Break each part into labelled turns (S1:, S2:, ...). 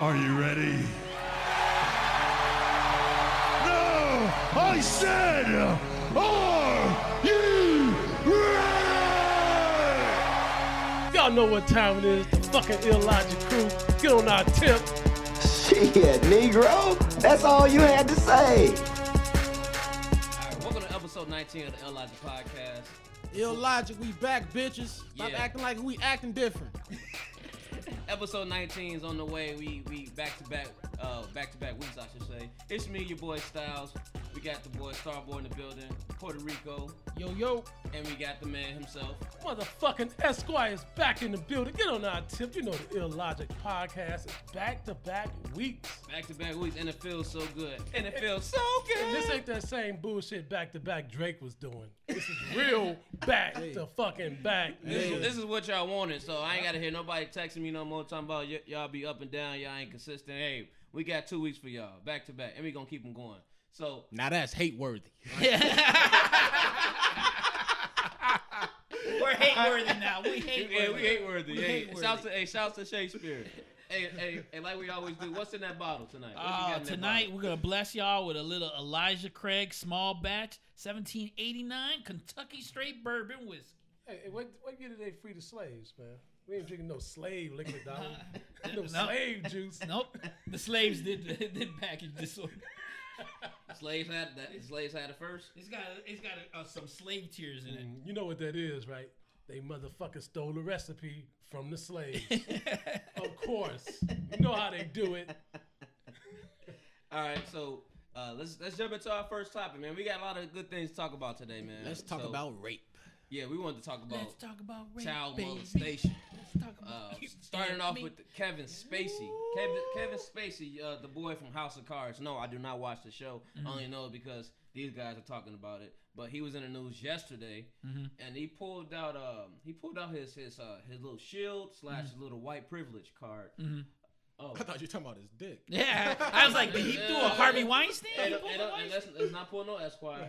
S1: Are you ready? No! I said, are you ready?
S2: Y'all know what time it is. The fucking illogic crew. Get on our tip.
S3: Shit, Negro, that's all you had to say.
S4: All right, welcome to episode 19 of the Illogic Podcast.
S2: Illogic, we back, bitches. Stop
S4: Yeah.
S2: acting like we acting different.
S4: Episode 19 is on the way. We we back to back, uh, back to back weeks, I should say. It's me, your boy Styles. We got the boy Starboy in the building, Puerto Rico,
S2: Yo, yo,
S4: and we got the man himself.
S2: motherfucking Esquire is back in the building. Get on our tip. You know the Illogic podcast is back to back weeks.
S4: Back to back weeks, and it feels so good. And it feels so
S2: And this
S4: good.
S2: ain't that same bullshit back to back Drake was doing. This is real back to fucking back.
S4: This, is- this is what y'all wanted, so I ain't gotta hear nobody texting me no more talking about y- y'all be up and down, y'all ain't consistent. Hey, we got two weeks for y'all, back to back, and we gonna keep them going. So
S5: Now that's hate worthy.
S6: We're hate worthy now. We hate
S4: Yeah, we
S6: worthy.
S4: hate worthy.
S6: We
S4: yeah.
S6: hate worthy.
S4: Shouts to hey, shouts to Shakespeare. hey, hey, hey, like we always do. What's in that bottle tonight? What you got
S6: Uh,
S4: in that
S6: tonight
S4: bottle?
S6: we're gonna bless y'all with a little Elijah Craig small batch 1789 Kentucky straight bourbon whiskey.
S2: Hey, hey, what, what year did they free the slaves, man? We ain't drinking no slave liquor, dog. No,
S6: No.
S2: slave juice.
S6: Nope, the slaves did did package this one.
S4: slaves had that. Slaves had it first.
S6: It's got it's got uh, some slave tears in it.
S2: You know what that is, right? They motherfucker stole the recipe from the slaves.
S4: Mm.
S2: of course. You know how they do it.
S4: All right, so uh, let's let's jump into our first topic, man. We got a lot of good things to talk about today, man.
S5: Let's talk
S4: So,
S5: about rape.
S4: Yeah, we wanted to talk
S6: Let's
S4: about
S6: talk about rape,
S4: child
S6: baby.
S4: molestation.
S6: Let's talk
S4: Uh,
S6: about you
S4: starting
S6: and
S4: off
S6: me.
S4: with Kevin Spacey. Kevin, Kevin Spacey, uh, the boy from House of Cards. No, I do not watch the show. I only know it because these guys are talking about it. But he was in the news yesterday, and he pulled out um he pulled out his his uh, his little shield slash his little white privilege card. Oh,
S5: I thought you were talking about his dick.
S6: yeah, I was like, did he do a Harvey Weinstein?
S4: Hey,
S6: He
S4: don't-
S6: pulled
S4: hey,
S6: a
S4: don't-
S6: Weinstein?
S4: and let's, let's not pull no Esquire.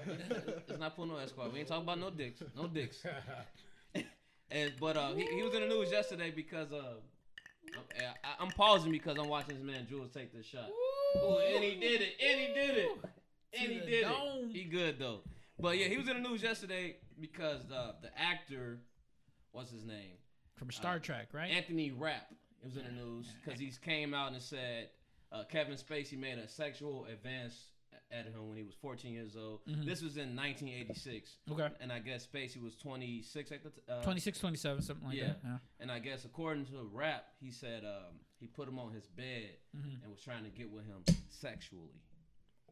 S4: Let's not pull no Esquire. We ain't talking about no dicks. No dicks. And but uh, he, he was in the news yesterday because uh, I, I'm pausing because I'm watching this man Jules take this shot. Ooh, and he did it. And he did it. And
S6: To
S4: he
S6: the
S4: did
S6: dome.
S4: it. He good though. But yeah, he was in the news yesterday because uh, the the actor, what's his name,
S6: From Star Trek, right?
S4: Anthony Rapp, was in the news because he came out and said uh, Kevin Spacey made a sexual advance at him when he was 14 years old. This was in 1986,
S6: Mm-hmm. okay,
S4: and I guess Spacey was 26 at the t- uh,
S6: 26, 27, something like
S4: Yeah.
S6: that. Yeah.
S4: and I guess according to Rap, he said um, he put him on his bed
S6: Mm-hmm.
S4: and was trying to get with him sexually.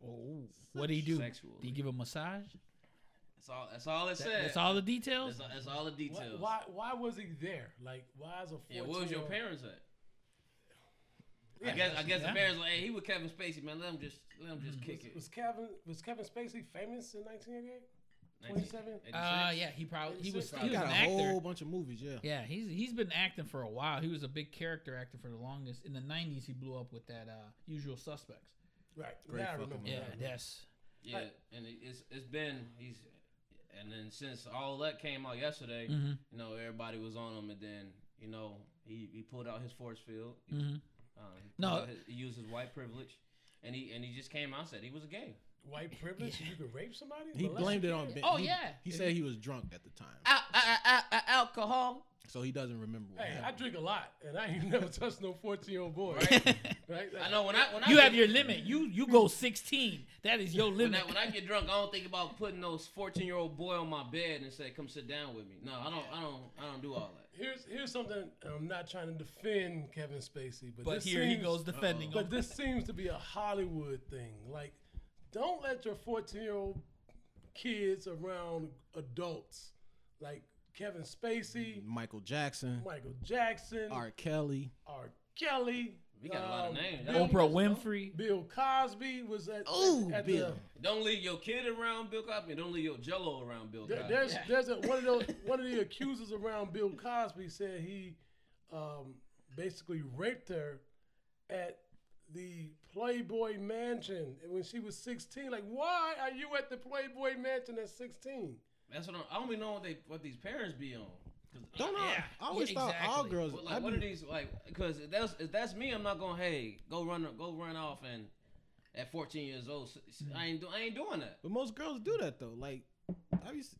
S6: Oh, what do he do?
S4: Sexually.
S6: Do you give a massage?
S4: That's all. That's all it
S6: That-
S4: said.
S6: that's all the details.
S4: That's, all- that's all the
S2: Why,
S4: details.
S2: why, why was he there? Like, why is a 14
S4: Yeah, where was your parents at? I
S2: Yeah,
S4: guess. I guess
S6: yeah. Mm-hmm.
S4: the parents like, hey, he with Kevin Spacey, man. Let him just, let him just kick it.
S2: Was Kevin was Kevin Spacey famous in 1988? 27?
S4: 1986.
S6: Uh, yeah, he probably he was he
S5: He
S6: was an
S5: got a
S6: actor.
S5: whole bunch of movies, yeah.
S6: Yeah, he's he's been acting for a while. He was a big character actor for the longest. In the '90s, he blew up with that uh, Usual Suspects.
S2: Right.
S5: Great
S2: now I
S5: fucking
S2: remember.
S5: movie.
S6: Yeah,
S2: now I remember.
S6: that's
S4: Yeah, and it- it's it's been he's, and then since all that came out yesterday,
S6: Mhm.
S4: you know everybody was on him, and then you know he, he pulled out his force field.
S6: Mhm.
S4: Uh, he
S6: No.
S4: pulled out his- he used his white privilege, and he and he just came out and said he was gay.
S2: White privilege? You could rape somebody?
S5: He
S2: Molest
S5: blamed
S2: a
S5: it on
S2: kid?
S5: Ben.
S6: Oh,
S5: he,
S6: yeah.
S5: He said he was drunk at the time,
S4: Al- al- al- alcohol.
S5: so he doesn't remember what
S2: Hey, I
S5: happened.
S2: drink a lot, and I ain't never touched no 14 year old boy.
S4: Right.
S2: Right?
S4: I know when I when I
S6: you
S4: get,
S6: have your limit. You you go 16. That is your
S4: When I,
S6: limit.
S4: when I get drunk, I don't think about putting those fourteen year old boy on my bed and say, "Come sit down with me." No, I don't. I don't. I don't do all that.
S2: Here's here's something I'm not trying to defend Kevin Spacey, but,
S6: But
S2: this
S6: here he
S2: seems,
S6: goes defending.
S2: But
S6: him.
S2: this seems to be a Hollywood thing. Like, don't let your 14 year old kids around adults, like Kevin Spacey,
S5: Michael Jackson,
S2: Michael Jackson, R.
S5: R. Kelly.
S2: Kelly. um,
S4: We got a lot of names.
S2: Bill,
S6: Oprah Winfrey.
S2: Bill Cosby was at,
S5: Ooh,
S2: at
S5: Bill.
S2: the
S4: Don't leave your kid around Bill Cosby. Don't leave your Jello around Bill
S2: There-
S4: Cosby.
S2: There's there's a, one of those one of the accusers around Bill Cosby said he um, basically raped her at the Playboy Mansion when she was 16. Like, why are you at the Playboy Mansion at 16?
S4: That's what I'm, I don't even know what they what these parents be on.
S5: Don't know.
S6: yeah.
S5: I always
S6: Yeah,
S5: thought all
S6: exactly.
S5: girls.
S4: But
S5: I
S4: like, what
S5: be-
S4: are these like? Because that's if that's me. I'm not gonna hey go run go run off and at 14 years old s- s- I ain't do, I ain't doing that.
S5: But most girls do that though. Like I be s-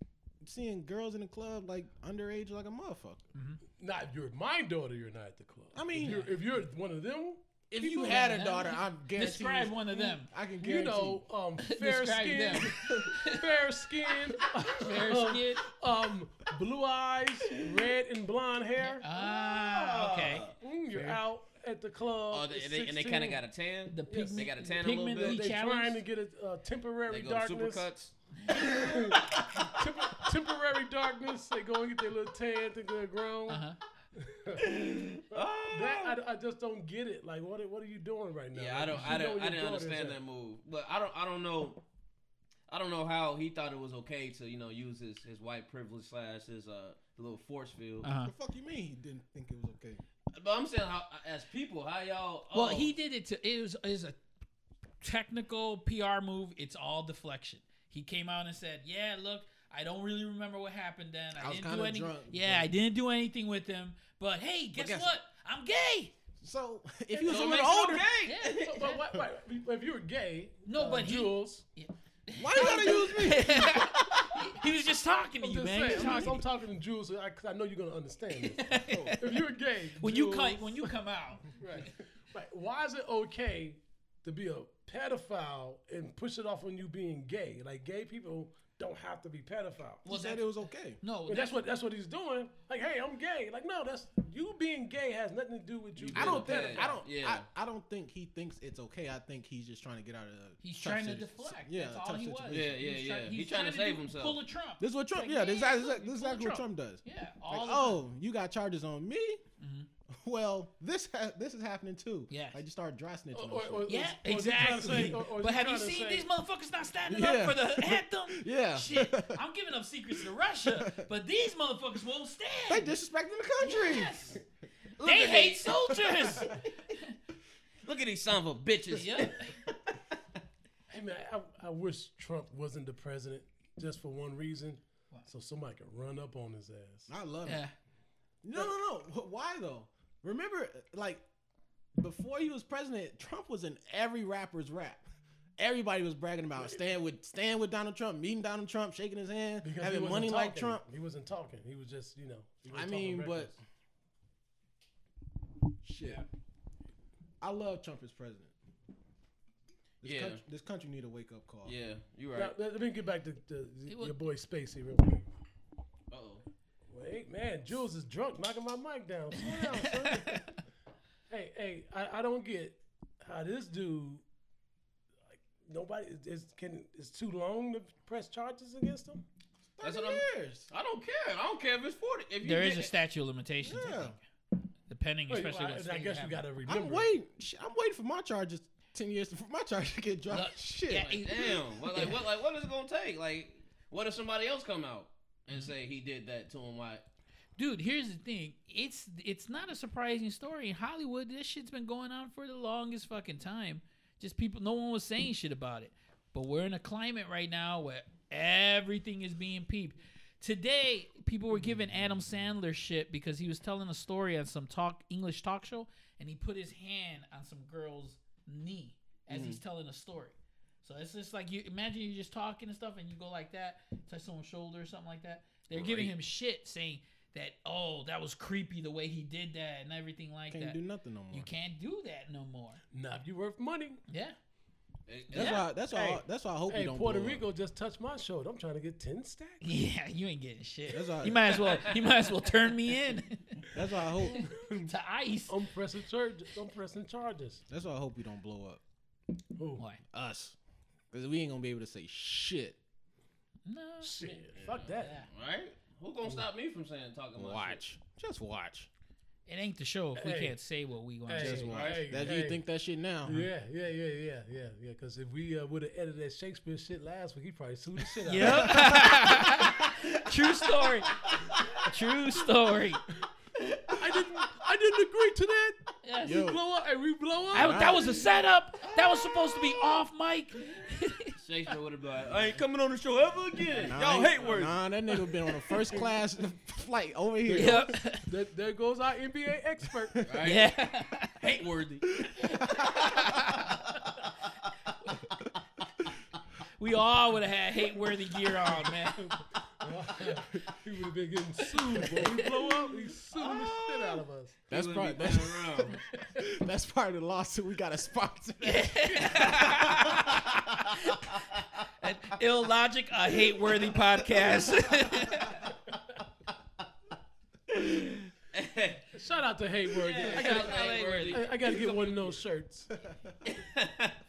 S5: seeing girls in the club like underage like a motherfucker.
S2: Not if you're my daughter, you're not at the club.
S5: I mean-
S2: if you're, if you're one of them,
S5: If
S6: People
S5: you had
S6: like
S5: a
S6: that.
S5: daughter, I'm guaranteeing
S6: Describe one of them.
S5: I can guarantee.
S2: you know, um, fair
S6: Describe
S2: skin,
S6: them.
S2: fair skin,
S6: Fair
S2: um,
S6: skin.
S2: um, blue eyes, red and blonde hair.
S6: Ah, okay.
S2: Mm, you're out at the club.
S4: Oh, they,
S2: at
S4: they, and they
S2: 16.
S4: kind of got a tan.
S6: The pigment,
S4: they got a tan a little
S6: pigment
S4: bit.
S2: They trying
S6: challenge.
S2: to get a uh,
S4: They
S2: temporary
S4: go to
S2: darkness.
S4: supercuts.
S2: Temp- temporary darkness. They go and get their little tan, think they're grown.
S6: Uh-huh.
S2: That I, I just don't get it. Like, what are- what are you doing right now?
S4: Yeah, I
S2: Like,
S4: don't,
S2: you
S4: I
S2: know
S4: don't,
S2: where
S4: I
S2: your
S4: didn't
S2: daughter's
S4: understand
S2: at.
S4: that move. But I don't, I don't know, I don't know how he thought it was okay to, you know, use his, his white privilege slash his uh little force field.
S6: Uh-huh.
S5: the fuck you mean he didn't think it was okay?
S4: But I'm saying, how as people, how y'all? Oh,
S6: Well, he did it to it was is a technical PR move. It's all deflection. He came out and said, "Yeah, look, I don't really remember what happened then. I,
S5: I was
S6: didn't do
S5: kinda
S6: any.
S5: drunk,
S6: yeah,
S5: but-
S6: I didn't do anything with him. But hey, guess,
S5: guess-
S6: what? I'm gay.
S5: So if you was
S4: So
S5: a little
S4: it makes it
S5: older,
S4: okay.
S6: Yeah.
S2: So, but why, why, if you were gay,
S6: No,
S2: uh,
S6: but he-
S2: Jules,
S5: why you gotta use me?
S6: he was just talking to
S2: I'm
S6: you,
S2: just
S6: man. He
S2: saying.
S6: was
S2: I'm, just-
S6: talking
S2: I'm
S6: to
S2: talking to Jules because I know you're gonna understand. This.
S6: you.
S2: if you're gay,
S6: when you
S2: Jules,
S6: come when you come out,
S2: right, right, why is it okay to be a pedophile and push it off on you being gay? Like gay people don't have to be pedophiles.
S5: He
S6: well,
S5: said
S6: that,
S5: it was okay.
S6: no,
S2: But
S6: that,
S2: that's what that's what he's doing. Like, hey, I'm gay. Like, no, that's you being gay has nothing to do with you.
S4: You
S5: I
S2: being
S5: don't
S2: a
S5: think
S2: pedophile.
S5: I don't
S4: Yeah.
S5: I, I don't think he thinks it's okay. I think he's just trying to get out of the
S6: he's
S5: tough
S6: trying to
S5: situ-
S6: deflect.
S5: Yeah,
S6: That's
S5: a
S6: all
S5: tough
S6: he was.
S5: situation.
S4: Yeah, yeah,
S6: He's
S4: yeah.
S6: trying-
S4: He trying to
S6: do-
S4: save himself.
S6: Pull a Trump.
S5: This is what Trump
S6: Like,
S5: yeah, this is exactly, this
S6: look,
S5: is
S6: pull a
S5: exactly what Trump does.
S6: Yeah,
S5: Like,
S6: all of
S5: oh,
S6: them.
S5: you got charges on me? Well, this ha- this is happening too.
S6: Yes. oh.
S5: I just started dry snitching. on
S2: Or-
S5: shit.
S2: or- or-
S6: Yeah,
S2: or is he trying to say-
S6: exactly.
S2: or- or is
S6: but
S2: he
S6: have you
S2: trying to
S6: seen
S2: say-
S6: these motherfuckers not standing
S5: Yeah.
S6: up for the anthem?
S5: Yeah.
S6: Shit, I'm giving up secrets to Russia, but these motherfuckers won't
S5: they
S6: stand.
S5: disrespecting the country.
S6: yes. They
S4: at
S6: hate soldiers.
S4: Look at these son of a bitches.
S6: yeah.
S2: Hey man, I, I wish Trump wasn't the president just for one reason, so somebody could run up on his ass.
S5: I love
S6: yeah.
S5: it. No, no, no. Wh- Why though? Remember, like before he was president, Trump was in every rapper's rap. Everybody was bragging about stand with stand with Donald Trump, meeting Donald Trump, shaking his hand,
S2: Because he
S5: having
S2: wasn't
S5: money like
S2: talking.
S5: Trump.
S2: He wasn't talking. He was just, you know. he was
S5: I
S2: talking
S5: mean,
S2: reckless.
S5: Shit, I love Trump as president. This,
S4: Yeah.
S5: country, this country need a wake up call.
S4: Yeah, you
S2: Now,
S4: right.
S2: let, let me get back to, to
S6: It was-
S2: your boy Spacey real quick.
S4: Uh oh.
S2: Wait, man, Jules is drunk, knocking my mic down. Slow down, son. hey, hey, I, I don't get how this dude. like Nobody is can it's too long to press charges against him.
S4: That's what
S5: 30
S4: I'm-
S5: years.
S4: I don't care. I don't care if it's 40. If you
S6: There
S4: get
S6: is a
S4: it-
S6: statute of limitations, I
S5: Yeah.
S6: think. Depending,
S2: Wait,
S6: especially
S2: well,
S6: what's
S2: I, I guess you got to remember.
S5: I'm waiting. Shit, I'm waiting for my charges. Ten years for my charges to get dropped.
S6: Look,
S5: Shit.
S6: yeah,
S4: Like, damn. What, like, what, like, what is it gonna take? Like, what if somebody else come out and
S5: Mm-hmm.
S4: say he did that to him? Why?
S6: dude here's the thing it's it's not a surprising story in hollywood this shit's been going on for the longest fucking time just people no one was saying shit about it but we're in a climate right now where everything is being peeped today people were giving adam sandler shit because he was telling a story on some talk english talk show and he put his hand on some girl's knee as he's telling a story so it's just like you imagine you're just talking and stuff, and you go like that, touch someone's shoulder or something like that. They're giving him shit, saying that oh, that was creepy the way he did that and everything like
S5: Can't
S6: that.
S5: do nothing no more.
S6: you can't do that no more.
S2: Now, if you worth money,
S6: Yeah,
S4: It- it-
S5: That's why. Uh, That's why.
S2: Hey.
S5: that's why I hope you
S2: hey,
S5: don't.
S2: Puerto
S5: blow up.
S2: Rico just touched my shoulder. I'm trying to get ten stacks.
S6: yeah, you ain't getting shit.
S5: That's all right.
S6: You might as well. You might as well turn me in
S5: That's why I hope.
S6: to ice.
S5: Oh
S2: I'm pressing charges. I'm pressing charges.
S5: That's why I hope you don't blow up
S2: Ooh,
S6: Why?
S5: us, because we ain't gonna be able to say shit.
S6: No.
S5: uh,
S2: shit, fuck that.
S4: right? Who gonna stop me from saying talking about shit?
S5: Mm. Watch, just watch.
S6: It ain't the show if we
S2: Hey.
S6: can't say what we want.
S2: Hey,
S6: to
S5: Just
S6: say.
S5: watch.
S2: hey,
S5: that
S2: hey.
S5: you think that shit now? huh?
S2: Yeah, yeah, yeah, yeah, yeah, yeah. Because if we uh, would have edited that Shakespeare shit last week, he probably sued the shit out. of us.
S6: Yep. True story. True story.
S2: I didn't. I didn't agree to that.
S6: Yes.
S5: Yo.
S2: Blow up and we blow up.
S6: I, that was a setup. That was supposed to be off mic.
S4: Shakespeare would have been like, I ain't coming on the show ever again. Y'all hate words.
S5: Nah, that nigga been on a first class flight over here.
S6: Yep.
S2: There, there goes our NBA expert.
S4: Right?
S6: yeah.
S4: Hate worthy.
S6: We all would have had hate worthy gear on, man.
S2: he would have been getting sued, but we blow up, we sued the shit out of us.
S5: That's part.
S4: Wouldn't be
S5: That's,
S4: playing around.
S5: that's part of the lawsuit. We got a sponsor.
S6: An illogic, a hate worthy podcast.
S2: Shout out to Hayward. I,
S6: shout
S2: gotta,
S6: out to Hayward.
S2: I- I gotta get one of those shirts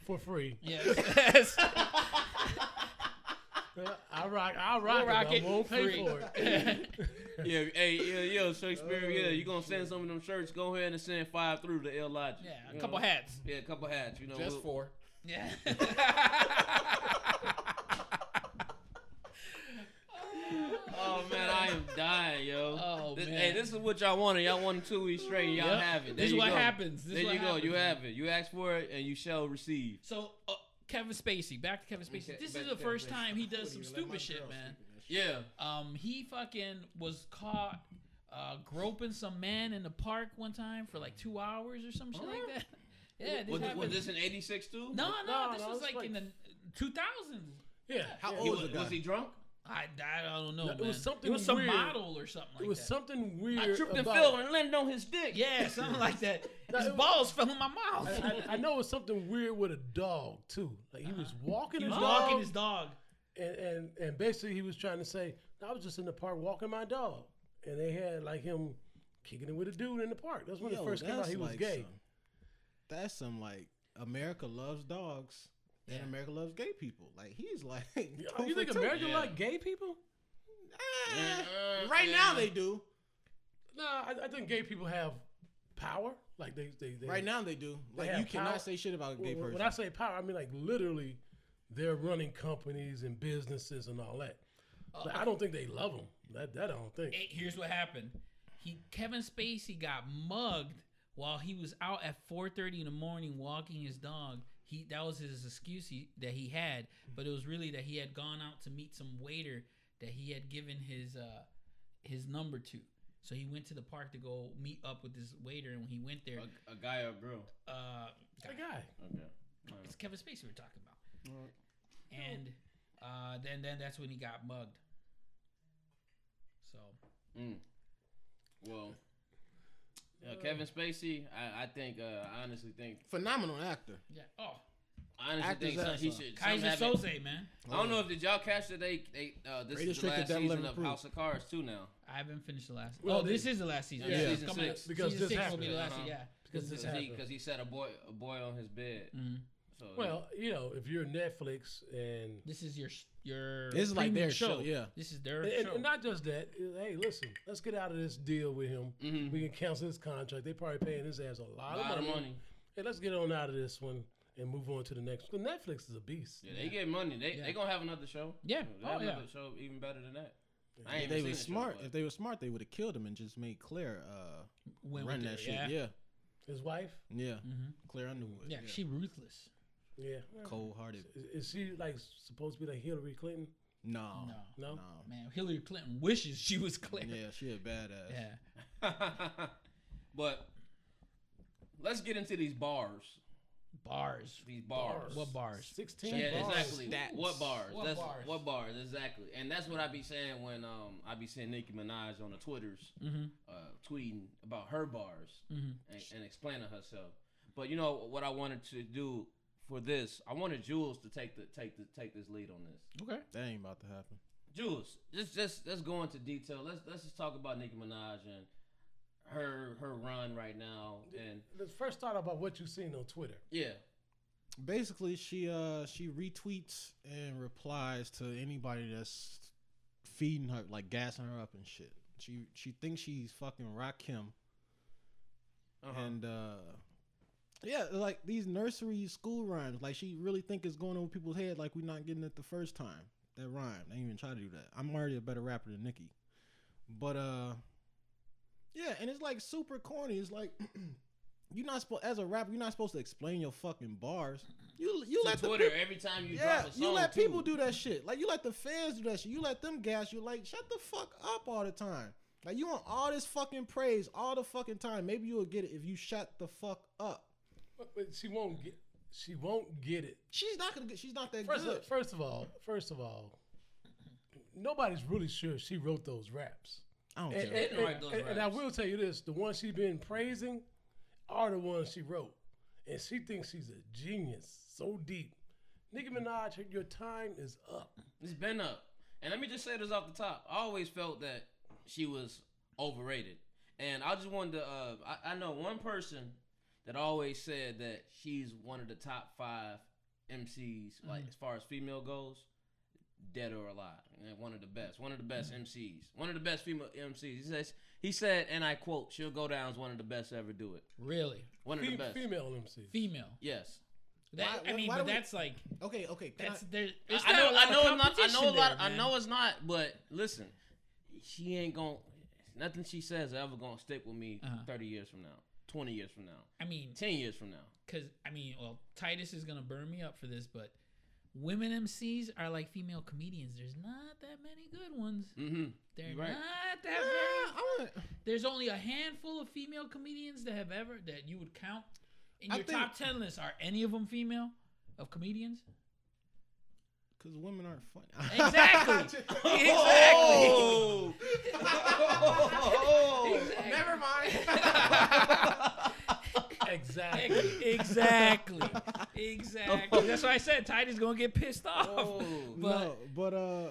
S2: for free.
S6: yes.
S2: I rock. I rock.
S6: rock
S2: it.
S6: it
S2: I won't pay
S6: free.
S2: for it.
S4: yeah, hey, yeah, yo, Shakespeare, yeah, you
S5: Oh,
S4: gonna send some of them shirts? Go ahead and send five through to L Logic.
S6: Yeah,
S4: You
S6: a
S4: know?
S6: couple hats.
S4: Yeah, a couple hats. You know,
S5: Just
S4: we'll-
S5: four.
S6: Yeah.
S4: Oh man, I am dying, yo.
S6: Oh,
S4: This-
S6: man.
S4: Hey, this is what y'all wanted. Y'all wanted two weeks straight. Y'all
S6: Yep.
S4: have it. There
S6: This is
S4: you
S6: what
S4: go.
S6: happens. This
S4: there
S6: is what
S4: you go. You
S6: happens.
S4: have it. You ask for it, and you shall receive.
S6: so, uh, Kevin Spacey, back to Kevin Spacey.
S4: Okay,
S6: this
S4: back
S6: is
S4: to
S6: the
S4: Kevin
S6: first
S4: Spacey.
S6: time he does some stupid shit, man.
S4: Yeah.
S6: Um, he fucking was caught uh, groping some man in the park one time for like two hours or some shit like that. Yeah, this
S4: Was,
S6: happened.
S4: was this in '86 too?
S6: no, no,
S2: No,
S6: this
S2: no,
S6: was
S2: it's
S6: like
S2: like-
S6: in the 2000s.
S2: Yeah.
S5: How
S2: yeah.
S4: He
S5: old
S4: was,
S5: was the
S4: was
S5: guy?
S4: he drunk?
S6: I, I don't know.
S2: No, it
S6: man.
S2: was something
S6: It was some
S2: weird.
S6: model or something like
S2: It was
S6: that.
S2: something weird.
S4: I tripped and
S2: about-
S4: fell and landed on his dick.
S6: yeah, something like that.
S2: No,
S6: His
S2: it was-
S6: balls fell in my mouth.
S2: I, I- I know it was something weird with a dog too. Like he was walking
S6: he
S2: his
S6: was
S2: dog,
S6: walking his dog.
S2: and, and and basically he was trying to say, "I was just in the park walking my dog," and they had like him kicking it with a dude in the park. That's when
S5: Yo,
S2: it first came out.
S5: that's
S2: He was
S5: like
S2: gay.
S5: some- that's some like America loves dogs and America loves gay people. Like he's like,
S2: Yo, you think America
S4: Yeah.
S2: like gay people?
S5: Eh,
S4: Yeah, uh,
S5: right now
S4: yeah.
S5: they do.
S2: No, I, I think gay people have power. Like they, they, they
S5: Right now they do. Like
S2: have
S5: you cannot
S2: power.
S5: say shit about a
S2: When-
S5: gay
S2: when-
S5: person.
S2: When I say power, I mean like literally, they're running companies and businesses and all that. But I don't think they love them. That that I don't think.
S6: Hey, here's what happened. He Kevin Spacey got mugged while he was out at 4:30 in the morning walking his dog. He that was his excuse he, that he had, but it was really that he had gone out to meet some waiter that he had given his uh his number to. So he went to the park to go meet up with this waiter, and when he went there,
S4: A, a guy or a girl.
S6: uh,
S2: The guy.
S4: Okay.
S6: it's Kevin Spacey we're talking about. And uh, then then that's when he got mugged. So
S4: Mm. Well, uh, Kevin Spacey, I, I think, uh, I honestly think,
S5: Phenomenal actor.
S6: yeah, oh
S4: I honestly
S5: Actors
S4: think some-
S5: ass
S4: he
S5: up.
S4: should. some
S6: Kaiser
S4: have it-
S6: Soze, man.
S4: I don't know if did y'all catch that they, they uh, this
S5: Greatest
S4: is the
S5: trick
S4: last
S5: the devil
S4: season
S5: ever
S4: of
S5: proved.
S4: House of Cards too now.
S6: I haven't finished the last.
S2: Well,
S6: oh,
S2: they-
S6: this is the last season.
S4: Yeah,
S6: Yeah,
S4: season
S6: Come on.
S4: six.
S2: Because
S6: season
S2: this
S6: six will be
S2: happened.
S6: the last.
S4: Uh-huh.
S6: Yeah,
S2: Because this
S4: Because he,
S2: happened.
S4: 'cause he set a boy a boy on his bed.
S6: Mhm.
S4: So
S2: Well, you know, if you're Netflix and
S6: this is your your.
S5: This is like
S6: premium
S5: their show, yeah.
S6: this is their
S2: and, and
S6: show.
S2: not just that. Hey, listen, let's get out of this deal with him.
S4: Mhm.
S2: We can cancel his contract. They probably paying his ass a
S4: a
S2: lot,
S4: lot
S2: of money.
S4: of money.
S2: Hey, let's get on out of this one and move on to the next. Because Netflix is a beast.
S4: Yeah, they get money. They
S6: Yeah.
S4: they gonna have another show.
S6: Yeah.
S4: They
S6: Oh,
S4: have
S6: yeah.
S4: another show even better than that. I
S5: If
S4: ain't even
S5: they
S4: seen
S5: were
S4: the show,
S5: smart,
S4: but-
S5: if they were smart, they would have killed him and just made Claire uh,
S6: Went with
S5: run
S6: it,
S5: that shit.
S6: Yeah,
S5: Yeah,
S2: His wife.
S5: yeah.
S6: Mhm.
S5: Claire Underwood.
S6: Yeah, she ruthless.
S2: Yeah.
S5: cold hearted.
S2: Is, is she like supposed to be like Hillary Clinton?
S5: No,
S6: No.
S2: No.
S6: Man, Hillary Clinton wishes she was Claire. Yeah.
S5: Oh. Yeah, she a badass.
S4: but let's get into these bars.
S6: Bars.
S4: These bars.
S6: What bars?
S2: Sixteen.
S4: Yeah,
S2: bars.
S4: exactly.
S5: Stats.
S4: What bars?
S6: What
S4: that's
S6: bars?
S4: what bars exactly. And that's what I be saying when um I be seeing Nicki Minaj on the Twitters,
S2: Mm-hmm,
S4: uh, tweeting about her bars and, and explaining herself. But you know what I wanted to do for this, I wanted Jules to take the take the take this lead on this.
S6: Okay.
S5: That ain't about to happen.
S4: Jules, just just let's go into detail. Let's let's just talk about Nicki Minaj and her her run right now. And
S2: Let's first start about what you've seen on Twitter.
S4: yeah,
S5: basically she uh she retweets and replies to anybody that's feeding her like gassing her up and shit she she thinks she's fucking rock him
S4: uh-huh.
S5: and uh yeah like these nursery school rhymes like she really think it's going over people's head like we're not getting it the first time that rhyme they ain't even try to do that i'm already a better rapper than nikki but uh yeah and it's like super corny it's like you're not supposed as a rapper, you're not supposed to explain your fucking bars. You you
S4: To
S5: let the
S4: Twitter
S5: peop-
S4: every time you
S5: yeah,
S4: drop a song.
S5: you let
S4: too.
S5: people do that shit. Like you let the fans do that shit. You let them gas you. Like shut the fuck up all the time. Like you want all this fucking praise all the fucking time. Maybe you'll get it if you shut the fuck up.
S2: But, but she won't get. She won't get it.
S5: She's not gonna get. She's not that
S2: First,
S5: good.
S2: of, first of all, first of all, nobody's really sure she wrote those raps.
S5: I don't
S2: And,
S5: care.
S2: and-
S4: Didn't write those
S2: and- and I
S4: raps.
S2: will tell you this: the ones she's been praising are the ones she wrote, and she thinks she's a genius so deep. Nicki Minaj, your time is up.
S4: It's been up. And let me just say this off the top. I always felt that she was overrated. And I just wanted to, uh, I, I know one person that always said that she's one of the top five MCs, like as far as female goes, dead or alive. And one of the best. One of the best MCs. One of the best female MCs. He says, he said, and I quote, she'll go down as one of the best to ever do it.
S6: Really,
S4: One of
S2: Fe-
S4: the best.
S2: female MCs.
S6: female.
S4: Yes.
S6: That,
S5: Why-
S6: I
S5: why-
S6: mean,
S5: why
S6: but
S5: do we-
S6: that's like
S5: Okay, okay. can I-
S6: that's there.
S4: I-
S6: it's
S4: I know,
S6: not a lot
S4: I know,
S6: of
S4: I'm not, I know a
S6: competition
S4: lot.
S6: there,
S4: I
S6: man.
S4: know it's not, but listen, she ain't gonna. Nothing she says ever gonna stick with me.
S6: Uh-huh.
S4: Thirty years from now, twenty years from now,
S6: I mean,
S4: ten years from now.
S6: because I mean, well, Titus is gonna burn me up for this, but women MCs are like female comedians. There's not that many good ones.
S4: Mm-hmm.
S6: They're
S4: Right.
S6: not
S5: Ah,
S6: that many.
S5: I want.
S6: There's only a handful of female comedians that have ever that you would count in
S5: I
S6: your
S5: think-
S6: top ten list. Are any of them female? Of comedians,
S5: Because women aren't funny. Oh.
S6: exactly, exactly. Exactly.
S5: Oh. Never mind.
S2: Exactly.
S6: exactly, exactly. That's why I said Titus gonna get pissed off.
S4: Oh,
S6: But
S5: no, but uh,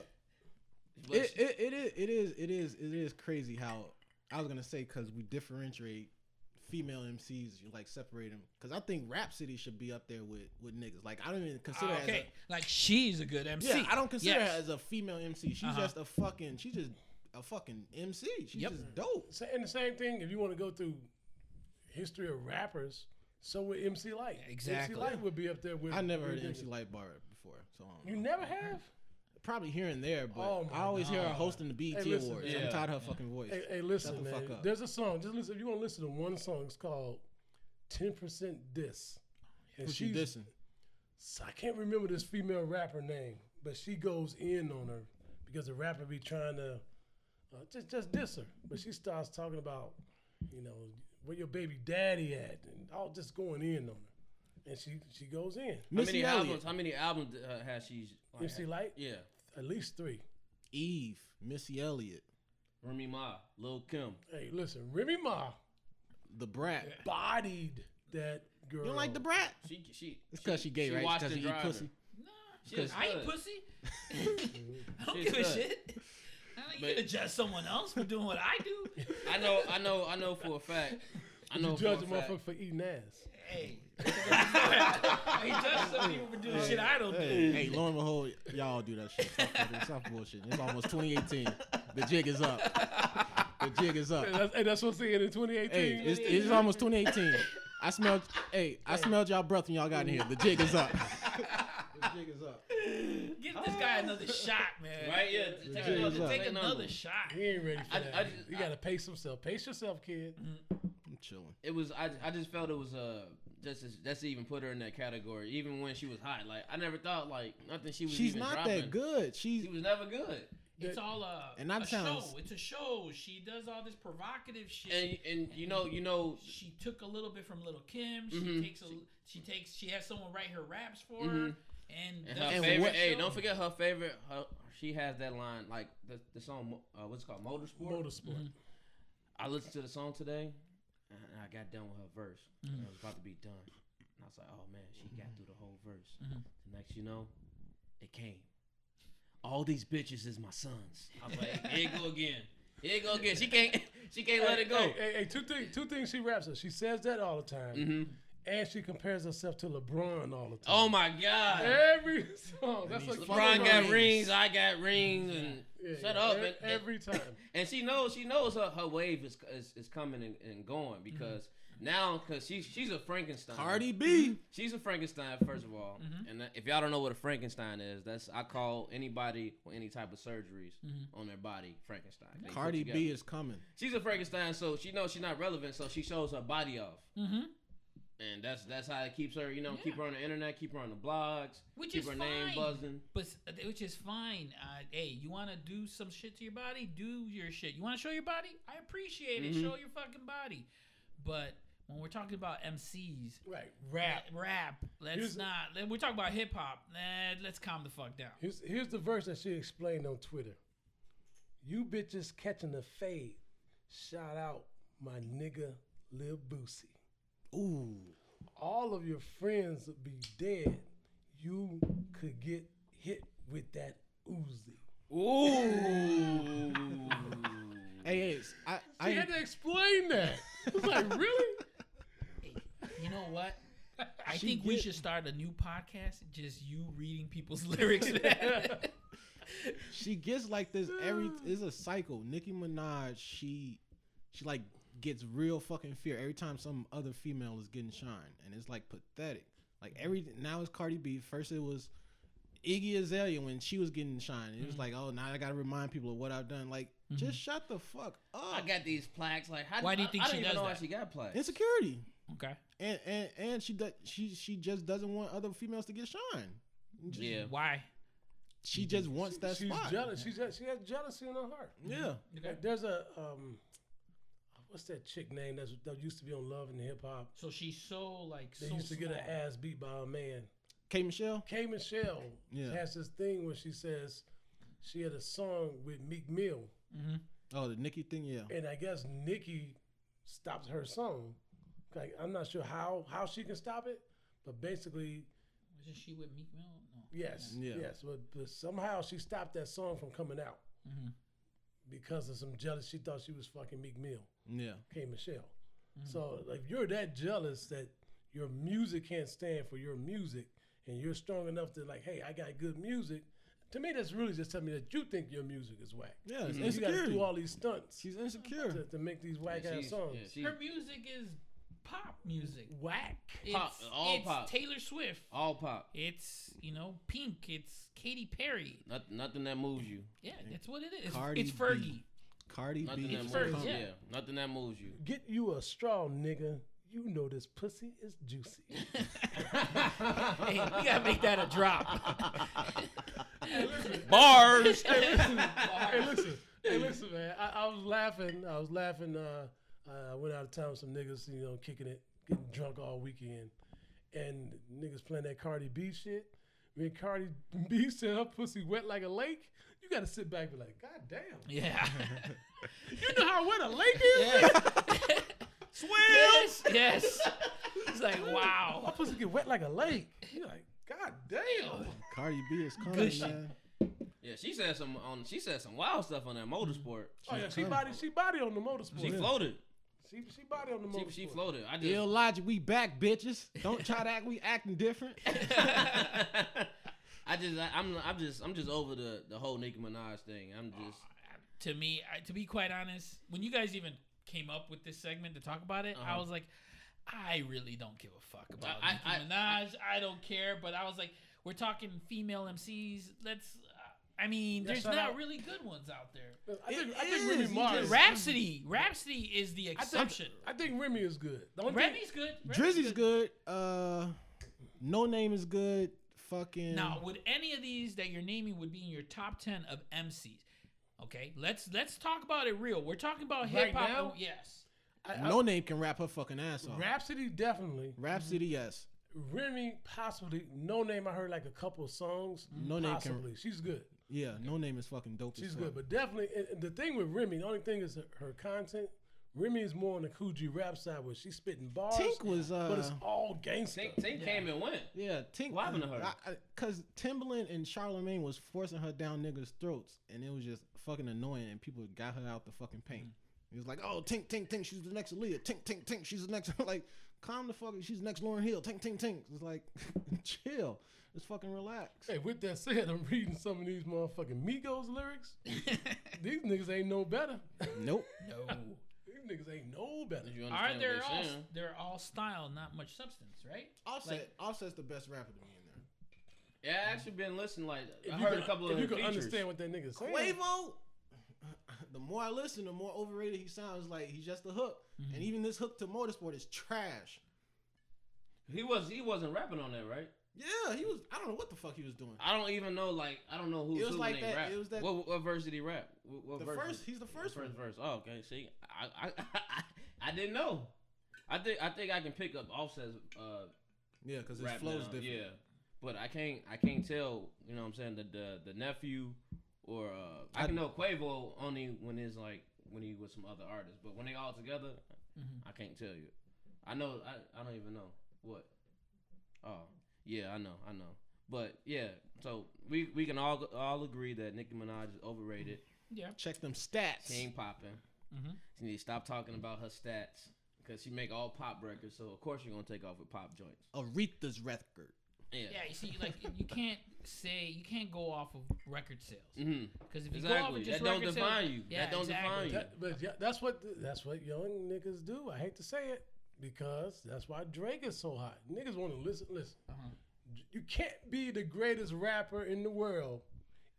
S4: But
S5: it, it, it is it is it is it is crazy how I was gonna say because we differentiate female MCs, you like separate them. Because I think Rhapsody should be up there with with niggas. Like I don't even consider her
S6: okay, like she's a good MC.
S5: as a, yeah, I don't consider
S6: Yes.
S5: her as a female MC. She's
S6: Uh-huh.
S5: just a fucking she's just a fucking MC. She's
S6: Yep.
S5: just dope.
S2: Sa- And the same thing, if you want to go through history of rappers, so would MC Light.
S6: Exactly.
S2: MC Light would be up there with.
S5: I never heard
S2: with-
S5: MC Lightbar before, so I don't know.
S2: You never have?
S5: probably here and there, but
S2: Oh my
S5: I always hear her hosting the BET
S2: Hey, listen,
S5: Awards.
S4: yeah.
S5: I'm tired of her fucking voice.
S2: Hey, hey, listen,
S5: Shut the
S2: man.
S5: fuck up.
S2: There's a song. Just listen. If you want to listen to one song, it's called 10% Diss. And
S5: Who she
S2: she's-
S5: dissing?
S2: so I can't remember this female rapper name, but she goes in on her because the rapper be trying to uh, just just diss her, but she starts talking about you know where your baby daddy at and all just going in on her, and she she goes in.
S4: how
S5: Missy
S4: many
S5: Elliott,
S4: albums? How many albums uh, has she? Like,
S2: MC Light,
S4: Yeah,
S2: at least three.
S5: Eve, Missy Elliott,
S4: Remy Ma, Lil Kim.
S2: Hey, listen, Remy Ma
S5: the brat.
S2: bodied that girl.
S5: You don't like the brat?
S4: She she.
S5: It's 'cause she gay, right? It's
S4: watched
S5: 'cause
S4: and
S5: she eat
S4: driving.
S5: pussy.
S6: Nah,
S4: She's
S6: I ain't
S4: good.
S6: pussy. I don't
S4: She's
S6: give a
S4: good.
S6: shit. I don't, you
S4: But-
S6: can judge someone else for doing what I do.
S4: I know, I know, I know for a fact. I know
S2: You
S4: for
S2: judge
S4: a
S2: a
S4: fact.
S2: motherfucker for eating ass.
S6: hey, I judge some people for doing shit I don't
S5: Hey,
S6: do.
S5: hey, lo and behold, y'all do that shit. Stop, fucking- stop bullshitting. It's almost 2018. The jig is up. The jig is up.
S2: Hey, that's, hey, that's what I'm saying in 2018.
S5: Hey, it's, it's almost 2018. I smelled. Hey, I smelled y'all breath when y'all got in here. The jig is up. the jig is up.
S6: Give this guy another shot, man.
S4: Right? Yeah.
S6: Take
S4: Take another,
S6: another,
S4: take
S6: take another
S4: another.
S6: shot.
S2: he ain't ready for
S4: I-
S2: that.
S4: I just-
S2: you gotta pace himself. Pace yourself, kid.
S5: I'm chilling.
S4: it was I, I just felt it was uh just as, that's even put her in that category even when she was hot like I never thought like nothing she was
S5: She's
S4: even
S5: not
S4: dropping.
S5: that good. She's
S4: she was never good
S6: It's all a,
S5: And that
S6: a
S5: sounds-
S6: show. It's a show. She does all this provocative shit.
S4: and and you know you know
S6: she took a little bit from Little Kim. She
S4: Mhm.
S6: takes a she takes she has someone write her raps for her.
S4: Mhm. and
S6: And, that's
S4: her
S5: And
S6: the
S4: favorite
S5: what-
S4: hey
S6: show.
S4: don't forget her favorite her, she has that line like the, the song Mo- uh, what's it called motorsport
S2: Motorsport.
S4: I listened to the song today and I got done with her verse
S2: Mm-hmm.
S4: and I was about to be done and I was like oh man she got through the whole verse
S2: Mm-hmm.
S4: the next you know it came all these bitches is my sons I was like here it go again here it go again she can't she can't let it go.
S2: Hey, hey, hey, two things. Two things she raps. Up. She says that all the time,
S4: Mhm.
S2: and she compares herself to LeBron all the time.
S4: Oh my God.
S2: every song. That's like
S5: he's
S4: LeBron
S5: fucking
S4: got
S5: rings.
S4: rings. I got rings, and
S2: Yeah,
S4: shut
S2: yeah.
S4: up.
S2: E-
S4: And,
S2: Every time.
S4: and she knows, she knows her, her wave is is, is coming and, and going because now, because she's she's a Frankenstein. Mm-hmm.
S5: Cardi B.
S4: She's a Frankenstein first of all, and that- if y'all don't know what a Frankenstein is, that's I call anybody with any type of surgeries on their body Frankenstein. They put
S5: Cardi
S4: together.
S5: B is coming.
S6: Mm-hmm.
S4: She's a Frankenstein, so she knows she's not relevant, so she shows her body off. and that's that's how it keeps her. You know,
S6: Yeah.
S4: keep her on the internet, keep her on the blogs,
S6: Which
S4: keep
S6: is
S4: her
S6: fine.
S4: name buzzing.
S6: But s- uh, which is fine. Uh, hey, you want to do some shit to your body? Do your shit. You want to show your body? I appreciate it.
S4: Mhm.
S6: Show your fucking body. But when we're talking about MCs,
S2: Right.
S6: rap, rap, let's
S2: Here's-
S6: not. let- We're talking about hip hop. Nah, let's calm the fuck down.
S2: Here's, here's the verse that she explained on Twitter. You bitches catching the fade. Shout out my nigga Lil Boosie.
S5: Ooh.
S2: All of your friends would be dead. You could get hit with that Uzi.
S4: Ooh.
S5: Hey, hey, s- I, I
S2: She had to explain that. I was like, really?
S6: You know what? I
S5: She
S6: think we
S5: did-
S6: should start a new podcast. Just you reading people's lyrics.
S5: she gets like this every. It's a cycle. Nicki Minaj, she, she like gets real fucking fear every time some other female is getting shine, and it's like pathetic. Like every now it's Cardi B. First it was Iggy Azalea when she was getting shine. It was like, oh, now I gotta remind people of what I've done. Like, just shut the fuck
S4: I
S5: up.
S4: got these plaques. Like, how
S6: Why
S4: I-
S6: do you think
S4: I,
S6: she
S4: don't
S6: does
S4: even know
S6: that?
S4: why she got plaques?
S5: Insecurity.
S6: okay.
S5: and and and she does she she just doesn't want other females to get shine.
S4: yeah.
S6: Why?
S5: She just wants that
S2: She's
S5: spot.
S2: jealous. She's, she has jealousy in her heart.
S5: Yeah,
S2: Like, there's a um, what's that chick name that's, that used to be on Love and Hip Hop?
S6: So she's so like
S2: They
S6: so
S2: used to get
S6: small.
S2: her ass beat by a man.
S5: K Michelle.
S2: K Michelle
S5: Yeah.
S2: has this thing where she says she had a song with Meek Mill,
S5: Oh, the Nikki thing. Yeah,
S2: and I guess Nicki stopped her song. Like I'm not sure how how she can stop it, but basically
S6: Isn't she with Meek Mill? No.
S2: yes,
S5: Yeah.
S2: yes. But, but somehow she stopped that song from coming out
S5: Mm-hmm.
S2: because of some jealousy. She thought she was fucking Meek Mill.
S5: yeah.
S2: K Michelle.
S4: Mm-hmm.
S2: So like you're that jealous that your music can't stand for your music and you're strong enough to like, hey, I got good music. To me, that's really just telling me that you think your music is whack.
S5: Yeah, it's
S2: Mm-hmm. You got to
S5: insecurity.
S2: do all these stunts
S5: She's
S2: to,
S5: insecure.
S2: to make these whack
S4: Yeah,
S2: ass
S4: she's-
S2: songs.
S4: yeah, she's
S6: Her music is pop music.
S2: Whack.
S6: It's,
S4: Pop, all
S6: it's
S4: pop.
S6: Taylor Swift.
S4: all pop.
S6: It's you know Pink. It's Katy Perry.
S4: Not, nothing that moves you.
S6: Yeah, that's what it is. It's-
S5: Cardi
S6: it's
S5: B.
S6: Fergie.
S5: Cardi
S4: Nothing
S5: B.
S4: that moves
S6: It's first,
S4: you.
S6: yeah.
S4: yeah. Nothing that moves you.
S2: Get you a straw, nigga. You know this pussy is juicy.
S6: Hey, we gotta make that a drop.
S4: Bars.
S2: hey, listen, hey, listen, man. I, I was laughing. I was laughing. Uh, I went out of town with some niggas, you know, kicking it, getting drunk all weekend, and niggas playing that Cardi B shit. When Cardi B said her pussy wet like a lake, you got to sit back and be like, God damn.
S6: yeah.
S2: You know how wet a lake is?
S6: yes. Yes. It's like
S2: My
S6: wow.
S2: pussy get wet like a lake. You're like, God damn.
S5: Cardi B is coming,
S6: Gucci.
S5: man.
S4: yeah, she said some on. She said some wild stuff on that motorsport.
S2: Oh yeah, she body, she body on the motorsport.
S4: She floated.
S2: She, she body on the
S4: She,
S2: motorsport.
S4: she floated. I just.
S5: Ill logic. We back, bitches. Don't try to act. We acting different.
S4: I just. I, I'm. I'm just. I'm just over the the whole Nicki Minaj thing. I'm
S2: Oh,
S4: just.
S6: To me, I, to be quite honest, when you guys even came up with this segment to talk about it, I
S4: Uh-huh.
S6: was like, I really don't give a fuck about
S4: I-
S6: Nicki
S4: I-
S6: Minaj. I, don't care. But I was like, we're talking female MCs. Let's. Uh, I mean,
S2: Yeah,
S6: there's
S2: shout
S6: not
S2: out.
S6: really good ones out there.
S2: I think, I
S5: It
S2: think Remy
S5: is. You
S2: Mars.
S5: just-
S6: Rhapsody. Rhapsody is the
S2: I think,
S6: exception.
S2: I think Remy is good. The only thing-
S6: Remy's good. Remy's
S5: Drizzy's good. Uh, No Name is good. Fucking.
S6: Now, would any of these that you're naming would be in your top ten of MCs? Okay, let's let's talk about it real. We're talking about
S2: Right
S6: hip hop.
S2: now?
S6: oh, yes.
S2: I-
S5: No Name can rap her fucking ass off.
S2: Rhapsody definitely.
S5: Rhapsody,
S2: Mm-hmm.
S5: yes.
S2: Remy possibly. No name. I heard like a couple of songs.
S5: No Name can-
S2: possibly. She's good.
S5: Yeah, No Name is fucking dope.
S2: She's
S5: as
S2: good.
S5: fuck.
S2: But definitely, and- and the thing with Remy, the only thing is her, her content. Remy is more on the Coogee rap side where she's spitting bars.
S5: Tink was. Uh,
S2: but it's all gangster.
S4: Tink, Tink came and went.
S5: Yeah, Tink.
S4: What happened to her?
S5: Because Timbaland and Charlemagne was forcing her down niggas' throats, and it was just fucking annoying. And people got her out the fucking paint. It was like, oh, Tink, Tink, Tink, she's the next Aaliyah. Tink, Tink, Tink, she's the next. like, calm the fuck. She's the next Lauren Hill. Tink, Tink, Tink. It's like, chill. Just fucking relax.
S2: Hey, with that said, I'm reading some of these motherfucking Migos lyrics. these niggas ain't no better.
S5: Nope.
S6: No.
S2: these niggas ain't no better.
S4: Did you
S6: Are
S4: understand
S6: they're
S4: what
S6: all
S4: they're saying?
S6: they're all style, not much substance, right?
S5: Offset.
S6: Like-
S5: Offset's the best rapper to me in there.
S4: Yeah, I actually been listening. Like
S2: If
S4: I
S2: you
S4: heard
S2: can-
S4: a couple
S2: if
S4: of
S2: you
S4: you
S2: can
S4: features.
S2: understand what that nigga saying.
S5: Quavo. The more I listen, the more overrated he sounds. Like he's just a hook, and even this hook to Motorsport is trash.
S4: He was he wasn't rapping on that, right?
S5: Yeah, he was. I don't know what the fuck he was doing.
S4: I don't even know. Like I don't know who.
S5: It was
S4: who
S5: like
S4: they
S5: that-
S4: Rap.
S5: it was that-
S4: What, what verse did he rap? What, what
S5: The
S4: verse
S5: first,
S4: did-
S5: he's the first, one.
S4: first verse. Oh, okay. See, I I, I I didn't know. I think I think I can pick up Offset's uh,
S5: Yeah, because his
S4: rap
S5: flow's
S4: now,
S5: different.
S4: Yeah, but I can't I can't tell. You know what I'm saying the the, the nephew or uh, I, can know Quavo only when it's like when he with some other artists, but when they all together, I can't tell you. I know I I don't even know what. Oh yeah, I know I know. But yeah, so we we can all all agree that Nicki Minaj is overrated.
S6: Yeah.
S5: Check them stats.
S4: She ain't popping.
S2: Mm-hmm.
S6: Mhm.
S4: She need to stop talking about her stats because she make all pop records. So of course you're gonna take off with pop joints.
S5: Aretha's record.
S4: Yeah.
S6: Yeah, you see, like you can't say you can't go off of record sales
S4: hmm
S6: because if you go off
S4: Exactly.
S6: of just
S4: That don't
S6: record
S4: define
S6: sales,
S4: you.
S6: Yeah,
S4: That don't
S6: exactly.
S4: define you.
S2: That- but yeah, that's what that's what young niggas do. I hate to say it because that's why Drake is so hot. Niggas want to listen. Listen,
S5: Uh-huh.
S2: you can't be the greatest rapper in the world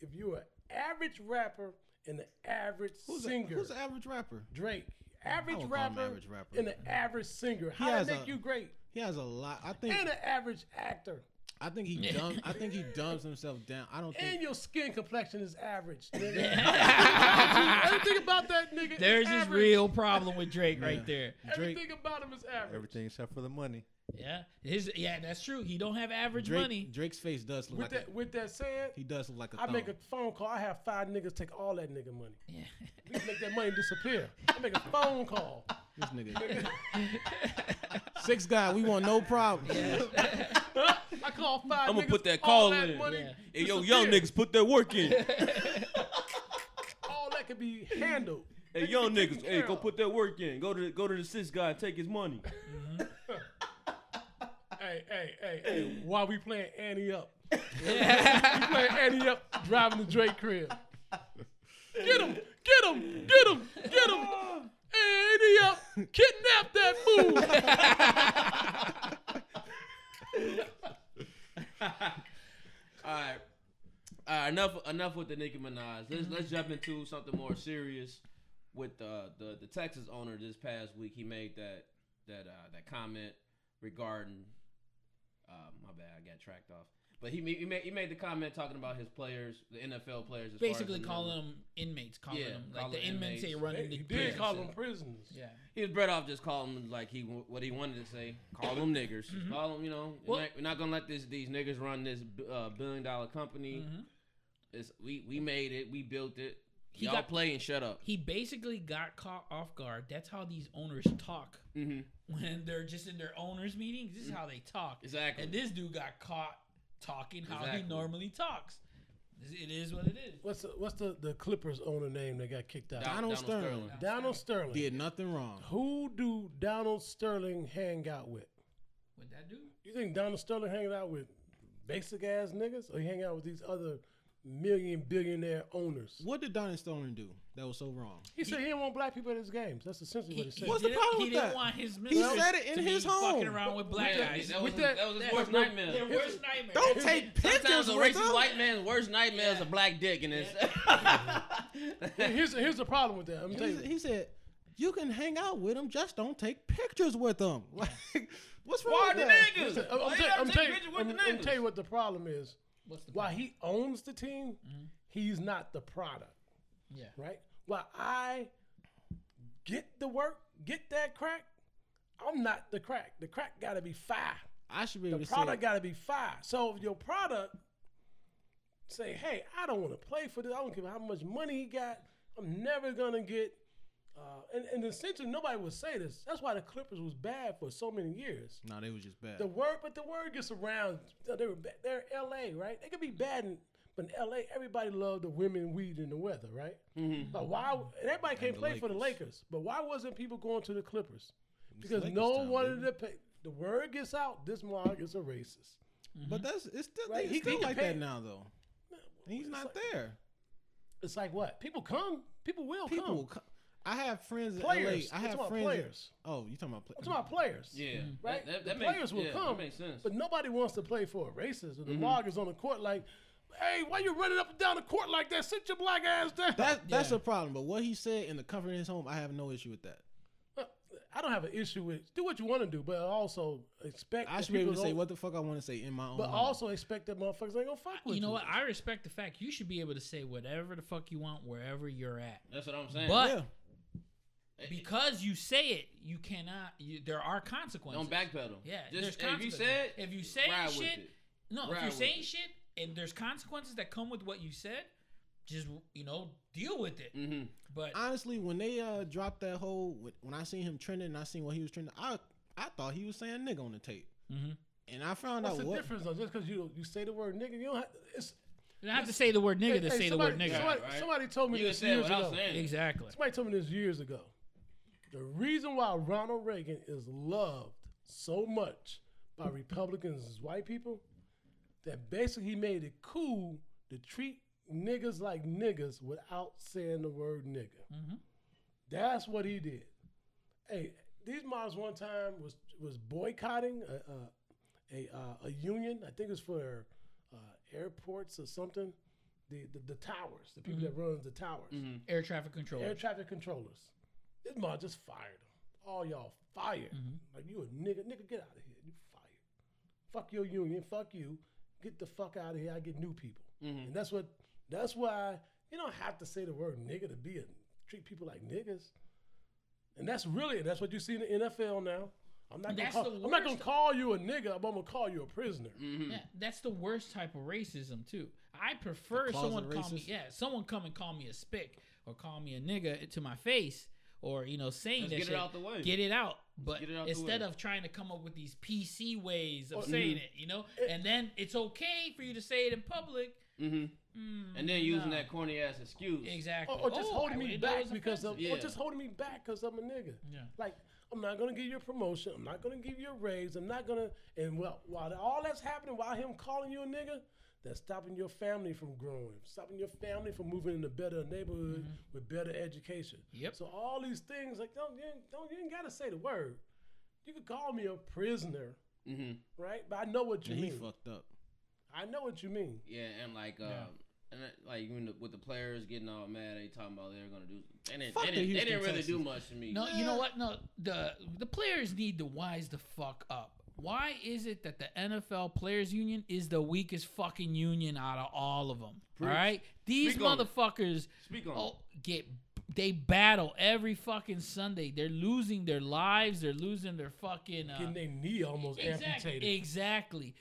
S2: if you're an average rapper and an average
S5: Who's a-
S2: singer.
S5: who's the average rapper?
S2: Drake,
S5: I
S2: average
S5: would call him
S2: rapper,
S5: average rapper.
S2: and an average singer. How
S5: has
S2: that make
S5: a-
S2: you great?
S5: He has a lot. I think.
S2: And an average actor.
S5: I think he dumb. I think he dumbs himself down. I don't
S2: And
S5: think.
S2: your skin complexion is average. Nigga. Everything about that nigga. is
S6: There's his
S2: average.
S6: real problem with Drake right
S5: Yeah.
S6: there.
S5: Drake-
S2: Everything about him is average.
S7: Everything except for the money.
S6: Yeah, his yeah, that's true. He don't have average
S5: Drake,
S6: money.
S5: Drake's face does look
S2: With
S5: like
S2: that,
S5: a,
S2: with that said,
S5: he does look like a
S2: I
S5: thumb.
S2: make a phone call. I have five niggas take all that nigga money.
S6: Yeah.
S2: We can make that money disappear. I make a phone call.
S5: this nigga. Six guy, we want no problems.
S2: I call five.
S4: I'm gonna
S2: niggas,
S4: put that
S2: all
S4: call in.
S2: money
S6: Yeah.
S4: Hey, yo,
S2: disappear.
S4: young niggas, put that work in.
S2: All that could be handled.
S4: hey, young
S2: Taken
S4: niggas, hey,
S2: care
S4: go
S2: of.
S4: put that work in. Go to the, go to the sis guy and take his money.
S2: hey, hey, hey, hey. While we playing Annie up, we playing Annie up, driving the Drake crib. Get him, get him, get him, get him. Annie up, kidnap that fool.
S4: All right. All right, enough enough with the Nicki Minaj. Let's let's jump into something more serious with uh, the the Texas owner this past week. He made that that uh, that comment regarding uh, my bad, I got tracked off. But he, ma- he made he made the comment talking about his players, the NFL players, as far as
S6: Basically,
S4: the
S6: calling
S4: numbers.
S6: them inmates, calling
S4: Yeah,
S6: them
S4: call
S6: like the
S4: them
S6: inmates they
S4: inmates.
S6: run
S2: Hey,
S6: into.
S2: you did
S6: prisons.
S2: call them prisoners.
S6: Yeah.
S4: He was better off just calling them like he what he wanted to say. Call them niggers. Call them, you know.
S6: Mm-hmm. Well-
S4: we're, not, we're not gonna let this these niggers run this uh, billion dollar company.
S6: Mhm.
S4: It's we we made it. We built it.
S6: He
S4: Y'all
S6: got-
S4: play and shut up.
S6: He basically got caught off guard. That's how these owners talk
S4: hmm
S6: when they're just in their owners' meetings. This is how they talk.
S4: Exactly.
S6: And this dude got caught talking how he
S4: Exactly.
S6: normally talks. It is what it is.
S2: What's the, what's the, the Clippers owner name that got kicked out?
S4: Don-
S5: Donald Sterling.
S2: Donald Sterling.
S5: Did nothing wrong.
S2: Who do Donald Sterling hang out with?
S6: What that dude?
S2: You think Donald Sterling hanging out with basic ass niggas, or he hang out with these other million billionaire owners?
S5: What did Donald Sterling do that was so wrong?
S2: He, said he didn't want black people at his games. That's essentially what he said.
S5: What's the
S6: didn't-
S5: problem
S6: he
S5: with
S6: didn't
S5: that?
S6: want his
S5: He
S6: mistress
S5: said it in
S6: to
S5: his
S6: be
S5: home.
S6: fucking around with black
S4: Yeah,
S6: guys.
S4: that, was,
S2: With
S4: that,
S2: that-
S4: was his
S6: that-
S4: worst
S6: Their
S4: nightmare.
S6: worst nightmare.
S5: Don't take
S4: Sometimes
S5: pictures
S4: a
S5: with
S4: racist
S5: him.
S4: white man's worst nightmare is a
S6: Yeah.
S4: black dick, and it's
S2: here's here's the problem with that. I'm
S5: He,
S2: telling you.
S5: he said, "You can hang out with him, just don't take pictures with him." Like, what's wrong
S4: Why
S5: with
S4: the
S5: that?
S2: I'm,
S4: niggas?
S2: I'm
S4: Why you
S2: tell-
S4: gotta
S2: I'm
S4: take
S2: tell you-
S4: pictures with
S2: I'm-
S4: the
S2: I'm
S4: niggas?
S2: tell you what the problem is.
S6: What's the
S2: While he owns the team, he's not the product.
S6: Yeah.
S2: Right. While I get the work, get that crack. I'm not the crack. The crack got to be fire.
S5: I should be able
S2: the
S5: to say.
S2: product got to be fire. So if your product say, "Hey, I don't want to play for this. I don't care how much money he got. I'm never gonna get." Uh, and, and essentially, nobody would say this. That's why the Clippers was bad for so many years.
S5: no, they was just bad.
S2: The word, but the word gets around. They were ba- they're L.A. right? They could be bad, in, but in L.A. everybody loved the women, weed, and the weather, right? But why? And everybody can't
S5: Mm-hmm. the
S2: play for the
S5: Lakers.
S2: Lakers. But why wasn't people going to the Clippers? Because
S5: Lakers
S2: no
S5: time,
S2: one
S5: baby.
S2: of the pa- the word gets out. This mog is a racist.
S5: But that's it's still
S2: Right,
S5: he's
S2: it's
S5: still
S2: still
S5: like
S2: paid.
S5: that now though. He's
S2: It's
S5: not
S2: like-
S5: there.
S2: It's like what? People come. People will
S5: People, will
S2: come.
S5: co- I have friends in
S2: Players.
S5: LA. I
S2: I'm
S5: have
S2: talking about
S5: friends.
S2: players.
S5: Oh, you talking about players?
S2: I'm talking about players.
S6: Mm-hmm.
S4: yeah,
S2: Right?
S4: That, that,
S2: the
S4: that makes-
S2: players will
S4: yeah,
S2: come.
S4: That makes sense.
S2: But nobody wants to play for a racist. The
S5: Mm-hmm.
S2: mog is on the court like, hey, why you running up and down the court like that? Sit your black ass down.
S5: That that's
S6: Yeah.
S5: a problem. But what he said in the comfort of his home, I have no issue with that.
S2: I don't have an issue with do what you want to do, but also expect.
S5: I
S2: that
S5: should be able to
S2: people
S5: say
S2: don't-
S5: what the fuck I want to say in my own.
S2: But
S5: home.
S2: also expect that motherfuckers ain't gonna fuck with you.
S6: You know what? I respect the fact you should be able to say whatever the fuck you want wherever you're at.
S4: That's what I'm saying.
S6: But
S5: yeah,
S6: because you say it, you cannot. You, there are consequences.
S4: don't backpedal.
S6: Yeah, there's
S4: just if you
S6: consequences.
S4: said,
S6: if you say
S4: ride with
S6: shit,
S4: it.
S6: no,
S4: Ride
S6: if you're
S4: with
S6: saying
S4: it.
S6: shit and there's consequences that come with what you said, just you know deal with it.
S4: Mm-hmm.
S6: But
S5: honestly, when they uh dropped that whole when I seen him trending, and I seen what he was trending. I I thought he was saying nigga on the tape,
S4: Mm-hmm.
S6: Mhm.
S5: and I found
S2: What's
S5: out
S2: the
S5: what
S2: difference though? Just because you you say the word nigga, you don't have. It's,
S6: you don't have to say the word nigga
S2: hey,
S6: to
S2: hey,
S6: say
S2: somebody,
S6: the word nigga.
S2: Somebody,
S4: Right, right.
S2: somebody told me
S4: You
S2: this
S4: said
S2: years
S4: what I was
S2: ago.
S4: saying.
S6: Exactly.
S2: Somebody told me this years ago. The reason why Ronald Reagan is loved so much by Republicans as white people, that basically he made it cool to treat niggas like niggas without saying the word nigga. That's what he did. Hey, these mobs one time was was boycotting a a, a, uh, a union. I think it was for uh, airports or something. The, the, the towers, the people that runs the towers.
S6: Air traffic control.
S2: Air traffic controllers. This mod just fired them. All y'all fired.
S6: Mm-hmm.
S2: Like you a nigga, nigga, get out of here. You fired. Fuck your union. Fuck you. Get the fuck out of here. I get new people.
S6: Mm-hmm.
S2: And that's what. That's why you don't have to say the word nigga to be a treat people like niggas. And that's really that's what you see in the NFL now. I'm not gonna
S6: That's
S2: call,
S6: the
S2: I'm not gonna
S6: worst. Mm-hmm.
S2: call you a nigga, but I'm gonna call you a prisoner.
S6: Yeah,
S4: Mm.
S6: that's the worst type of racism too. I prefer
S5: closet
S6: someone call me
S5: racist?
S6: yeah, someone come and call me a spick or call me a nigga to my face or you know saying
S4: Just
S6: that
S4: get it
S6: shit.
S4: out the way.
S6: Get it out. But
S4: get it out the
S6: instead
S4: way. Mm.
S6: of trying to come up with these PC ways of saying it, you know, and then it's okay for you to say it in public.
S4: And then using
S6: no.
S4: that corny ass excuse.
S6: Exactly.
S2: Or, or just
S6: Oh,
S2: holding
S6: I-
S2: me
S6: that
S2: back
S6: was
S2: because of,
S6: offensive.
S2: or
S4: Yeah.
S2: just holding me back because I'm a nigga.
S6: Yeah.
S2: Like I'm not gonna give you a promotion. I'm not gonna give you a raise. I'm not gonna. And well, while all that's happening, while him calling you a nigga, that's stopping your family from growing, stopping your family from moving in a better neighborhood with better education.
S6: Mm-hmm. Yep.
S2: So all these things, like don't you ain't- don't you ain't gotta say the word. You could call me a prisoner,
S4: Mm-hmm.
S2: right? But I know what you
S5: and he
S2: mean.
S5: fucked up.
S2: I know what you mean.
S4: Yeah, and like, um, and that, like when the, with the players getting all mad, they talking about they're gonna do. And they,
S5: Fuck the
S4: didn't, they
S5: Houston
S4: didn't really do
S5: Texans.
S4: much to me.
S6: No, you know what? No, the the players need to wise the fuck up. Why is it that the NFL Players Union is the weakest fucking union out of all of them? All right, these
S4: Speak on it.
S6: motherfuckers
S4: Speak on
S6: oh, get they battle every fucking Sunday. They're losing their lives. They're losing their fucking. Uh,
S2: Getting their knee almost amputated.
S6: exactly, exactly,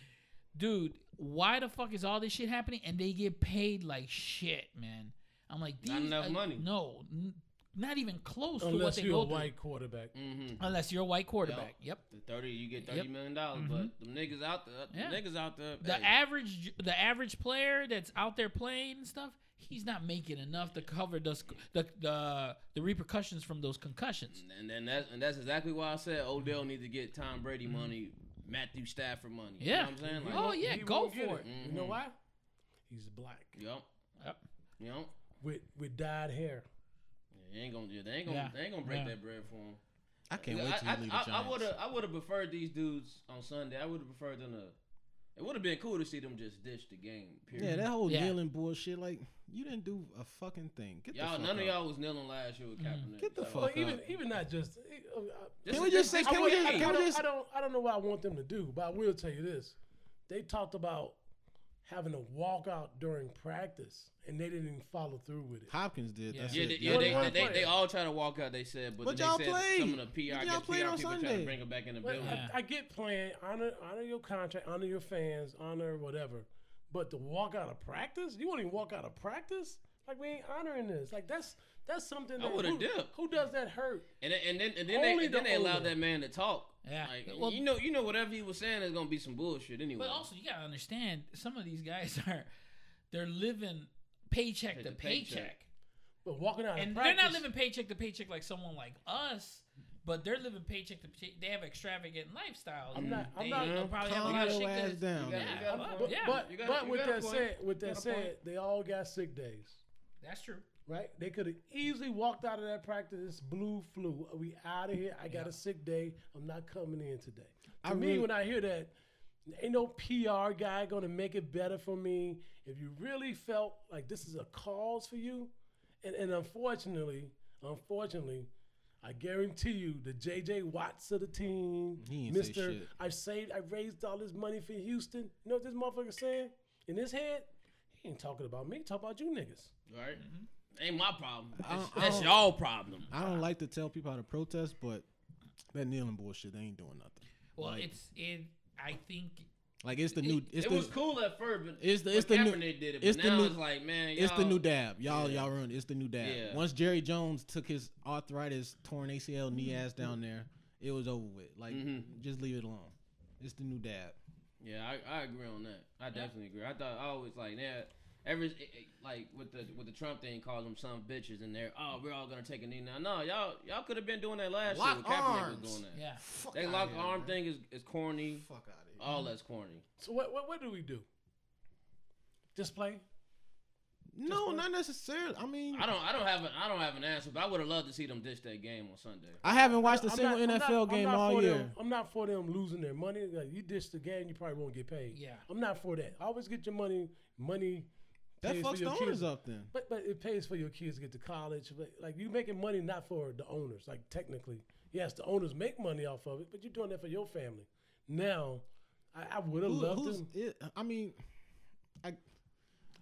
S6: dude. Why the fuck is all this shit happening? And they get paid like shit, man. I'm like, these,
S4: Not enough
S6: uh,
S4: money.
S6: No, n- not even close to what
S2: Unless
S6: they
S2: you're
S6: go
S2: a
S6: through Mm.
S2: white quarterback.
S4: Mm-hmm.
S6: unless you're a white quarterback. Yep.
S4: The thirty, you get
S6: Yep. Mm-hmm.
S4: thirty million dollars, but them niggas out there,
S6: Yeah.
S4: the niggas out there.
S6: The
S4: hey,
S6: average the average player that's out there playing and stuff, he's not making enough to cover those the the the repercussions from those concussions.
S4: and then that's and that's exactly why I said Odell needs to get Tom Brady money, Matthew Stafford money. You
S6: Mm-hmm. Yeah.
S4: know what I'm saying? Like,
S6: Oh yeah,
S2: He
S6: go
S2: won't get
S6: for it. Mm-hmm.
S2: You know why? He's black
S4: Yup.
S6: Yep.
S4: Yup.
S2: with with dyed hair.
S4: They ain't gonna, they ain't gonna,
S6: Yeah.
S4: they ain't gonna break
S6: Yeah.
S4: that bread for him.
S5: I can't wait till
S4: I,
S5: you leave
S4: I,
S5: the
S4: I, I would
S5: Giants.
S4: have, I would have preferred these dudes on Sunday. I would have preferred them to. It would have been cool to see them just dish the game. Period.
S5: yeah, that whole
S6: Yeah.
S5: kneeling bullshit. Like you didn't do a fucking thing. Get
S4: Y'all,
S5: the fuck
S4: none
S5: up. Mm-hmm.
S4: of y'all was kneeling last year with Kaepernick.
S5: Get the
S4: so-
S5: fuck
S2: Well, even
S5: up.
S2: even not just. uh,
S4: This
S5: Can
S4: is-
S5: we just
S4: this-
S5: say-
S2: I,
S5: can we
S2: would-
S5: just-
S2: I,
S5: can
S2: I
S5: we
S2: don't,
S5: just-
S2: I don't I don't know what I want them to do, but I will tell you this: they talked about having a walkout during practice, and they didn't even follow through with it.
S5: Hopkins did.
S6: Yeah.
S5: That's
S4: Yeah,
S5: it.
S4: they,
S5: Yeah,
S4: yeah,
S2: What
S4: they,
S2: about
S4: they, they,
S2: players?
S4: they all try to walk out. They said, but,
S5: But
S4: then
S5: y'all
S4: they said some
S5: played.
S4: of the PR,
S5: But
S4: I
S5: y'all
S4: guess PR
S5: played
S4: people
S5: on
S4: trying to
S5: Sunday. uh,
S4: bring them back in the
S2: But
S4: building.
S6: Yeah.
S2: I, I get playing, honor honor your contract, honor your fans, honor whatever. But to walk out of practice, you won't even walk out of practice. Like we ain't honoring this. Like that's that's something.
S4: I
S2: That
S4: would've
S2: who-
S4: dipped.
S2: Who does that hurt?
S4: And then, and then, and then
S2: Only
S4: they, and
S2: the
S4: then they allowed
S2: owner.
S4: that man to talk.
S6: Yeah.
S4: Like,
S6: Well-
S4: you know, you know, whatever he was saying is gonna be some bullshit anyway.
S6: But also you gotta understand some of these guys are they're living paycheck to
S4: to
S6: paycheck.
S4: paycheck.
S2: But walking out of
S6: And they're
S2: practice,
S6: not living paycheck to paycheck like someone like us. But they're living paycheck to paycheck. They have extravagant lifestyles.
S2: I'm not- I'm
S6: they
S2: not-
S6: you know, probably have a
S5: Calm
S6: lot of
S5: your
S6: shit
S5: ass
S6: that's-
S5: down.
S4: Yeah.
S6: Yeah,
S4: You got a
S6: I'm up-
S4: point.
S2: But
S6: yeah,
S2: but,
S4: You got a-
S2: but
S4: you
S2: with
S4: got a
S2: that
S4: point.
S2: said, with
S4: You
S2: that
S4: got a point.
S2: said, they all got sick days.
S6: that's true.
S2: right? They could have easily walked out of that practice. It's blue flu. We out of here. I got a sick day. I'm not coming in today. To
S5: I
S2: me,
S5: really-
S2: when I hear that, ain't no PR guy gonna make it better for me. If you really felt like this is a cause for you, and, and unfortunately, unfortunately, I guarantee you, the J.J. Watts of the team,
S5: He ain't say
S2: Mister,
S5: shit.
S2: I saved, I raised all this money for Houston. You know what this motherfucker saying in his head? He ain't talking about me. Talk about you niggas.
S4: Right? Ain't my problem. That's,
S5: don't- Mm-hmm. I
S4: that's
S5: don't-
S4: y'all problem.
S5: I don't like to tell people how to protest, but that kneeling bullshit they ain't doing nothing.
S6: Well, it's it. I think
S5: Like it's the new. It's
S4: it
S5: the,
S4: was cool at first, but
S5: It's the- it's
S4: when
S5: the new-
S4: Kaepernick did it. But
S5: it's the
S4: now
S5: new-
S4: it's like man,
S5: It's the
S4: y'all-
S5: new dab, y'all. Y'all run. It's the new dab.
S4: Yeah.
S5: Once Jerry Jones took his arthritis, torn ACL,
S4: Mm-hmm.
S5: knee ass down there, it was over with. Like, just leave it alone. It's the new dab.
S4: Yeah, I, I agree on that. I definitely agree. I thought I always like that. Every it- it- like with the with the Trump thing, calls them some bitches, and they're oh we're all gonna take a knee now. No, y'all y'all could have been doing that last year.
S5: Lock
S4: when Kaepernick
S5: arms.
S4: was doing that.
S6: yeah.
S5: Fuck
S4: That
S5: outta
S4: lock
S5: here,
S4: arm
S5: man.
S4: thing is, is corny.
S5: Fuck out of here.
S4: All that's corny.
S2: So what, what, what do we do? Just play?
S5: No, not necessarily. I mean,
S4: I don't I don't have an I don't have an answer, but I would have loved to see them dish that game on Sunday.
S5: I haven't watched a
S2: I'm
S5: single
S2: not- I'm
S5: NFL
S2: not- I'm
S5: game
S2: not
S5: all
S2: for
S5: year.
S2: Them, I'm not for them losing their money. Like, you dish the game, you probably won't get paid.
S6: Yeah.
S2: I'm not for that. Always get your money. Money.
S5: That
S2: pays for
S5: fucks the
S2: your
S5: owners
S2: kids.
S5: up then.
S2: But but it pays for your kids to get to college. But like you making money not for the owners. Like technically, yes, the owners make money off of it, but you're doing that for your family. Now, I, I would have
S5: Who,
S2: loved
S5: who's?
S2: to.
S5: It, I mean, I,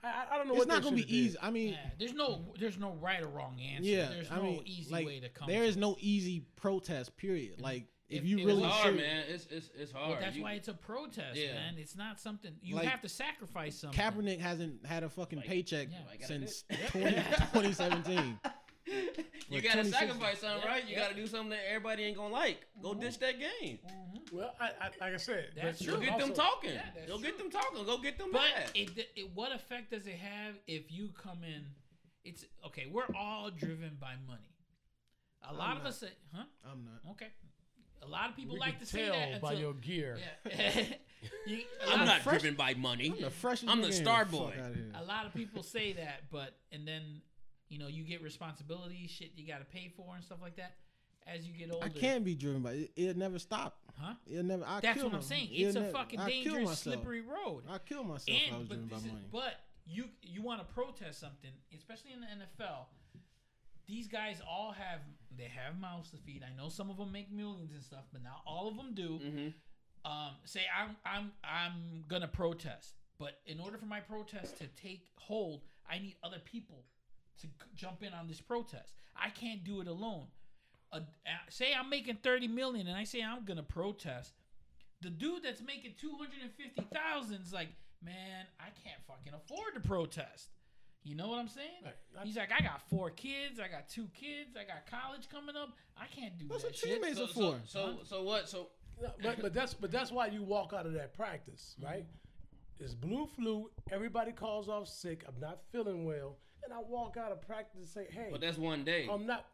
S2: I- I, I don't know.
S5: it's
S2: what
S5: not
S2: they
S5: gonna
S2: should've
S5: be
S2: did.
S5: easy. I mean,
S6: Yeah, there's no there's no right or wrong answer.
S5: yeah.
S6: there's
S5: I
S6: no
S5: mean,
S6: easy
S5: like,
S6: way to come.
S5: There
S6: to
S5: is
S6: it.
S5: no easy protest. Period. Like, if,
S6: If-
S5: you
S6: if it's
S5: really
S4: It's hard,
S5: serious-
S4: man. It's it's it's hard.
S6: But that's
S4: You-
S6: why it's a protest,
S4: Yeah.
S6: man. It's not something you
S5: Like,
S6: have to sacrifice something.
S5: Kaepernick hasn't had a fucking paycheck
S6: yeah, I
S4: gotta
S5: since 20, 2017.
S4: you
S5: Like
S4: gotta
S5: 26
S4: sacrifice something,
S6: Yeah,
S4: right? You
S6: yeah.
S4: gotta do something that everybody ain't gonna like. Go dish that game.
S2: Well, I, I, like I said, but
S6: That's
S2: you
S4: Go
S6: true.
S4: get
S2: also-
S4: them talking.
S6: yeah, that's
S4: Go get
S6: true.
S4: them talking. Go get them
S6: But
S4: mad.
S6: it, it, what effect does it have if you come in? It's okay. We're all driven by money. A lot of us, say, huh?
S5: I'm not.
S6: Okay. A lot of people
S2: We
S6: like
S2: can
S6: to say
S2: tell
S6: that.
S2: by
S6: until-
S2: your gear.
S6: yeah. You- a lot
S4: I'm
S6: of-
S4: not
S5: fresh-
S4: driven by money.
S5: The freshest.
S4: I'm the
S5: nigga in
S4: star
S5: fuck
S4: boy.
S5: outta here.
S6: A lot of people say that, but and then you know you get responsibilities, shit you got to pay for and stuff like that. As you get older,
S5: I can't be driven by it. It'll never stop.
S6: Huh?
S5: It'll never. I
S6: That's
S5: kill
S6: what I'm
S5: them.
S6: saying.
S5: It'll
S6: It's a
S5: never-
S6: fucking
S5: I kill
S6: dangerous,
S5: myself.
S6: slippery road.
S5: I kill myself. if I was
S6: And
S5: driven
S6: but
S5: by
S6: this is,
S5: money.
S6: but you you want to protest something, especially in the NFL. These guys all have they have mouths to feed. I know some of them make millions and stuff, but not all of them
S5: Mm-hmm.
S6: do.
S4: Mm-hmm.
S6: Um, say I'm I'm I'm gonna protest, but in order for my protest to take hold, I need other people to c- jump in on this protest. I can't do it alone. A- a- say I'm making thirty million, and I say I'm gonna protest the dude that's making 250,000 is like, man, I can't fucking afford to protest. You know what I'm saying? He's like, I got four kids, I got two kids, I got college coming up. I can't do
S5: That's
S6: that
S5: what
S6: shit.
S5: teammates are
S4: So,
S5: for.
S4: so, so, so what? So
S2: No, but, but that's but that's why you walk out of that practice,
S4: Mm-hmm.
S2: right? It's blue flu. Everybody calls off sick. I'm not feeling well, and I walk out of practice and say, "Hey,
S4: But that's one day.
S2: I'm not."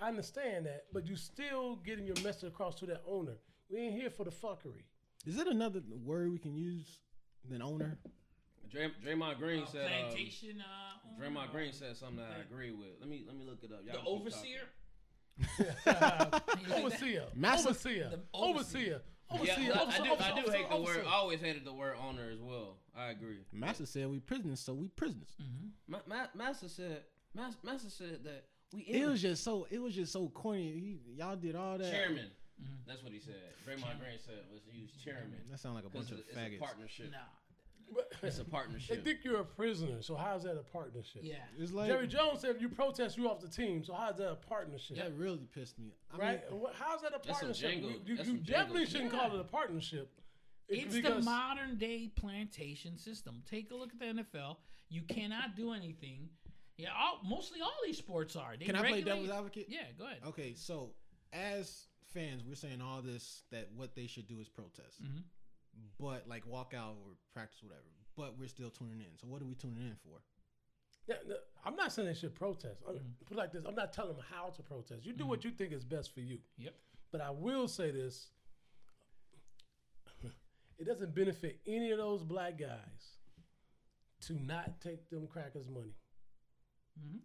S2: I understand that, but you still getting your message across to that owner. We ain't here for the fuckery.
S5: Is it another word we can use than owner?
S4: Dray, Draymond Green
S6: Uh,
S4: said. Um,
S6: plantation. Uh,
S4: Draymond Green said something that I agree with. Let me let me look it up. Y'all
S6: The
S4: keep talking.
S6: overseer.
S2: Overseer,
S5: Massive-
S2: overseer,
S6: The
S2: overseer, overseer.
S4: Yeah, I, I
S2: overseer,
S4: do. I do
S2: overseer,
S4: hate the
S2: overseer.
S4: word. I always hated the word owner as well. I agree.
S5: Master said we prisoners, so we prisoners.
S6: Mm.
S4: Ma- Ma- Master said. Mas- Master said that we.
S5: It was
S4: innocent.
S5: just so. It was just so corny. He, y'all did all that.
S4: chairman.
S5: Mm-hmm.
S4: That's what he said. Draymond Green said was use chairman.
S5: That sound like a
S4: 'Cause
S5: bunch of
S4: it's, It's a
S5: faggots.
S4: partnership.
S6: Nah.
S4: It's a
S2: They
S4: partnership.
S2: think you're a prisoner, so how's that a partnership?
S6: Yeah.
S5: It's like
S2: Jerry Jones said if you protest, you off the team. So how's that a partnership?
S5: that really pissed me. I
S2: right?
S5: Mean,
S2: What- How's that a
S4: That's some
S2: partnership?
S4: jingle.
S2: You- You,
S4: That's
S2: you
S4: some
S2: definitely
S4: jingle.
S2: shouldn't call it a partnership. It-
S6: It's the modern day plantation system. Take a look at the NFL. You cannot do anything. Yeah, all, mostly all these sports are. They
S5: can I play
S6: regulate-
S5: devil's advocate?
S6: Yeah, go
S2: Oh,
S6: ahead.
S5: Okay, so as fans, we're saying all this that what they should do is protest,
S6: Mhm.
S5: but like walk out or practice whatever. But we're still tuning in. So what are we tuning in for?
S2: Yeah, no, I'm not saying they should protest. I-
S4: Mm-hmm.
S2: Put it like this: I'm not telling them how to protest. You do what you think is best for you.
S6: Yep.
S2: But I will say this: it doesn't benefit any of those black guys to not take them crackers' money.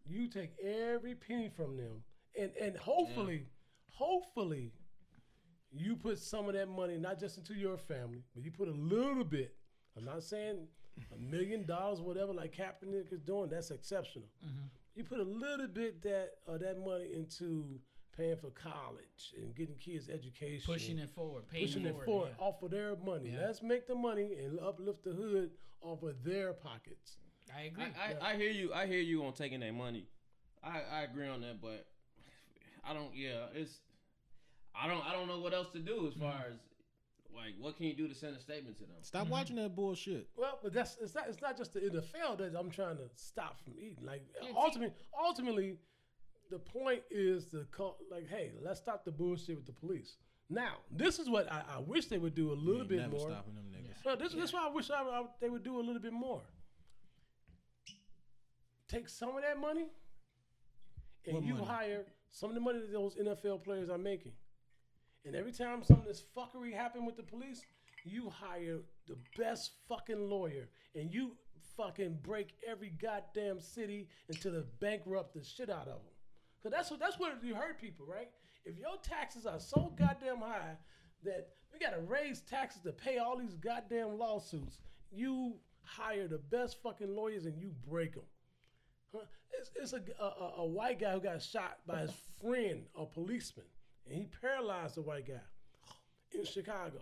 S2: You take every penny from them, and and hopefully, hopefully, you put some of that money not just into your family, but you put a little bit. I'm not saying a million dollars, whatever, like Kaepernick is doing. That's exceptional. You put a little bit that uh, that money into paying for college and getting kids education,
S6: Pushing it forward, paying
S2: pushing it
S6: forward.
S2: forward
S6: yeah.
S2: off of their money.
S6: Yeah.
S2: Let's make the money and uplift the hood off of their pockets.
S6: I agree.
S4: I, I, I hear you. I hear you on taking their money. I, I agree on that, but I don't. Yeah, it's. I don't. I don't know what else to do as far
S5: Mm-hmm.
S4: as like what can you do to send a statement to them.
S5: Stop watching that bullshit.
S2: Well, but that's it's not it's not just the NFL that I'm trying to stop from eating. Like ultimately, ultimately, the point is the call. Like, hey, let's stop the bullshit with the police. Now, this is what I, I wish they would do a little
S5: Ain't
S2: bit
S5: never
S2: more.
S5: stopping them niggas.
S2: No, this, this is why I wish I, I- they would do a little bit more. Take some of that money, and
S5: What
S2: you
S5: money?
S2: hire some of the money that those NFL players are making. And every time some of this fuckery happened with the police, you hire the best fucking lawyer, and you fucking break every goddamn city until they bankrupt the shit out of them. Cause that's what that's what you hurt people, right? If your taxes are so goddamn high that we gotta raise taxes to pay all these goddamn lawsuits, you hire the best fucking lawyers and you break them. Huh? It's, it's a, a, a- a white guy who got shot by his friend, a policeman, and he paralyzed the white guy in Chicago.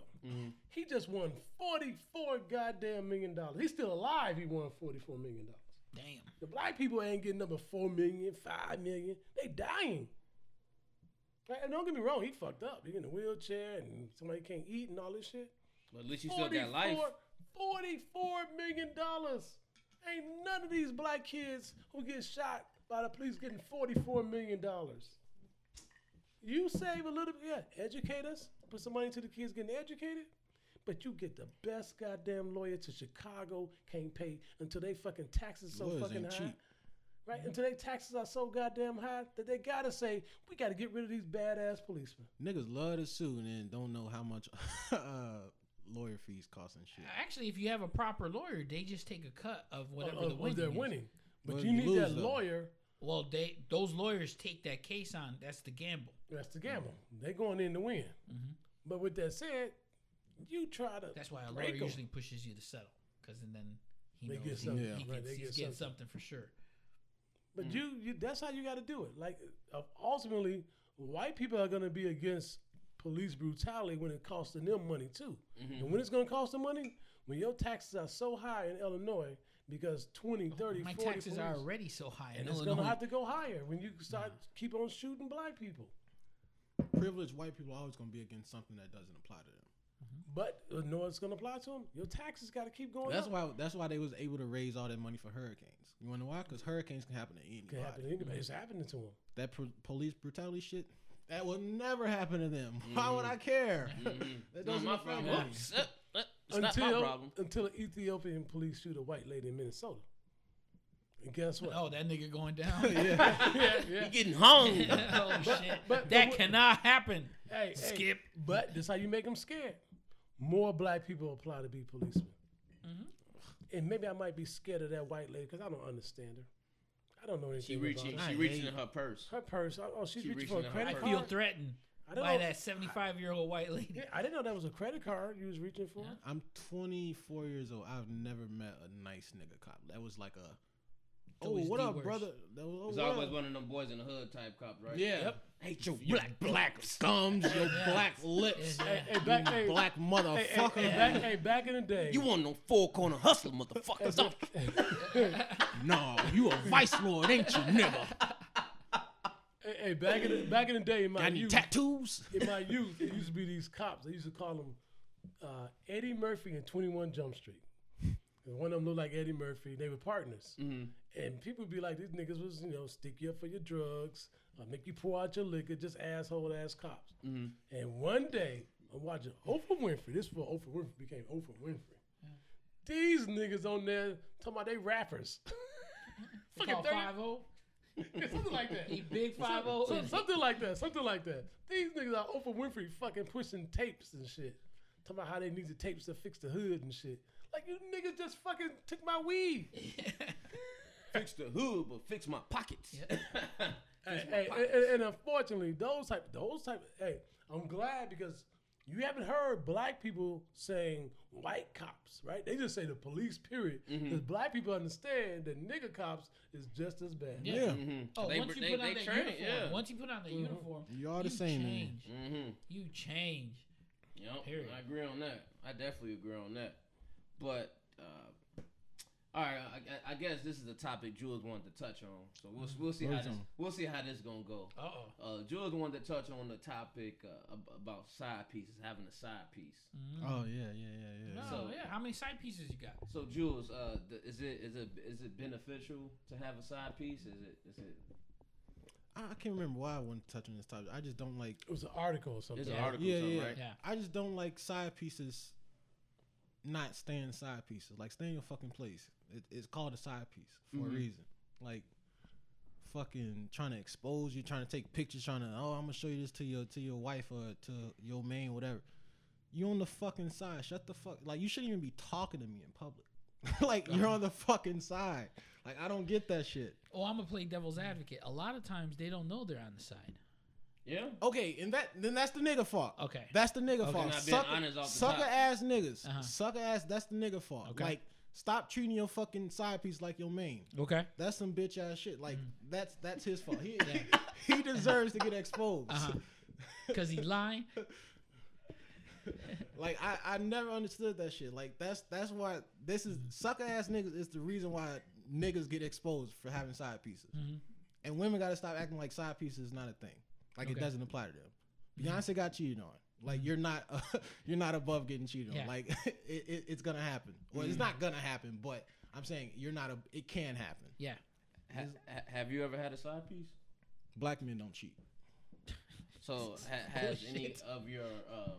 S2: He just won forty-four goddamn million dollars. He's still alive. He won forty-four million dollars.
S6: Damn.
S2: The black people ain't getting up at four million, five million. They dying. Like, And don't get me wrong, he fucked up. He in a wheelchair and somebody can't eat and all this shit.
S4: But at least you still got life.
S2: 44 million dollars. Ain't none of these black kids who get shot by the police getting 44 million dollars. You save a little bit, yeah, educate us, put some money to the kids getting educated, but you get the best goddamn lawyer to Chicago can't pay until they fucking taxes so
S5: Lawyers
S2: fucking
S5: ain't
S2: high.
S5: cheap.
S2: Right? Until they taxes are so goddamn high that they gotta say, we gotta get rid of these badass policemen.
S5: Niggas love to sue and then don't know how much uh, lawyer fees cost and shit.
S6: Actually, if you have a proper lawyer, they just take a cut of whatever
S2: Uh,
S6: the
S2: uh,
S6: winning
S2: they're
S6: is.
S2: winning. But
S5: Well,
S2: you
S5: you
S2: need
S5: lose,
S2: that
S5: though.
S2: lawyer
S6: Well, they those lawyers take that case on. That's the gamble.
S2: That's the gamble.
S6: Mm-hmm.
S2: They're going in to win. But with that said, you try to.
S6: That's why a lawyer
S2: break 'em.
S6: usually pushes you to settle, because and then he
S2: They
S6: knows
S2: get
S6: he,
S2: something,
S6: he
S2: right,
S6: gets,
S2: they get
S6: he's getting
S2: something.
S6: something for sure.
S2: But
S6: Mm.
S2: you, you, that's how you got to do it. Like uh, ultimately, white people are going to be against police brutality when it costs them money too.
S6: Mm-hmm.
S2: And when it's going to cost them money, when your taxes are so high in Illinois because 20, 30,
S6: Oh, My
S2: 40
S6: taxes
S2: police,
S6: are already so high. in
S2: and it's going
S6: Illinois.
S2: to have to go higher when you start keep on shooting black people.
S5: Privileged white people are always gonna be against something that doesn't apply to them.
S2: But uh, no, it's going to apply to them. Your taxes got to keep going.
S5: That's
S2: up.
S5: why. That's why they was able to raise all that money for hurricanes. You wanna why? Because hurricanes can happen to
S2: It can happen to
S5: anybody.
S2: anybody. It's happening to them.
S5: That pro- police brutality shit. That will never happen to them. Why would I care? that
S4: Mm-hmm. Not
S5: doesn't
S4: my
S5: affect
S4: problem.
S5: me.
S4: Oops. Uh, uh, It's not
S2: until
S4: my problem.
S2: until the Ethiopian police shoot a white lady in Minnesota. And guess what?
S6: Oh, that nigga going down.
S4: You getting hung.
S6: oh shit!
S2: but
S6: that
S2: what-
S6: cannot happen.
S2: hey, hey,
S6: Skip.
S2: But that's how you make them scared. More black people apply to be policemen.
S4: Mm-hmm.
S2: And maybe I might be scared of that white lady because I don't understand her. I don't know anything
S4: She reaching.
S2: about her.
S4: She reaching in her purse.
S2: Her purse. oh, Oh, she's
S4: She
S2: reaching for
S4: reaching
S2: a
S4: in her
S2: credit
S6: I
S4: purse.
S2: card.
S6: feel threatened
S2: I don't
S6: by
S2: know-
S6: that seventy-five-year-old white lady.
S2: Yeah, I didn't know that was a credit card you was reaching for.
S5: I'm 24 years old. I've never met a nice nigga cop. That was like a. Oh,
S6: always
S5: what
S6: the
S5: up,
S6: worst.
S5: brother? That was, oh,
S4: It's
S5: what
S4: always
S5: up?
S4: one of them boys in the hood type cop, right?
S5: Yeah. Hate your black black thumbs, your black lips,
S6: Yeah.
S2: Hey, back, hey,
S5: black
S2: hey, hey,
S5: motherfucker.
S2: hey, back, hey, back in the day.
S4: You want no four corner hustler, motherfuckers? Don't-
S5: No, you a vice lord, ain't you, nigga?
S2: hey, hey, back in the, back in the day, in my
S5: Got any
S2: youth,
S5: tattoos?
S2: in my youth, it used to be these cops. They used to call them uh, Eddie Murphy and 21 Jump Street. And one of them looked like Eddie Murphy. They were partners. And people would be like, these niggas was, you know, stick you up for your drugs, uh, make you pour out your liquor, just asshole ass cops. And one day, I'm watching Oprah Winfrey. This is before Oprah Winfrey became Oprah Winfrey. These niggas on there talking about they rappers. Fucking
S6: Call
S2: 30
S6: 5-0.
S2: something like that.
S6: oh. He big five oh
S2: Some- some-
S6: zero.
S2: something like that. Something like that. These niggas are Oprah Winfrey fucking pushing tapes and shit. Talking about how they need the tapes to fix the hood and shit. Like you niggas just fucking took my weed.
S4: fix the hood, but fix my pockets.
S2: Hey, hey, and, and unfortunately, those type, those type. Hey, I'm glad because you haven't heard black people saying white cops, right? They just say the police, period. Because black people understand that nigga cops is just as bad.
S6: Yeah. Oh,
S4: They-
S6: once you
S4: they-
S6: put
S4: they
S6: on that
S4: train
S6: uniform,
S4: it, yeah.
S6: once you put on the uniform,
S5: You all the
S6: you
S5: same, man.
S6: Change.
S4: Mm-hmm.
S6: You change.
S4: Yep,
S6: Period.
S4: I agree on that. I definitely agree on that. But uh, all right, I, I guess this is the topic Jules wanted to touch on. So we'll we'll see how
S5: Rose
S4: this,
S5: on.
S4: we'll see how this gonna go.
S6: Uh oh.
S4: Uh, Jules wanted to touch on the topic uh, ab- about side pieces, having a side piece.
S5: Oh yeah, yeah, yeah, yeah.
S6: Mm-hmm. No,
S4: So-
S6: yeah. How many side pieces you got?
S4: So Jules, uh, th- is it is it is it beneficial to have a side piece? Is it is it?
S5: I, I can't remember why I wanted to touch on this topic. I just don't like.
S2: It was an article or something.
S4: There's an
S6: Yeah.
S4: article,
S5: Yeah,
S4: something,
S5: yeah.
S4: right?
S6: Yeah.
S5: I just don't like side pieces. Not staying side pieces. Like stay in your fucking place. It, it's called a side piece for
S4: Mm-hmm.
S5: a reason. Like fucking trying to expose you, trying to take pictures, trying to oh I'm gonna show you this to your to your wife or to your main whatever. You on the fucking side. Shut the fuck. Like you shouldn't even be talking to me in public. like you're
S4: Uh-huh.
S5: on the fucking side. Like I don't get that shit.
S6: Oh, I'm gonna play devil's advocate. A lot of times they don't know they're on the side.
S4: Yeah.
S5: Okay, and that then that's the nigga fault.
S6: Okay.
S5: That's the nigga fault.
S4: Not being
S5: Sucker,
S4: honest off the
S5: sucker
S4: top.
S5: ass niggas.
S6: Uh-huh.
S5: Sucker ass, that's the nigga fault.
S6: Okay.
S5: Like, stop treating your fucking side piece like your main.
S6: Okay.
S5: That's some bitch ass shit. Like,
S6: Mm-hmm.
S5: that's that's his fault. He, he, he deserves to get exposed.
S6: Uh-huh. Cause he lying.
S5: Like, I, I never understood that shit. Like, that's that's why this is
S6: Mm-hmm.
S5: sucker ass niggas is the reason why niggas get exposed for having side pieces.
S6: Mm-hmm.
S5: And women gotta stop acting like side pieces is not a thing. Like
S6: Okay. Mm-hmm.
S5: it doesn't apply to them. Beyonce got cheated on. Like you're not you're not above getting cheated on.
S6: Yeah. Mm-hmm.
S5: Like it, it, it's gonna happen. Well, it's not gonna happen, but I'm saying you're not a. It can happen.
S6: Yeah.
S4: Ha- ha- have you ever had a side piece?
S5: Black men don't cheat.
S4: So ha- has any of your uh,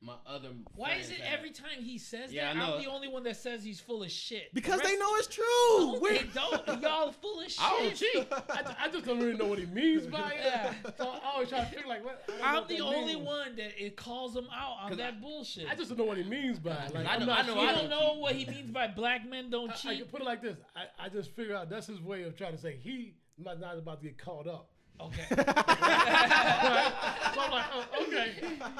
S4: my other
S6: Why is
S4: friends
S6: it
S4: had-
S6: every time he says
S4: Yeah,
S6: that
S4: I know.
S6: I'm the only one that says he's full of shit?
S5: Because
S6: The
S5: they
S6: rest-
S5: know it's true.
S6: No,
S5: We're-
S6: they don't. Y'all full of shit.
S4: I don't cheat.
S2: I, I just don't really know what he means by it.
S6: Yeah.
S2: So I always try to figure like what. I don't know
S6: I'm
S2: what
S6: the
S2: that
S6: only
S2: means.
S6: one that it calls him out on
S4: 'Cause
S6: that
S4: I-
S6: bullshit.
S2: I just don't know what he means by it. Like
S4: I
S2: I'm
S4: know-
S2: not
S4: I know
S6: you
S2: sure.
S4: I
S6: don't
S4: don't
S6: know
S4: cheat.
S6: what he means by black men don't
S2: I- I
S6: cheat.
S2: can put it like this. I, I just figure out that's his way of trying to say he might not about to get caught up.
S6: okay.
S2: So I'm like, oh, okay.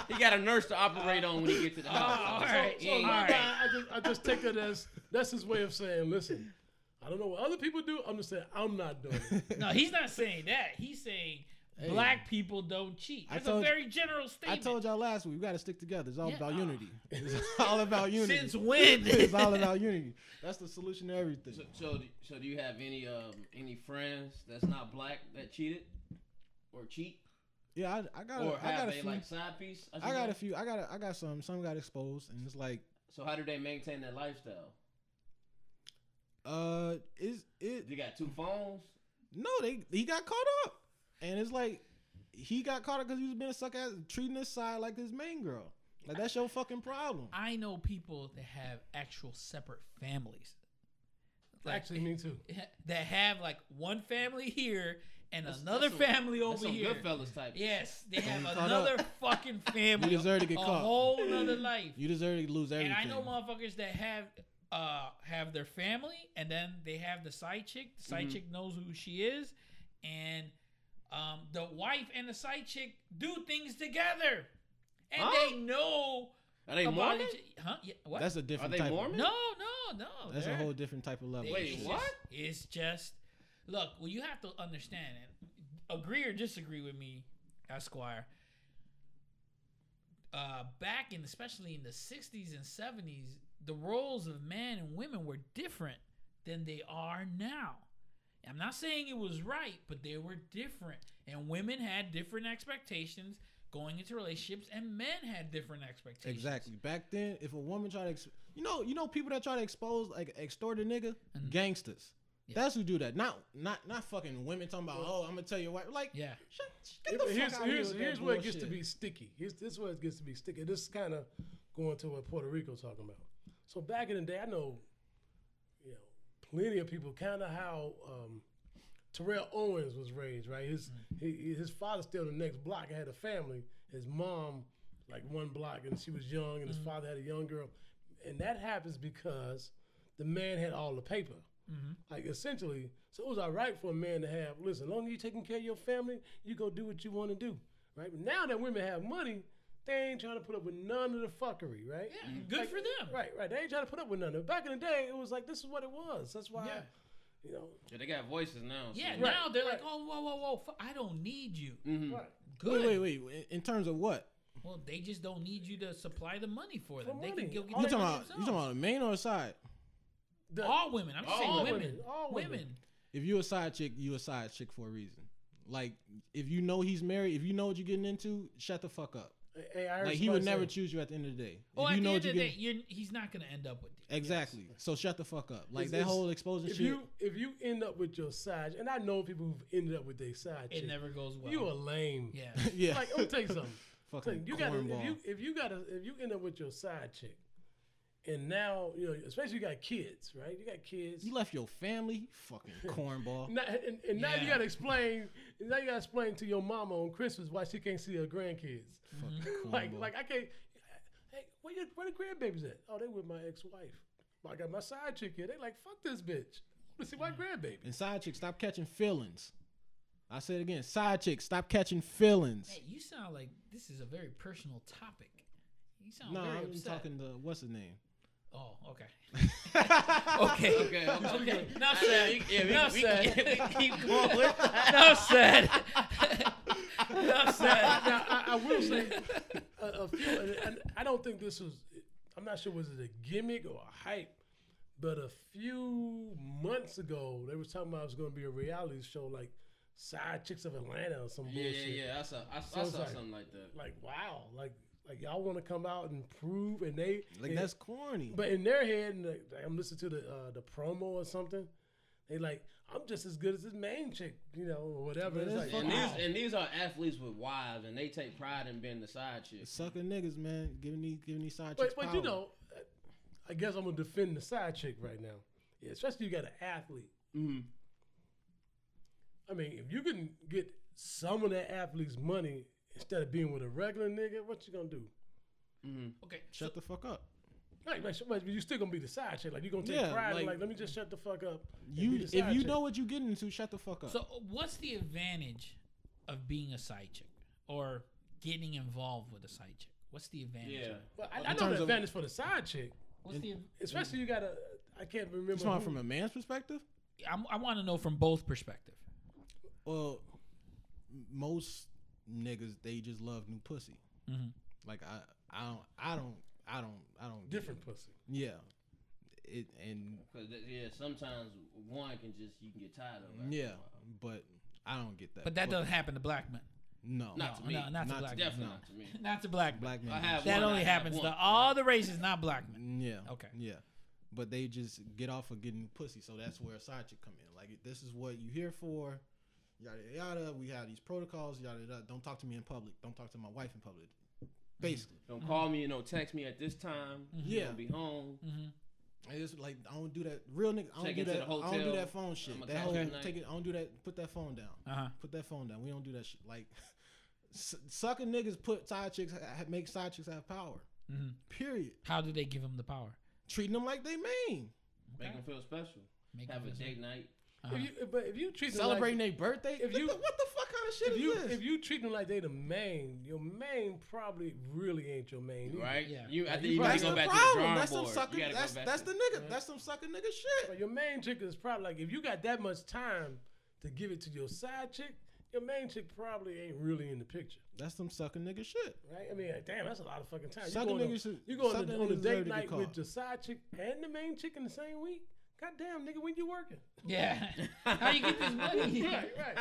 S4: He got a nurse to operate on when he gets to the
S6: Oh, all
S4: hospital.
S6: right.
S4: He ain't-
S2: My
S6: All right.
S2: guy, I just I just take that as that's his way of saying, listen, I don't know what other people do. I'm just saying I'm not doing it.
S6: No, he's not saying that. He's saying black people don't cheat.
S5: I
S6: That's
S5: told-
S6: a very general
S5: I
S6: statement.
S5: told y'all last week. We gotta stick together. It's all
S6: Yeah.
S5: about
S6: Ah.
S5: unity. It's all about unity.
S6: Since when?
S5: it's all about unity. That's the solution to everything.
S4: So, so, do- so do you have any um any friends that's not black that cheated or cheat
S5: Yeah, I, I got. a-
S4: or
S5: I
S4: have
S5: got a
S4: they
S5: few.
S4: like side piece? should
S5: I got
S4: say?
S5: a few. I got. A, I got some. Some got exposed, and it's like,
S4: So how do they maintain their lifestyle?
S5: uh, is it?
S4: You got two phones.
S5: No, they. He got caught up, and it's like, he got caught up because he was being a suck ass, treating his side like his main girl. Like that's your fucking problem.
S6: I know people that have actual separate families. Like,
S2: Actually, me too.
S6: that have like one family here and another
S4: that's some-
S6: family
S4: That's
S6: over
S4: some
S6: here.
S4: good fellas type.
S6: Yes, they have
S5: caught up.
S6: another fucking family.
S5: You deserve to get
S6: a
S5: caught.
S6: whole nother life.
S5: You deserve to lose everything.
S6: And I know motherfuckers that have uh have their family and then they have the side chick. The
S5: Mm-hmm.
S6: side chick knows who she is, and um the wife and the side chick do things together, and
S4: Huh?
S6: they know
S4: Are they
S6: about
S4: Mormon?
S6: each. Huh? Yeah, what?
S5: that's a
S4: Are
S5: different.
S4: they
S5: type of-
S4: Mormon?
S6: no, no, no.
S5: That's a
S6: they're-
S5: whole different type of level.
S4: Wait,
S6: it's
S5: Shit.
S6: just-
S4: what?
S6: It's just look. Well, you have to understand and agree or disagree with me, Esquire. Uh, back in especially in the '60s and '70s, the roles of men and women were different than they are now. I'm not saying it was right, but they were different, and women had different expectations going into relationships, and men had different expectations.
S5: Exactly. Back then, if a woman tried to, ex- you know, you know, people that try to expose like extort a nigga,
S6: Mm-hmm.
S5: gangsters. That's who do that. Not not not fucking women talking about. Oh, I'm gonna tell you what. Like,
S6: Yeah.
S5: shut, get the
S2: here's
S5: fuck out
S2: here's,
S5: here.
S2: here's where it gets to be sticky. Here's this is where it gets to be sticky. This is kind of going to what Puerto Rico's talking about. So back in the day, I know, you know, plenty of people kind of how um, Terrell Owens was raised. Right, his
S6: Mm.
S2: he, his father still in the next block and had a family. His mom, like one block, and she was young, and his
S6: Mm.
S2: father had a young girl, and that happens because the man had all the paper.
S6: Mm-hmm.
S2: Like essentially, so it was all right for a man to have. Listen, long as you taking care of your family, you go do what you want to do, right? But now that women have money, They ain't trying to put up with none of the fuckery, right?
S6: Yeah, good
S2: Like,
S6: for them.
S2: Mm-hmm. Right, right. They ain't trying to put up with none of it. Back in the day, it was like this is what it was. That's why,
S6: Yeah.
S2: you know.
S4: Yeah, they got voices now. so-
S6: Yeah,
S2: Right,
S6: now they're
S2: right.
S6: like, oh, whoa, whoa, whoa, fu- I don't need you.
S4: Mhm.
S2: Right.
S6: Good.
S5: Wait, wait, wait. In- In terms of what?
S6: Well, they just don't need you to supply the money for them. they
S2: money.
S6: can go get
S2: All
S5: Oh, You
S6: the
S5: talking about?
S6: money
S5: You talking
S6: themselves.
S5: about a main or a side?
S2: The-
S6: all women? I'm just
S4: All
S6: saying
S4: women.
S6: women.
S2: All women.
S6: women.
S5: If you a side chick, you a side chick for a reason. Like if you know he's married, if you know what you're getting into, shut the fuck up.
S2: hey, I heard
S5: Like he would
S2: somebody
S5: never
S2: say-
S5: choose you at the end of the day.
S6: Oh,
S5: if you
S6: at the
S5: know
S6: end
S5: what
S6: of the
S5: you're
S6: day,
S5: getting-
S6: you're, he's not gonna end up with you.
S5: exactly. So shut the fuck up. Like
S2: It's-
S5: that
S2: it's-
S5: whole exposing
S2: If
S5: shit.
S2: you if you end up with your side, and I know people who've ended up with their side,
S6: It
S2: chick,
S6: never goes well.
S2: You are lame.
S6: yeah.
S5: yeah.
S2: Like, I'm tell you something.
S5: Fucking
S2: you gotta if
S5: cornball.
S2: you if you gotta if you end up with your side chick, and now you know especially you got kids, right? You got kids.
S5: You left your family. Fucking cornball.
S2: Now- and, and now you
S6: Yeah.
S2: gotta explain. Now you gotta explain to your mama on Christmas why she can't see her grandkids.
S5: Fucking cornball.
S2: Like like I can't. Hey, where your where the grandbabies at? Oh, they with my ex wife. I got my side chick here. They like fuck this bitch. I want to see my grandbaby.
S5: And side chick, stop catching feelings. I said it again, side chick, stop catching feelings.
S6: Hey, you sound like this is a very personal topic. You sound
S5: no,
S6: very
S5: I'm
S6: upset.
S5: talking to what's his name?
S6: Oh, okay. okay.
S4: Okay, okay.
S6: Okay. Enough
S4: Yeah,
S6: said.
S4: we, yeah, we,
S6: Enough
S4: we,
S6: said.
S4: we keep going with that.
S6: Enough said. Enough said.
S2: now, I, I will say a, a few, and, and I don't think this was. I'm not sure was it a gimmick or a hype, but a few months ago they were talking about it was going to be a reality show like Side Chicks of Atlanta or some
S4: Yeah,
S2: bullshit.
S4: yeah, yeah. I saw, I,
S2: So
S4: I
S2: it's
S4: saw
S2: like-
S4: something like that.
S2: Like wow, like like y'all want to come out and prove, and they
S5: Like
S2: and-
S5: that's corny.
S2: But in their head, and like, I'm listening to the uh, the promo or something. They like I'm just as good as this main chick, you know, or whatever.
S5: Yeah,
S2: It's
S5: that's
S2: like,
S4: And
S5: Wow.
S4: these and these are athletes with wives, and they take pride in being the side chick.
S5: Sucker niggas, man. Giving these giving these side chicks.
S2: But, but you
S5: power.
S2: know, I guess I'm gonna defend the side chick right now. Yeah, especially you got an athlete.
S4: Mhm.
S2: I mean, if you can get some of that athlete's money instead of being with a regular nigga, what you gonna do?
S6: Okay. So,
S5: shut the fuck up.
S2: Like, like, but you still gonna be the side chick. Like you gonna take
S5: Yeah,
S2: pride. in,
S5: like-
S2: Like, let me just shut the fuck up. and
S5: You
S2: be the
S5: if
S2: side
S5: you
S2: chick."
S5: know what you getting into, shut the fuck up.
S6: so what's the advantage of being a side chick or getting involved with a side chick? What's the advantage?
S4: Yeah.
S6: of it?
S2: Well, I, I
S5: terms
S2: know the
S5: of-
S2: advantage for the side chick,
S6: What's the?
S2: especially you gotta. I can't remember.
S5: you talking
S2: who-
S5: from a man's perspective?
S6: I'm, I want to know from both perspective.
S5: Well, m- most niggas they just love new pussy.
S6: Mm-hmm.
S5: Like I, I don't, I don't, I don't, I don't. get it.
S2: different pussy.
S5: Yeah. It and
S4: Cause th- yeah, sometimes one can just you can get tired of. after a
S5: yeah,
S4: while.
S5: but I don't get that.
S6: But that doesn't happen to black men.
S5: No,
S4: Not to me.
S6: No, not to
S5: Not
S6: black men.
S4: Definitely not to me.
S6: Not to black men.
S5: black men.
S4: I have
S6: That
S4: one, I
S6: only
S4: have
S6: happens
S4: one.
S6: to all the races, not black men.
S5: Yeah.
S6: Okay.
S5: Yeah. But they just get off of getting pussy, so that's where a side chick come in. Like this is what you here for, yada yada. We have these protocols, yada yada. Don't talk to me in public. Don't talk to my wife in public. Basically,
S4: Don't call me, you know, text me at this time. You
S5: Yeah.
S4: gonna be home.
S5: I just like I don't do that. Real nigga, I don't
S4: Check
S5: do
S4: into
S5: that.
S4: the hotel.
S5: I don't do that phone shit.
S4: I'ma
S5: That
S4: call
S5: whole
S4: you tonight.
S5: take it. I don't do that. Put that phone down.
S6: Uh-huh.
S5: Put that phone down. We don't do that shit. Like s- sucker niggas put side chicks ha- make side chicks have power. Period.
S6: How do they give them the power?
S5: Treating them like they mean.
S4: Make them feel special.
S6: Make
S4: Have a
S6: 'em feel
S4: date night.
S6: Uh-huh.
S2: If you, but if you treat them
S5: Celebrating
S2: like,
S5: their birthday.
S2: if
S5: What
S2: you-
S5: the- what the fuck kind of shit
S2: if
S5: is
S2: you
S5: this?
S2: if you treat them like they the main, your main probably really ain't your main, either.
S4: Right?
S6: Yeah.
S4: You, I
S6: Yeah,
S4: think
S6: you
S4: you need
S5: That's
S4: to go
S5: the
S4: back to the
S5: problem.
S4: drawing
S5: That's some
S4: board.
S5: sucker.
S4: you gotta
S5: That's
S4: go back
S5: that's
S4: to
S5: the nigga. That's some sucker nigga shit.
S2: But your main chick is probably like if you got that much time to give it to your side chick, your main chick probably ain't really in the picture,
S5: That's some sucker nigga shit.
S2: right? I mean, like, damn, that's a lot of fucking time.
S5: Sucker
S2: you going,
S5: niggas
S2: on,
S5: should-
S2: you going
S5: sucker
S2: on, a, on a
S5: niggas deserve to
S2: date
S5: get
S2: night
S5: caught.
S2: with your side chick and the main chick in the same week? God damn, nigga, when you working?
S6: Yeah. How you get this money?
S2: right, right.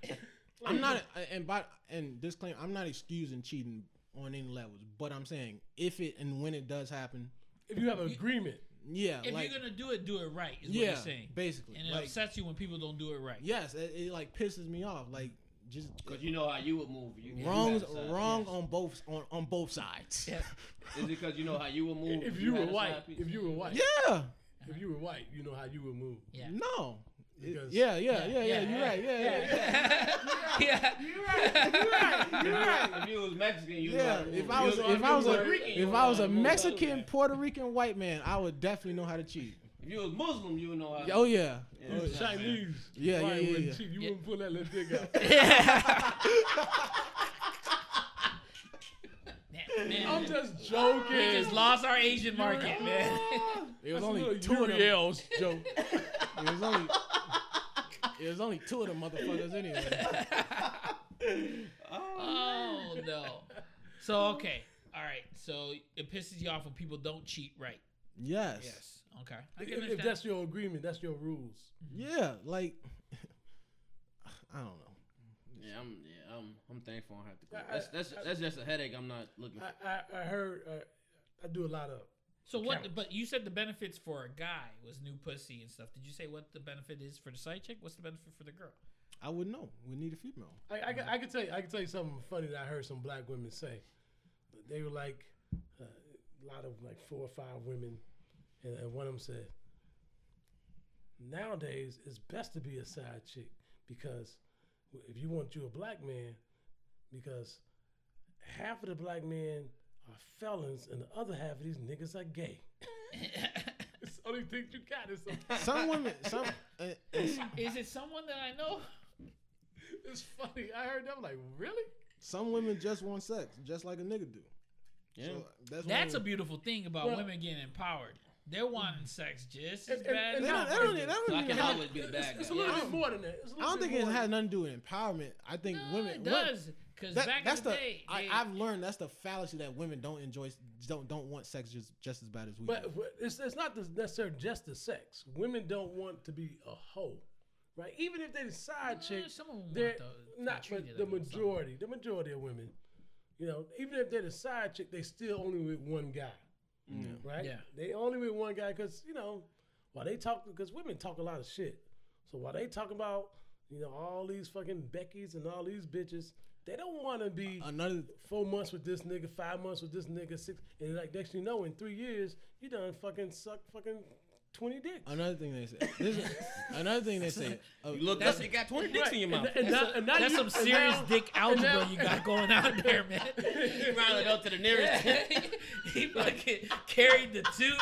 S6: Shit.
S5: I'm not. And by and disclaimer, I'm not excusing cheating on any levels. But I'm saying if it and when it does happen,
S2: If you have an agreement,
S5: yeah,
S6: If
S5: like
S6: you're gonna do it, do it right. Is
S5: yeah,
S6: what you're saying.
S5: basically,
S6: And it
S5: like
S6: upsets you when people don't do it right.
S5: yes, it, it like pisses me off. Like just
S4: Because you know how you would move. You, you
S5: wrongs
S4: gotta decide.
S5: wrong on both on on both sides.
S6: Yeah.
S4: Is it because you know how you would move?
S2: if you were
S4: had a
S2: white,
S4: side piece?
S2: if you were white,
S5: Yeah.
S2: if you were white, you know how you would move.
S6: Yeah.
S5: No. It-
S2: Because-
S5: yeah, yeah, yeah, yeah,
S6: yeah,
S5: You're
S6: yeah.
S5: right. Yeah, yeah. yeah.
S6: yeah.
S4: If you- If you was Mexican, you know how
S5: Yeah,
S4: to move.
S5: if I was
S4: you,
S5: if I was a
S4: Puerto Rican, you
S5: if
S4: know
S5: I
S4: how
S5: was
S4: to
S5: a
S4: move.
S5: Mexican Puerto Rican white man, I would definitely know how to cheat.
S4: if you was Muslim, you would know how. to
S5: Oh yeah,
S4: Yeah.
S5: Oh, yeah.
S2: Chinese.
S5: Yeah, yeah,
S2: Why
S5: yeah,
S2: wouldn't
S5: yeah.
S2: she? You wouldn't pull that little dick out. I'm just joking.
S6: We just lost our Asian market, man.
S5: It was
S2: That's a
S5: only
S2: little
S5: two of them.
S2: Uriel's joke.
S5: It was only. It was only two of them motherfuckers anyway.
S6: oh no. So okay, all right. So it pisses you off when people don't cheat right.
S5: Yes.
S6: Yes. Okay. I can
S2: If, if
S6: understand.
S2: that's your agreement, that's your rules.
S5: Yeah. Like, I don't know.
S4: Yeah, I'm. Yeah, I'm. I'm thankful. I don't have to. Go.
S2: I-
S4: That's that's that's just a headache. I'm not looking. for.
S2: I, I, I heard. Uh, I do a lot of.
S6: so what?
S2: Counts.
S6: But you said the benefits for a guy was new pussy and stuff. Did you say what the benefit is for the side chick? What's the benefit for the girl?
S5: I wouldn't know. We need a female.
S2: I, I, can- I can tell you. I can tell you something funny that I heard some black women say. They were like, uh, a lot of like four or five women, and, and one of them said, "Nowadays, it's best to be a side chick because if you want you a black man, because half of the black men are felons and the other half of these niggas are gay." it's the only thing you got is some
S5: Some women. Some. Uh, it's-
S6: Is it someone that I know?
S2: It's funny. I heard that. I'm like, really?
S5: some women just want sex, just like a nigga do.
S4: Yeah.
S5: So that's why
S6: That's
S5: they-
S6: a beautiful thing about
S2: Well-
S6: women getting empowered. They're wanting sex just as
S2: And- and-
S6: bad.
S2: and
S5: They
S6: as
S5: don't, they
S6: ours
S5: don't,
S6: do.
S5: they don't
S4: So I
S5: even
S4: can
S5: have-
S4: always be the bad
S2: It's
S4: guy.
S2: a little
S4: Yeah.
S2: bit more than that. It's a
S5: I
S2: little
S5: don't
S2: bit
S5: think it
S2: more
S5: had
S2: than-
S5: nothing to do with empowerment. I think
S6: No,
S5: women.
S6: it
S5: women-
S6: does because
S5: That-
S6: back in
S5: that's
S6: the,
S5: the,
S6: day,
S5: I,
S6: they-
S5: I've learned that's the fallacy that women don't enjoy, don't don't want sex just just as bad as we do.
S2: But but it's, it's not this necessarily just the sex. Women don't want to be a hoe, right? Even if they're the side
S6: Uh,
S2: chick,
S6: some of 'em want
S2: they're
S6: the- to
S2: not.
S6: be
S2: But
S6: treated
S2: the
S6: like a son.
S2: majority, the majority of women, you know, even if they're the side chick, they still only with one guy, right?
S6: Yeah.
S2: They only with one guy because you know, while they talk, because women talk a lot of shit. So while they talk about you know all these fucking Beckys and all these bitches, they don't want to be
S5: Another
S2: four months with this nigga, five months with this nigga, six, and like next thing you know, in three years, you done fucking suck fucking twenty dicks.
S5: another thing they say. This is, another thing they say. uh,
S4: You look up. You got twenty dicks in your mouth.
S2: And now- and now
S6: That's
S2: you-
S6: some
S2: and
S6: serious
S2: now-
S6: dick algebra
S2: now-
S6: you got going out there, man.
S4: You round it up to the nearest.
S6: he fucking carried the two,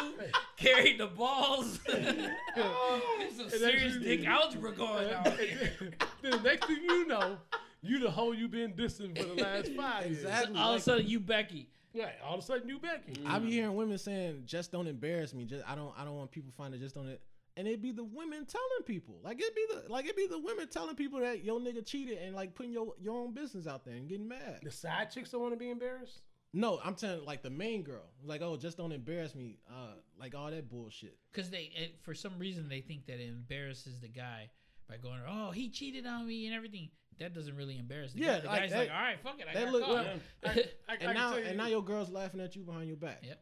S6: carried the balls. There's some serious
S2: you-
S6: dick algebra going on here.
S2: then the next thing you know, you the hoe you been dissing for the last five
S5: Exactly. Mm.
S6: All of a
S5: like-
S6: sudden, you Becky.
S2: years. Right, all of a sudden you Becky.
S5: I be hearing women saying, "Just don't embarrass me. Just I don't I don't want people finding just don't." it." And it'd be the women telling people, like it'd be the like it'd be the women telling people that your nigga cheated and like putting your your own business out there and getting mad.
S2: The side chicks don't want to be embarrassed.
S5: No, I'm telling like the main girl, like oh, just don't embarrass me, uh, like all that bullshit.
S6: Because they, it, for some reason, they think that it embarrasses the guy by going, "Oh, he cheated on me and everything." That doesn't really embarrass the
S5: Yeah,
S6: guy. The
S5: like
S6: guy's
S5: that-
S6: like, "All right, fuck it, I
S5: that
S6: got
S5: look-
S6: caught."
S5: yeah.
S2: I, I
S5: And
S2: can
S5: now
S2: tell you-
S5: and now your girl's laughing at you behind your back.
S6: yep,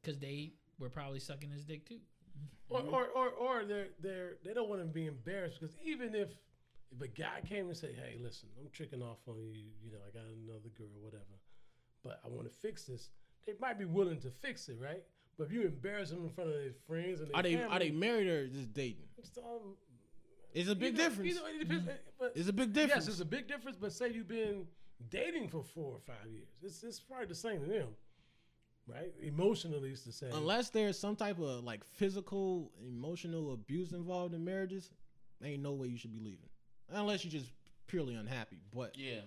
S6: because they were probably sucking his dick too.
S2: or
S5: Mm-hmm.
S2: or or, or they're they're they don't want to be embarrassed because even if if a guy came and said, "Hey, listen, I'm tricking off on you. You know, I got another girl, whatever, but I want to fix this." They might be willing to fix it, right? But if you embarrass them in front of their friends and their
S5: Are they
S2: family,
S5: are they married or just dating?
S2: It's, um,
S5: It's a big
S2: either-
S5: difference.
S2: Either way, it depends, eh, but
S5: It's a big
S2: yes,
S5: difference.
S2: it's a big difference. But say you've been dating for four or five years, it's it's probably the same to them, right? Emotionally, it's the same.
S5: Unless there's some type of like physical, emotional abuse involved in marriages, ain't no way you should be leaving. Unless you're just purely unhappy. But
S4: Yeah.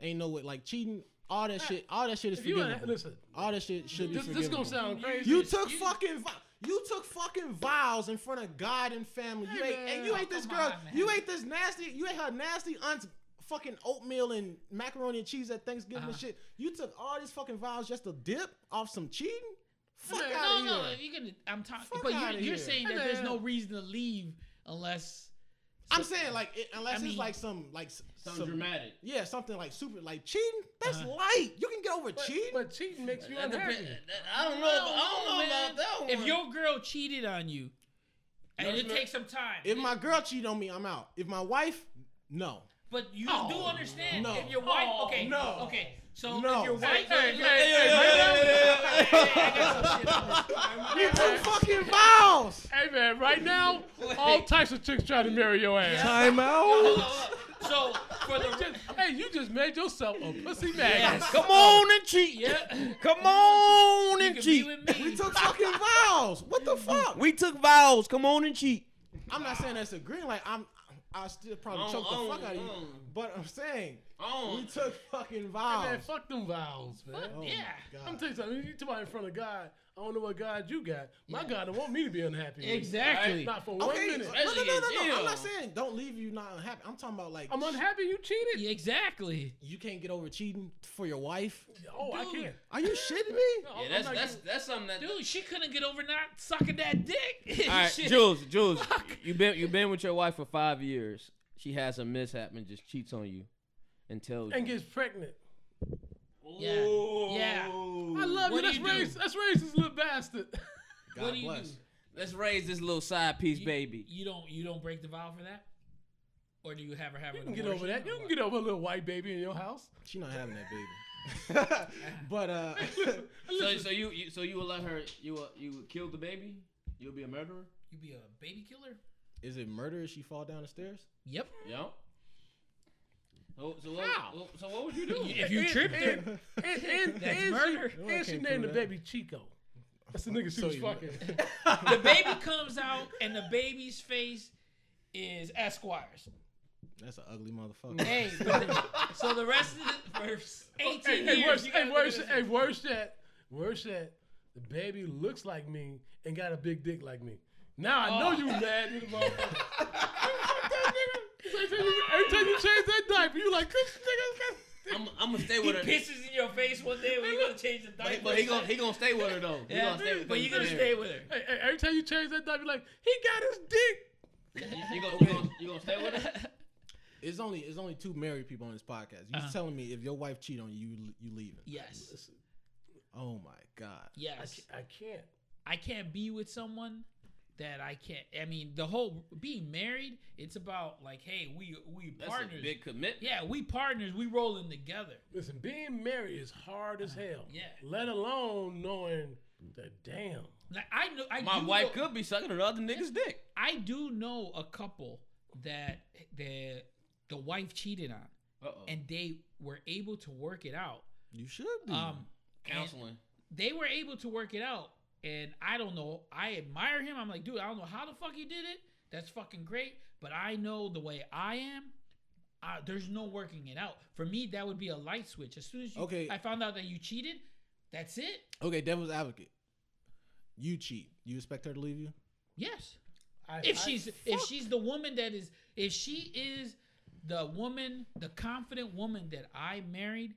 S5: ain't no way like cheating, all that shit, all that shit is
S2: if you
S5: forgivable.
S2: ain't- listen,
S5: all that shit should be
S2: this,
S5: forgivable.
S2: this gonna sound crazy.
S5: You took fucking vi- you took fucking vows in front of God and family. You
S6: Hey,
S5: ain't
S6: man.
S5: and you ain't this
S6: Come
S5: girl.
S6: on, man.
S5: you ain't this nasty. You ain't her nasty aunt's fucking oatmeal and macaroni and cheese at Thanksgiving and
S6: Uh-huh.
S5: shit. You took all these fucking vows just to dip off some cheating. Fuck
S6: no,
S5: out
S6: no,
S5: here.
S6: if you can, I'm talking.
S5: Fuck
S6: But you're,
S5: outta
S6: you're
S5: here.
S6: saying that
S2: Hey,
S6: there's
S2: man.
S6: no reason to leave unless
S5: I'm saying like it, unless
S6: I mean-
S5: it's like some like s-
S4: Something
S5: some-
S4: dramatic.
S5: Yeah, something like super like cheating. That's light. You can get over
S2: But,
S5: cheating.
S2: but cheating makes you
S4: That
S2: unhappy.
S4: depend- that- I don't know. I don't know
S6: Oh, man.
S4: about that one.
S6: If your girl cheated on you, and
S4: No,
S6: it
S4: it's not-
S6: takes some time,
S5: if my girl cheat on me, I'm out. If my wife, no.
S6: but you do understand
S5: Oh, no.
S6: if your wife.
S2: Oh,
S6: okay,
S5: no.
S6: okay. So
S5: No.
S6: if your wife.
S2: Hey, hey, hey,
S4: hey, hey, hey, hey,
S6: I got some shit on this.
S5: You took fucking vows.
S2: Hey man, right now, all types of chicks trying to marry your ass.
S5: Time out.
S6: So for the
S2: Just- hey, you just made yourself a pussy magnet.
S5: Come on and cheat.
S6: yeah,
S5: Come on
S6: you can be with me.
S5: We took fucking vows. What the fuck?
S7: We took vows. Come on and cheat.
S5: I'm not saying that's a green light. I'm I still probably
S4: Oh,
S5: choke the
S4: oh,
S5: fuck out of you.
S4: oh.
S5: But I'm saying
S4: Oh,
S5: we took fucking
S2: Man,
S5: vows.
S2: fuck them vowels, man.
S5: Oh my
S6: Oh. Yeah.
S5: God.
S2: I'm telling you something. You talking about in front of God. I don't know what God you got. My God don't want me to be unhappy. with.
S6: Exactly.
S2: Not for one
S5: Okay, no,
S2: minute.
S5: no, no, no, no, no. I'm
S4: Chill.
S5: not saying don't leave you not unhappy. I'm talking about like
S2: I'm unhappy you cheated.
S6: Yeah, exactly.
S5: you can't get over cheating for your wife.
S2: Oh, I
S6: Dude.
S2: can't.
S5: Are you shitting me?
S2: No,
S4: yeah,
S2: I'm
S4: that's
S2: not
S4: that's
S2: getting-
S4: that's something that.
S6: Dude, she couldn't get over not sucking that dick.
S4: All right,
S6: Shit.
S4: Jules, Jules, you been you been with your wife for five years. She has a mishap and just cheats on you, and tells
S2: and
S4: you.
S2: gets pregnant.
S6: Yeah. Yeah.
S2: I love
S6: What
S2: you. That's
S6: do you do?
S2: racist. That's racist, little bastard.
S5: God
S6: do you
S5: bless.
S6: do?
S4: Let's raise this little side piece,
S6: You-
S4: baby.
S6: You don't you don't break the vow for that? Or do you have her have
S2: You
S6: an
S2: can get
S6: abortion
S2: over that.
S6: or
S2: You can
S6: what?
S2: get over a little white baby in your house.
S5: She not having that baby. but uh,
S4: So, so you, you so you will let her you will, you will kill the baby? You'll be a murderer?
S6: You be a baby killer?
S5: is it murder if she fall down the stairs?
S6: Yep.
S4: Yeah. So, so what,
S5: How?
S4: what- so what would you do?
S6: If you tripped her,
S2: And, and, and,
S6: That's
S2: and
S6: murder.
S2: She,
S5: No, I
S2: and she
S5: can't
S2: named the
S5: prove that.
S2: baby Chico. That's the nigga she
S5: So
S2: was
S5: you-
S2: fucking.
S6: the baby comes out and the baby's face is Esquire's.
S5: That's an ugly motherfucker.
S6: Hey, brother, so the rest of the first 18
S2: hey,
S6: years.
S2: hey, worse,
S6: you gotta
S2: hey,
S6: look at
S2: worse,
S6: this.
S2: hey, worse yet, worse yet, the baby looks like me and got a big dick like me. Now I
S6: Oh.
S2: know you mad, you motherfucker. Every time you- every time you change that diaper, you like this nigga.
S4: I'm, I'm gonna stay
S6: He
S4: with her.
S6: pisses in your face one day when you gonna change the diaper.
S4: But, but he gonna he gonna stay with her though. He
S6: yeah,
S4: gonna stay with
S6: but
S4: her.
S6: you're gonna
S4: Yeah.
S6: stay with her.
S2: Hey, hey, every time you change that diaper, you like he got his dick.
S4: You, you gonna, you gonna you gonna stay with her?
S5: It's only it's only two married people on this podcast. You
S6: Uh-huh.
S5: telling me if your wife cheat on you, you, you leaving?
S6: Yes.
S5: Oh my god.
S2: I,
S6: Yes.
S2: ca- I can't.
S6: I can't be with someone that I can't. I mean, the whole being married, it's about like, hey, we we
S4: That's
S6: partners.
S4: a big commitment.
S6: yeah, we partners. We rolling together.
S2: Listen, being married is hard as hell.
S6: Uh, yeah.
S2: Let alone knowing the damn.
S6: Like I know, I
S4: My
S6: do
S4: wife
S6: know,
S4: could be sucking another nigga's dick.
S6: I do know a couple that the the wife cheated on,
S4: Uh oh.
S6: and they were able to work it out.
S5: You should be.
S6: Um, and
S4: Counseling.
S6: they were able to work it out. And I don't know. I admire him. I'm like, dude, I don't know how the fuck he did it. That's fucking great. But I know the way I am. Uh, there's no working it out. For me, that would be a light switch. As soon as you,
S5: Okay.
S6: I found out that you cheated, that's it.
S5: okay, devil's advocate. You cheat. You expect her to leave you?
S6: Yes.
S2: I,
S6: If
S2: I-
S6: she's if she's the woman that is if she is the woman the confident woman that I married,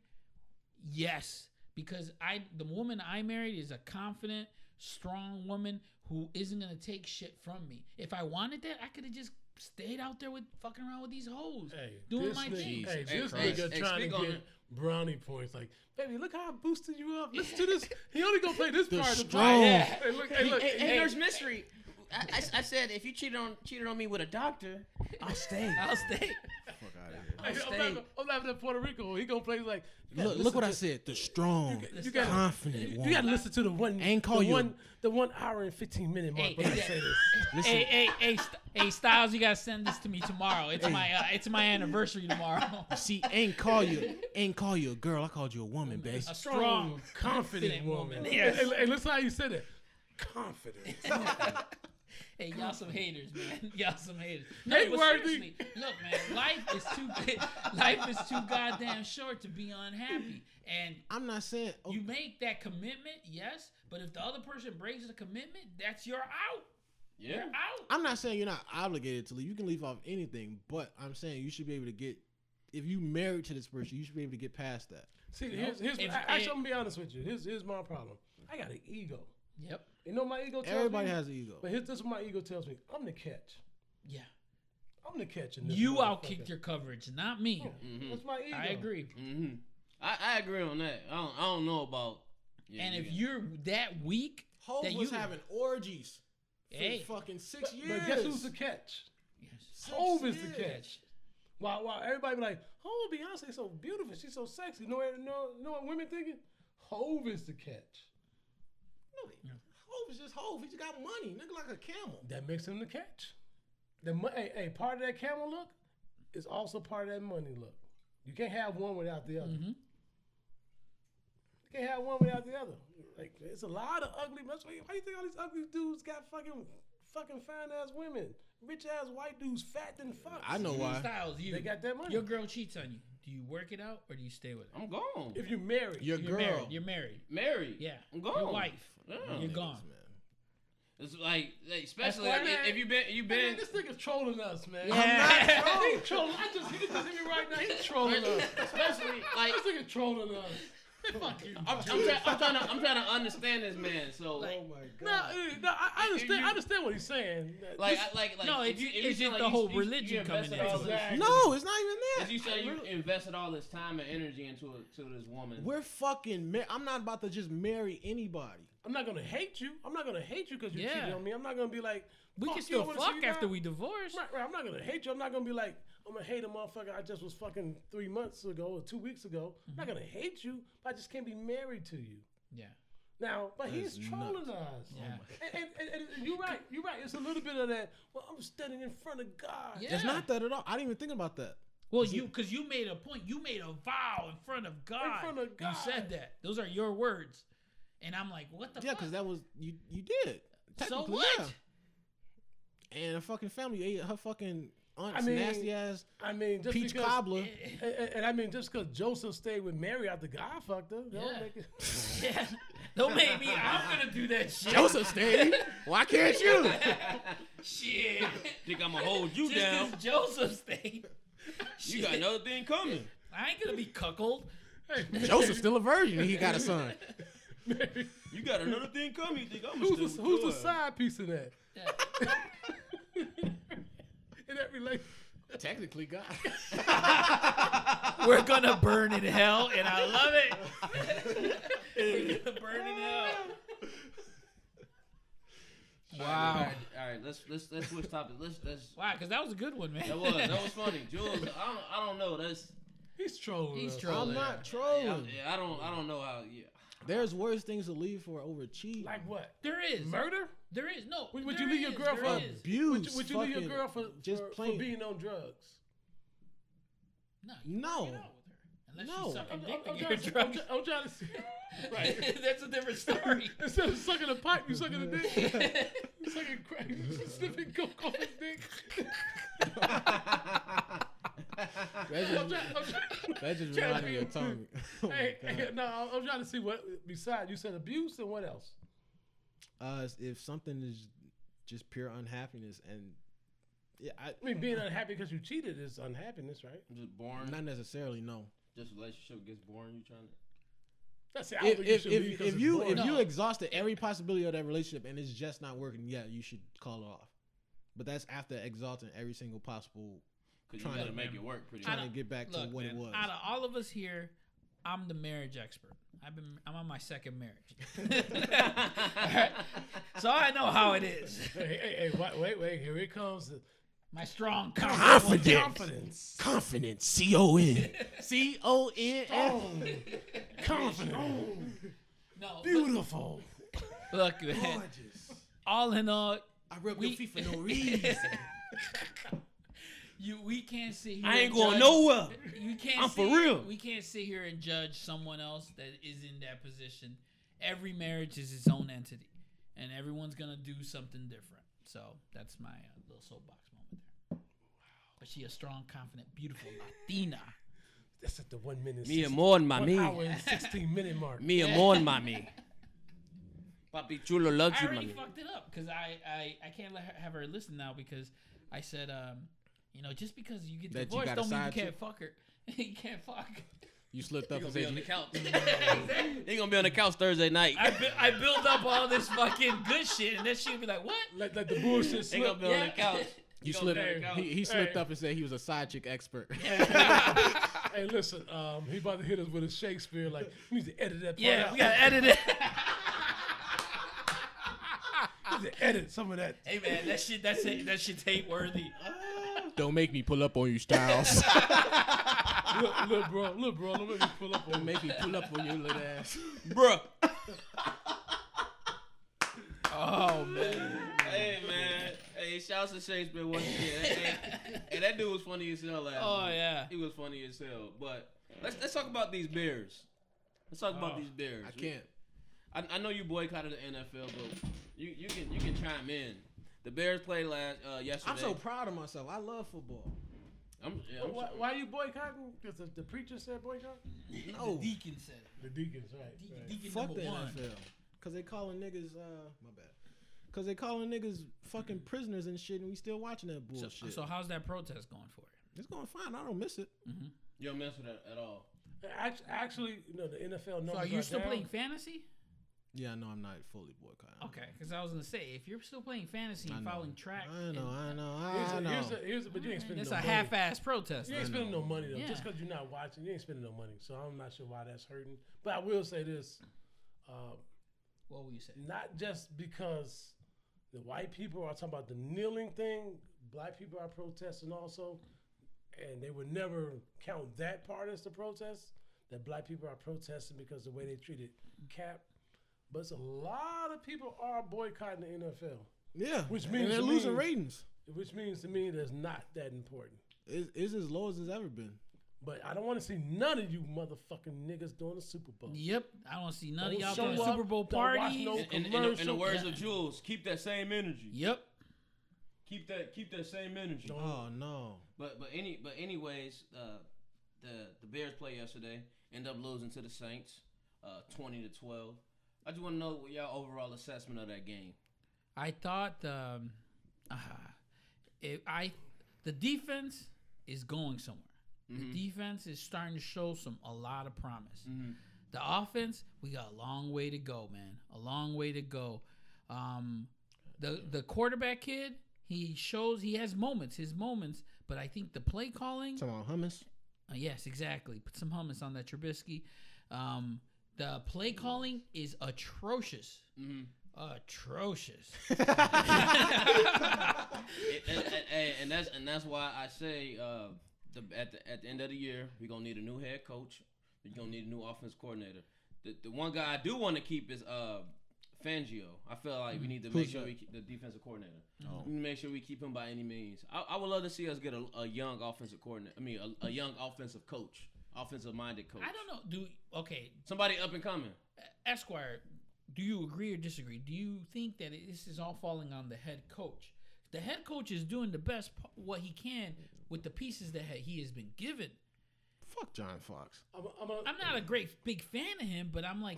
S6: yes, because I the woman I married is a confident, strong woman who isn't gonna take shit from me. If I wanted that, I could have just stayed out there with fucking around with these hoes,
S2: Hey,
S6: doing
S2: this
S6: my
S2: nigga,
S6: thing.
S2: Hey,
S4: Hey,
S2: this
S4: Christ.
S2: nigga
S4: Hey,
S2: trying
S4: speak
S2: to
S4: on
S2: get
S4: it.
S2: brownie points. Like, baby, look how I boosted you up. Listen to this. He only gonna play this
S5: The
S2: part. of the
S5: strong.
S2: podcast. Hey, look, hey, look.
S4: and there's mystery. I, I, I said if you cheated on cheated on me with a doctor, I'll stay.
S6: I'll
S5: Fuck out of
S6: stay.
S5: here.
S2: Hey, I'm, laughing, I'm laughing at Puerto Rico. He gonna play like, yeah,
S5: Look, look
S2: listen
S5: what I
S2: to-
S5: said. The strong,
S2: You gotta-
S5: confident
S2: You
S5: woman.
S2: gotta listen to the one.
S5: Ain't call
S2: the
S5: you a-
S2: one, the one hour and fifteen minute mark.
S6: Hey,
S2: when I
S6: yeah.
S2: say this.
S5: listen,
S6: hey, hey, hey, St- hey, Styles, you gotta send this to me tomorrow. It's my uh, it's my anniversary tomorrow.
S5: see, ain't call you, ain't call you a girl. I called you a woman, babe.
S2: Strong,
S6: A strong,
S2: confident woman.
S6: Yes.
S2: Hey, hey, listen how you said it. Confident.
S6: Hey, y'all some haters, man. Y'all some haters. No, but
S2: Hateworthy.
S6: seriously, look, man. Life is too life is too goddamn short to be unhappy. And
S5: I'm not saying.
S6: you make that commitment, yes, but if the other person breaks the commitment, that's your out.
S4: yeah.
S6: You're out.
S5: I'm not saying you're not obligated to leave. You can leave off anything, but I'm saying you should be able to get. If you married to this person, you should be able to get past that.
S2: See, here's, here's
S6: If-
S2: I, actually,
S6: and-
S2: I'm gonna be honest with you. Here's, here's my problem. I got an ego.
S6: Yep.
S2: You know what my ego tells
S5: Everybody
S2: me?
S5: has an ego.
S2: But here's this is what my ego tells me. I'm the catch.
S6: Yeah.
S2: I'm the catch in this.
S6: You
S2: motherfucker.
S6: outkicked your coverage, not
S2: Oh,
S6: me.
S2: That's my ego.
S6: I agree.
S4: Mm-hmm. I, I agree on that. I don't, I don't know about. Yeah,
S6: And if
S4: yeah.
S6: you're that weak,
S5: Hope
S6: that
S5: was
S6: you-
S5: having orgies for
S6: Hey.
S5: fucking six
S2: But,
S5: years.
S2: but guess who's the catch?
S6: yes.
S2: Hove is the
S5: years.
S2: catch. Wow, wow. Everybody be like, oh, Beyonce's so beautiful. She's so sexy. No, no, no. What women thinking? Hove is the catch.
S5: No, Hov is just Hov. He just got money, nigga, like a camel.
S2: That makes him the catch. The mo- hey, hey, part of that camel look is also part of that money look. You can't have one without the other.
S6: Mm-hmm.
S2: You can't have one without the other. Like it's a lot of ugly. That's why. Why you think all these ugly dudes got fucking fucking fine ass women. Rich ass white dudes, fat than fuck.
S5: I know why.
S6: Styles, you
S2: They got that money.
S6: Your girl cheats on you. Do you work it out or do you stay with her?
S4: I'm gone.
S2: If you married,
S5: Your
S6: You're married.
S5: girl.
S6: You're married.
S4: Married.
S6: Yeah.
S4: I'm gone.
S6: Your wife. Mm-hmm.
S4: Yeah.
S6: You're gone.
S4: It's like, like, especially
S2: why
S4: like,
S2: I-
S4: if, if you been you
S2: Man,
S4: been
S2: this nigga's trolling us, man.
S6: Yeah.
S2: I'm not trolling. He trolling. I just, he just hit me right now. He's trolling us.
S4: especially like
S2: This nigga trolling us. Fuck you.
S4: I'm, I'm, try, I'm trying to I'm trying to understand this man. So like
S2: oh my god. No, eh, no I, I understand. I understand what he's saying. That
S4: like
S2: this-
S4: I- like, like
S6: No,
S4: if
S6: it's-
S4: you- if
S6: it's
S4: you
S6: just
S4: feel like
S6: the
S4: you-
S6: whole
S4: you- you
S6: religion
S4: invested
S6: coming
S4: all
S6: into it.
S4: this-
S5: No, it's not even that.
S4: As you say, you invested all this time and energy into to this woman.
S5: We're fucking. Ma- I'm not about to just marry anybody.
S2: I'm not gonna hate you. I'm not gonna hate you because you
S6: Yeah.
S2: cheated on me. I'm not gonna be like
S6: We
S2: fuck
S6: can
S2: you, I
S6: still
S2: wanna see
S6: fuck
S2: you
S6: after
S2: now.
S6: we divorce.
S2: Right, right. I'm not gonna hate you. I'm not gonna be like I'm gonna hate a motherfucker. I just was fucking three months ago or two weeks ago. I'm
S6: Mm-hmm.
S2: not gonna hate you, but I just can't be married to you.
S6: Yeah.
S2: Now, but he's trolling us.
S6: Yeah.
S2: And, and, and, and you're right. You're right. It's a little bit of that. Well, I'm standing in front of God.
S6: yeah.
S5: It's not that at all. I didn't even think about that.
S6: Well, you because you made a point. You made a vow in front of God.
S2: front of God.
S6: You said that. Those are your words. And I'm like, what the
S5: Yeah,
S6: fuck?
S5: because that was you. You did.
S6: so
S5: Technically,
S6: what?
S5: yeah. And her fucking family ate her fucking aunt's
S2: I mean,
S5: nasty ass
S2: I mean, just
S5: peach
S2: because,
S5: cobbler.
S2: And, and- and I mean, just because Joseph stayed with Mary after God fucked her, that
S6: Yeah.
S2: don't make it.
S6: Yeah. Don't make me. I'm gonna do that shit.
S5: Joseph stayed. Why can't you?
S6: Shit.
S4: Think I'm gonna hold you
S6: Just 'cause
S4: down?
S6: Joseph stayed.
S4: You got another thing coming.
S6: I ain't gonna be cuckold.
S5: Joseph's still a virgin. and He got a son.
S4: You got another thing coming. You think I'm
S2: Who's,
S4: still
S2: the, who's the
S4: good.
S2: side piece in that?
S6: Yeah.
S2: In that relation,
S5: Technically, God.
S6: We're gonna burn in hell, and I love it. We're gonna burn in hell.
S4: All right, all right. Let's let's let's switch topics. Let's let's.
S6: Wow, because that was a good one, man.
S4: That was that was funny, Jules. I don't I don't know. That's
S2: he's trolling.
S6: He's
S2: us.
S6: trolling.
S5: I'm not
S4: I,
S5: trolling.
S4: I don't I don't know how. Yeah.
S5: There's worse things to leave for over cheating.
S2: Like what?
S6: There is.
S2: Murder?
S6: There is no.
S2: Would- would
S6: there
S2: you leave your
S6: is,
S2: girl
S6: there
S2: for-
S6: is.
S2: Would
S5: abuse.
S2: you, would you leave your
S5: fucking-
S2: girl for
S5: just
S2: for, for
S5: plain-
S2: being on drugs?
S6: No. You
S5: No.
S6: can't get out with her. Unless
S5: No.
S6: she's sucking
S2: I'm,
S6: dick
S2: I'm
S6: and
S2: trying
S6: you're
S2: to, see-
S6: drunk.
S2: I'm, try- I'm trying to see. Right.
S6: That's a different story.
S2: Instead of sucking a pipe, you sucking a dick. sucking crack, sniffing coke off his dick.
S5: That just,
S2: I'm trying, I'm trying,
S5: that just
S2: trying to
S5: reminded me
S2: be-
S5: of tongue. Oh my
S2: hey,
S5: God.
S2: hey, no, I'm- I'm trying to see what. Besides, you said abuse and what else?
S5: uh, if something is just pure unhappiness and yeah,
S2: I
S5: I,
S2: mean, being unhappy because you cheated is unhappiness, right?
S4: Just boring.
S5: not necessarily no.
S4: Just relationship gets boring. You trying to.
S2: That's it. I don't
S5: If
S2: think you
S5: if
S2: should
S5: if,
S2: leave
S5: if,
S2: 'cause it's
S5: you
S2: boring.
S5: if you
S6: No.
S5: exhausted every possibility of that relationship and it's just not working, yeah, you should call it off. But that's after exhausting every single possible
S4: Cause you
S5: Trying
S4: gotta
S5: to
S4: make it work pretty
S5: trying
S4: much.
S5: to get back to
S6: Look,
S5: what it
S6: man,
S5: was.
S6: Out of all of us here, I'm the marriage expert. I've been I'm on my second marriage. Alright? So I know how it is.
S2: hey, hey, hey, wait, wait, wait, here it comes. the
S6: My strong confidence.
S5: Confidence.
S2: Confidence.
S5: Confidence. C O N. C O N F.
S2: Confidence.
S6: No, but
S2: Beautiful.
S6: look, man, all in all,
S5: I rubbed
S6: We-
S5: your feet for no reason.
S6: you we can't sit here.
S4: I ain't
S6: and
S4: going
S6: judge-
S4: nowhere.
S6: You can't.
S4: I'm for
S6: sit-
S4: real.
S6: We can't sit here and judge someone else that is in that position. Every marriage is its own entity, and everyone's gonna do something different. So that's my uh, little soapbox moment there. But she a strong, confident, beautiful Latina.
S2: That's at the one minute.
S4: Me
S2: 16
S4: and more than my
S2: one
S4: me.
S2: hour and 16 minute mark.
S4: Me and more than my me. Papi Chulo loves
S6: I
S4: you,
S6: already
S4: mommy.
S6: fucked it up because I, I I can't let her, have her listen now because I said um you know just because you get
S5: That you
S6: divorced
S5: got a
S6: don't mean you
S5: side
S6: can't
S5: chick?
S6: fuck her. you can't fuck.
S5: You slipped up
S4: He
S5: and
S4: gonna be
S5: said
S4: on the
S5: you,
S4: couch. He gonna be on the couch Thursday night.
S6: I, bu- I build up all this fucking good shit and then she'll be like what?
S2: Let, let the bullshit
S4: He gonna
S2: slip.
S4: be on the
S6: Yeah.
S4: couch.
S5: you
S4: He gonna
S5: slipped.
S4: be on the couch.
S5: He, he slipped
S2: Hey.
S5: up and said he was a side chick expert.
S2: Hey, listen, um, he about to hit us with a Shakespeare. Like, we need to edit that part
S6: Yeah,
S2: out.
S6: we gotta edit it.
S2: We need to edit some of that.
S6: hey man, that shit that's it. That shit's hate worthy.
S5: Don't make me pull up on you, Styles.
S2: look, look, bro, look, bro, let me pull up on
S5: Don't make me pull up on your little ass.
S4: Bruh.
S6: Oh man.
S4: Hey man. Hey, shouts to Shakespeare once again. Hey, hey, that dude was funny as hell last
S6: Oh
S4: night.
S6: yeah.
S4: He was funny as hell. But let's let's talk about these bears. Let's talk about
S6: Oh,
S4: these bears.
S5: I can't.
S4: I, I know you boycotted the NFL, but you, you can you can chime in. The Bears played last uh, yesterday.
S5: I'm so proud of myself. I love football.
S4: I'm, yeah, I'm
S2: Why,
S4: so-
S2: why are you boycotting? Because the, the preacher said boycott.
S5: No.
S6: The deacon said it.
S2: The deacons, right?
S6: Deacon,
S2: right.
S6: deacon
S5: Fuck
S6: number
S5: the
S6: one.
S5: NFL. Cause they calling niggas. Uh, my bad. Cause they calling niggas fucking prisoners and shit, and we still watching that
S6: So,
S5: bullshit.
S6: so how's that protest going for it?
S5: it's going fine. I don't miss it.
S4: you don't mess with that at all.
S2: Act- Actually, you know, the NFL numbers
S6: So are you still
S2: down.
S6: playing fantasy?
S5: Yeah, no, I'm not fully boycotting.
S6: Okay, because I was gonna say if you're still playing fantasy and following track,
S5: I know.
S6: and-
S5: I know.
S2: Here's
S5: I
S2: a,
S5: know.
S2: here's a, here's a, but you ain't spending
S6: that's
S2: no
S6: Mm-hmm. a
S2: money.
S6: half-ass protest.
S2: You ain't spending no money though, just
S6: Yeah.
S2: because you're not watching. You ain't spending no money, so I'm not sure why that's hurting. But I will say this: uh,
S6: What will you say?
S2: not just because the white people are talking about the kneeling thing, black people are protesting also, and they would never count that part as the protest. That black people are protesting because the way they treated Cap, but it's a lot of people are boycotting the NFL,
S5: yeah,
S2: Which
S5: and
S2: means
S5: they're
S2: to
S5: losing
S2: me-
S5: ratings.
S2: which means to me that's not that important.
S5: It's, it's as low as it's ever been.
S2: But I don't want to see none of you motherfucking niggas doing the Super Bowl.
S6: Yep, I don't see none
S2: Don't
S6: of y'all doing
S2: show up,
S6: Super Bowl
S2: don't watch
S6: parties.
S2: no-
S4: In, in, in, the, in the
S2: Commercial.
S4: words
S6: Yeah.
S4: of Jules, keep that same energy.
S6: Yep,
S4: Keep that keep that same energy.
S5: Oh no.
S4: But but any but anyways, uh, the the Bears play yesterday, end up losing to the Saints, uh, twenty to twelve. I just want to know what y'all overall assessment of that game.
S6: I thought um, uh, if I the defense is going somewhere. The defense is starting to show some a lot of promise. The offense, we got a long way to go, man. A long way to go. Um, the the quarterback kid, he shows he has moments, his moments, but I think the play calling
S5: Talking about hummus.
S6: uh, yes, exactly. Put some hummus on that Trubisky. Um, the play calling is atrocious. Atrocious.
S4: It- and, and- and- and that's and that's why I say uh, the, at the at the end of the year we're gonna need a new head coach. We're gonna need a new offense coordinator. The, the one guy I do want to keep is uh, Fangio. I feel like we need to make
S5: Mm-hmm. Who's
S4: sure
S5: that? Oh.
S4: we keep the defensive coordinator. We need to make sure we keep him by any means. I, I would love to see us get a, a young offensive coordinator. I mean, a, a young offensive coach, offensive minded coach.
S6: I don't know. Do okay,
S4: Somebody up and coming.
S6: Esquire. Do you agree or disagree? Do you think that it- this is all falling on the head coach? The head coach is doing the best p- what he can with the pieces that ha- he has been given.
S5: Fuck John Fox.
S2: I'm, I'm a,
S6: I'm not a great big fan of him, but I'm like,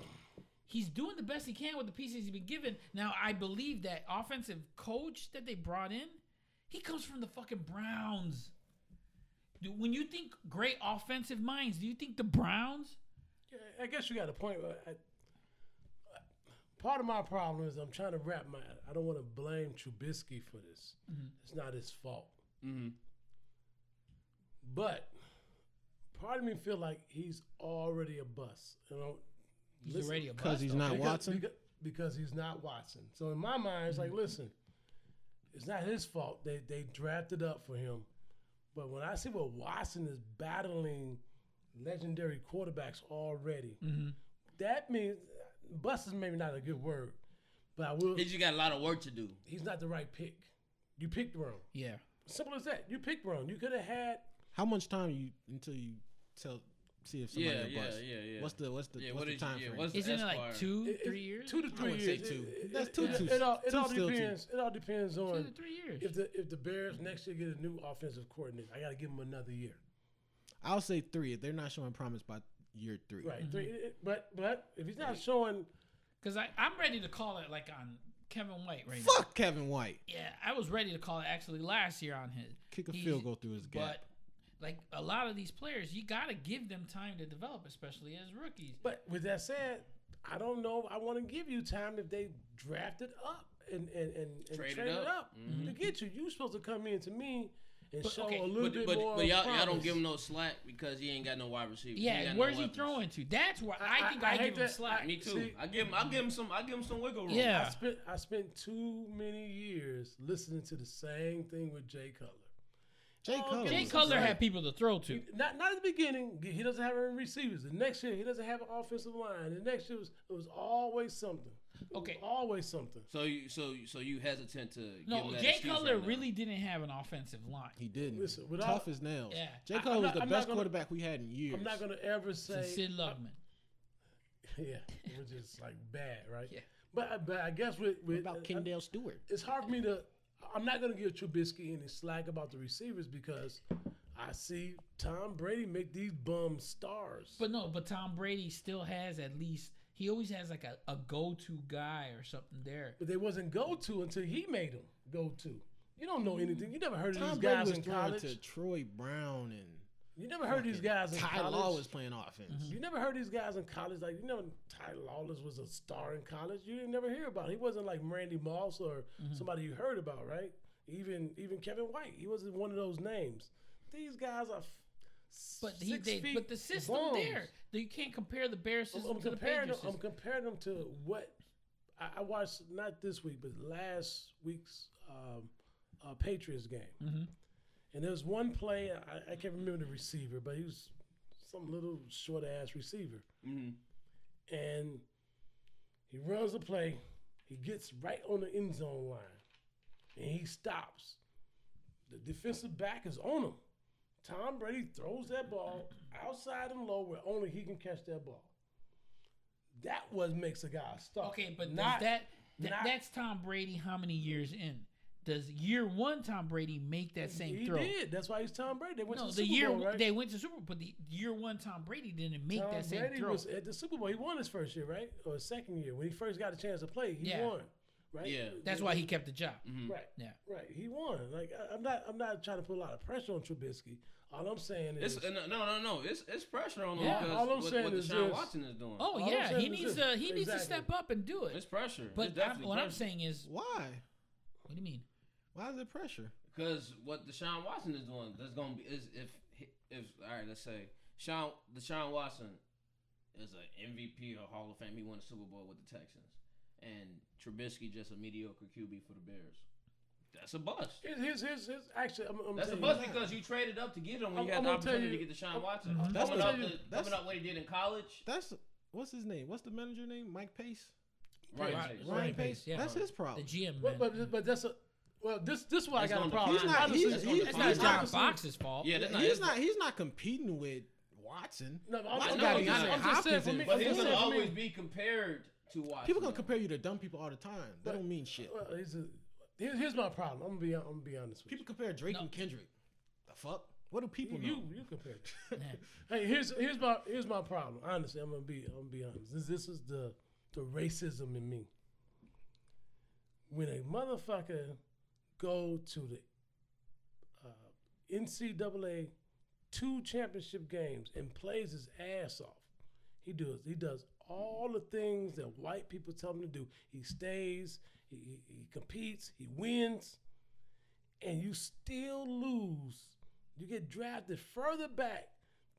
S6: he's doing the best he can with the pieces he's been given. Now, I believe that offensive coach that they brought in, he comes from the fucking Browns. Do- When you think great offensive minds, do you think the Browns?
S2: i am guess you got a point. but I, part of my problem is I'm trying to wrap my. I don't want to blame Trubisky for this. It's not his fault.
S4: Mhm.
S2: But part of me feel like he's already a bust. You know,
S6: He's
S2: Listen,
S6: already a
S5: Because
S6: bust.
S5: he's not Watson. Hmm.
S2: Because, because he's not Watson. So in my mind, it's like, listen, it's not his fault. They they drafted up for him. But when I see what Watson is battling legendary quarterbacks already,
S5: Mm-hmm.
S2: that means bust is maybe not a good word, but I will.
S4: He just got a lot of work to do.
S2: He's not the right pick. You picked wrong.
S6: Yeah.
S2: Simple as that. You picked wrong. You could have had.
S5: How much time you until you tell see if somebody
S4: Yeah,
S5: a
S4: yeah,
S5: bust?
S4: yeah, yeah.
S5: What's the what's the
S4: Yeah,
S5: what's
S4: what
S5: the
S4: did you-
S5: time
S4: yeah,
S5: frame?
S4: what's-
S6: Isn't it
S4: Esquire.
S6: like two,
S2: it-
S6: three years?
S2: Two to three
S5: wouldn't say
S2: years.
S5: two.
S2: It-
S5: That's
S2: it-
S5: two-
S2: It,
S5: two-
S2: it all, it
S5: two
S2: all
S5: still two.
S2: depends. It all depends
S6: Two
S2: on
S6: to three years.
S2: If the if the Bears next year get a new offensive coordinator, I got to give them another year.
S5: I'll say three. If they're not showing promise by year three,
S2: Right.
S4: Mm-hmm.
S2: Three, but but if he's not showing,
S6: Because I'm ready to call it like on Kevin White right now.
S5: Fuck Kevin White.
S6: Yeah, I was ready to call it actually last year on his.
S5: Kick a
S6: He's-
S5: field goal through his gap.
S6: But like a lot of these players, you gotta give them time to develop, especially as rookies.
S2: but with that said, I don't know. I want to give you time if they drafted up and and and, and
S4: Traded
S2: traded,
S4: up. Mm-hmm.
S2: up, to get you. You supposed to come in to me and show
S6: okay,
S2: a little
S4: But,
S2: bit
S4: but,
S2: more.
S4: but y'all, y'all don't
S2: promise.
S4: give him no slack because he ain't got no wide receiver.
S6: Yeah,
S4: got
S6: and
S4: no
S6: where's he
S4: weapons.
S6: throwing to? That's where I,
S2: I-
S6: think
S2: I-
S6: I,
S2: I hate
S6: give him
S2: that.
S6: slack.
S4: Me too.
S2: See-
S4: I give him. I give him some. I give him some wiggle room.
S6: Yeah.
S2: I spent I spent too many years listening to the same thing with Jay Cutler.
S5: Jay
S2: Oh,
S5: Cutler.
S2: Jay
S6: Jay
S5: was
S6: Cutler
S5: great.
S6: had people to throw to.
S2: Not not at the beginning. He doesn't have any receivers. The next year he doesn't have an offensive line. The next year was, it was always something. It was
S6: Okay.
S2: always something.
S4: So you so so you hesitant to give
S6: No,
S4: him that
S6: Jay
S4: excuse
S6: Cutler
S4: right now.
S6: really didn't have an offensive line.
S5: He didn't.
S2: Listen, with
S5: Tough
S2: all-
S5: as nails.
S6: Yeah.
S5: Jay
S2: I-
S5: Cutler
S2: I'm
S5: was
S2: not-
S5: the
S2: I'm not
S5: best
S2: gonna-
S5: quarterback we had in years.
S2: I'm not gonna ever say
S6: Since Sid Loveman.
S2: yeah, which is like bad, right?
S6: Yeah.
S2: But but I guess with with
S5: Stewart?
S2: it's hard for me to. I'm not gonna give Trubisky any slack about the receivers because I see Tom Brady make these bum stars.
S6: But no, but Tom Brady still has at least he always has like a, a go to guy or something there.
S2: but they wasn't go to until he made them go to. You don't know anything. You never heard of
S5: Tom
S2: these
S5: Brady
S2: guys
S5: was
S2: in
S5: throwing
S2: college.
S5: to Troy Brown and
S2: You never heard these guys in
S5: Ty
S2: college. Mm-hmm.
S5: Law was playing offense.
S2: You never heard these guys in college. Like you know, Ty Lawless was a star in college. You didn't never hear about. Him. He wasn't like Randy Moss or
S6: Mm-hmm.
S2: somebody you heard about, right? Even even Kevin White. He wasn't one of those names. These guys are. f-
S6: But he
S2: six
S6: they,
S2: feet
S6: but the system
S2: bums.
S6: there that you can't compare the Bears
S2: I'm,
S6: system
S2: I'm
S6: to the
S2: comparing
S6: Patriots
S2: them. I'm
S6: system.
S2: comparing them to what I, I watched. Not this week, but last week's um, uh, Patriots game.
S6: Mm-hmm.
S2: And there's one play I, I can't remember the receiver, but he was some little short ass receiver. And he runs the play. He gets right on the end zone line, and he stops. The defensive back is on him. Tom Brady throws that ball outside and low where only he can catch that ball. That was makes a guy stop.
S6: okay, but
S2: not
S6: does that th-
S2: not-
S6: that's Tom Brady how many years in? Does year one Tom Brady make that same
S2: he
S6: throw?
S2: did. That's why he's Tom Brady. They went
S6: No,
S2: to
S6: the,
S2: the, Super
S6: year
S2: Bowl, right?
S6: they went to Super Bowl, but the year one Tom Brady didn't make
S2: Tom
S6: that same
S2: Brady
S6: throw.
S2: was at the Super Bowl. He won his first year, right, or his second year when he first got a chance to play. He
S6: Yeah.
S2: won, right?
S4: Yeah.
S6: That's why he kept the job.
S4: Mm-hmm.
S2: right.
S6: Yeah.
S2: Right, he won. Like I, I'm not, I'm not trying to put a lot of pressure on Trubisky. All I'm saying
S4: It's
S2: is,
S4: uh, no, no, no. It's it's pressure on him
S6: Yeah,
S4: because
S2: all I'm
S4: what,
S2: saying
S4: what
S2: is
S4: Deshaun
S2: this.
S4: Watson is doing.
S6: Oh
S2: All I'm
S6: yeah,
S2: saying
S6: he
S2: is
S6: needs
S2: this.
S6: to he needs to
S2: Exactly.
S6: step up and do it.
S4: it's pressure.
S6: but
S4: it's
S6: I'm-
S4: definitely
S6: what I'm saying is,
S5: Why?
S6: what do you mean?
S5: Why is it pressure?
S4: because what Deshaun Watson is doing, that's gonna be is if he- if all right, let's say Sean Deshaun Watson is an MVP or Hall of Fame. He won a Super Bowl with the Texans, and Trubisky just a mediocre QB for the Bears. That's a bust.
S2: his, his, his, his- actually, I'm, I'm
S4: That's a
S2: telling
S4: bust
S2: you,
S4: because you traded up to get him when
S2: I'm-
S4: you had
S2: I'm
S4: the
S2: gonna tell
S4: opportunity
S2: you-
S4: to get Deshaun Watson.
S5: That's
S4: coming
S5: what-
S4: up, the,
S5: that's-
S4: coming up what he did in college.
S5: That's what's his name? What's the manager name? Mike Pace.
S4: Right.
S6: Right.
S4: That's
S5: Ryan
S6: Ryan
S5: Pace.
S6: Pace, yeah.
S5: That's his
S6: The
S5: problem.
S6: GM
S2: but,
S6: man.
S2: but, but that's a, well, this, this is why I got
S4: on
S2: a
S4: the
S2: problem.
S4: fine.
S5: He's not-
S4: That's
S5: he's-
S4: on the
S5: he's-
S4: fine.
S6: that's not John
S5: honestly-
S6: Box's fault.
S4: Yeah, that's not his
S5: he's
S4: fault.
S5: not. He's not competing with Watson.
S2: No, but I'm,
S4: Why
S2: I'm,
S4: not?
S2: I'm, just- I'm just saying for me.
S5: Hopkins
S4: But
S2: I'm
S4: he's
S2: just
S4: gonna
S2: saying for me-
S4: always be compared to Watson.
S5: People gonna
S4: though.
S5: compare you to dumb people all the time. That don't mean shit.
S2: Well, he's a, here, here's my problem. I'm gonna be, I'm gonna be honest with you.
S5: People compare Drake and Kendrick. The fuck? What do people know?
S2: You, you compare. it. hey, here's here's my here's my problem. Honestly, I'm gonna be I'm gonna be honest. This, this is the the racism in me. When a motherfucker go to the uh, NCAA two championship games and plays his ass off, he does he does all the things that white people tell him to do. He stays, he, he, he competes, he wins, and you still lose. You get drafted further back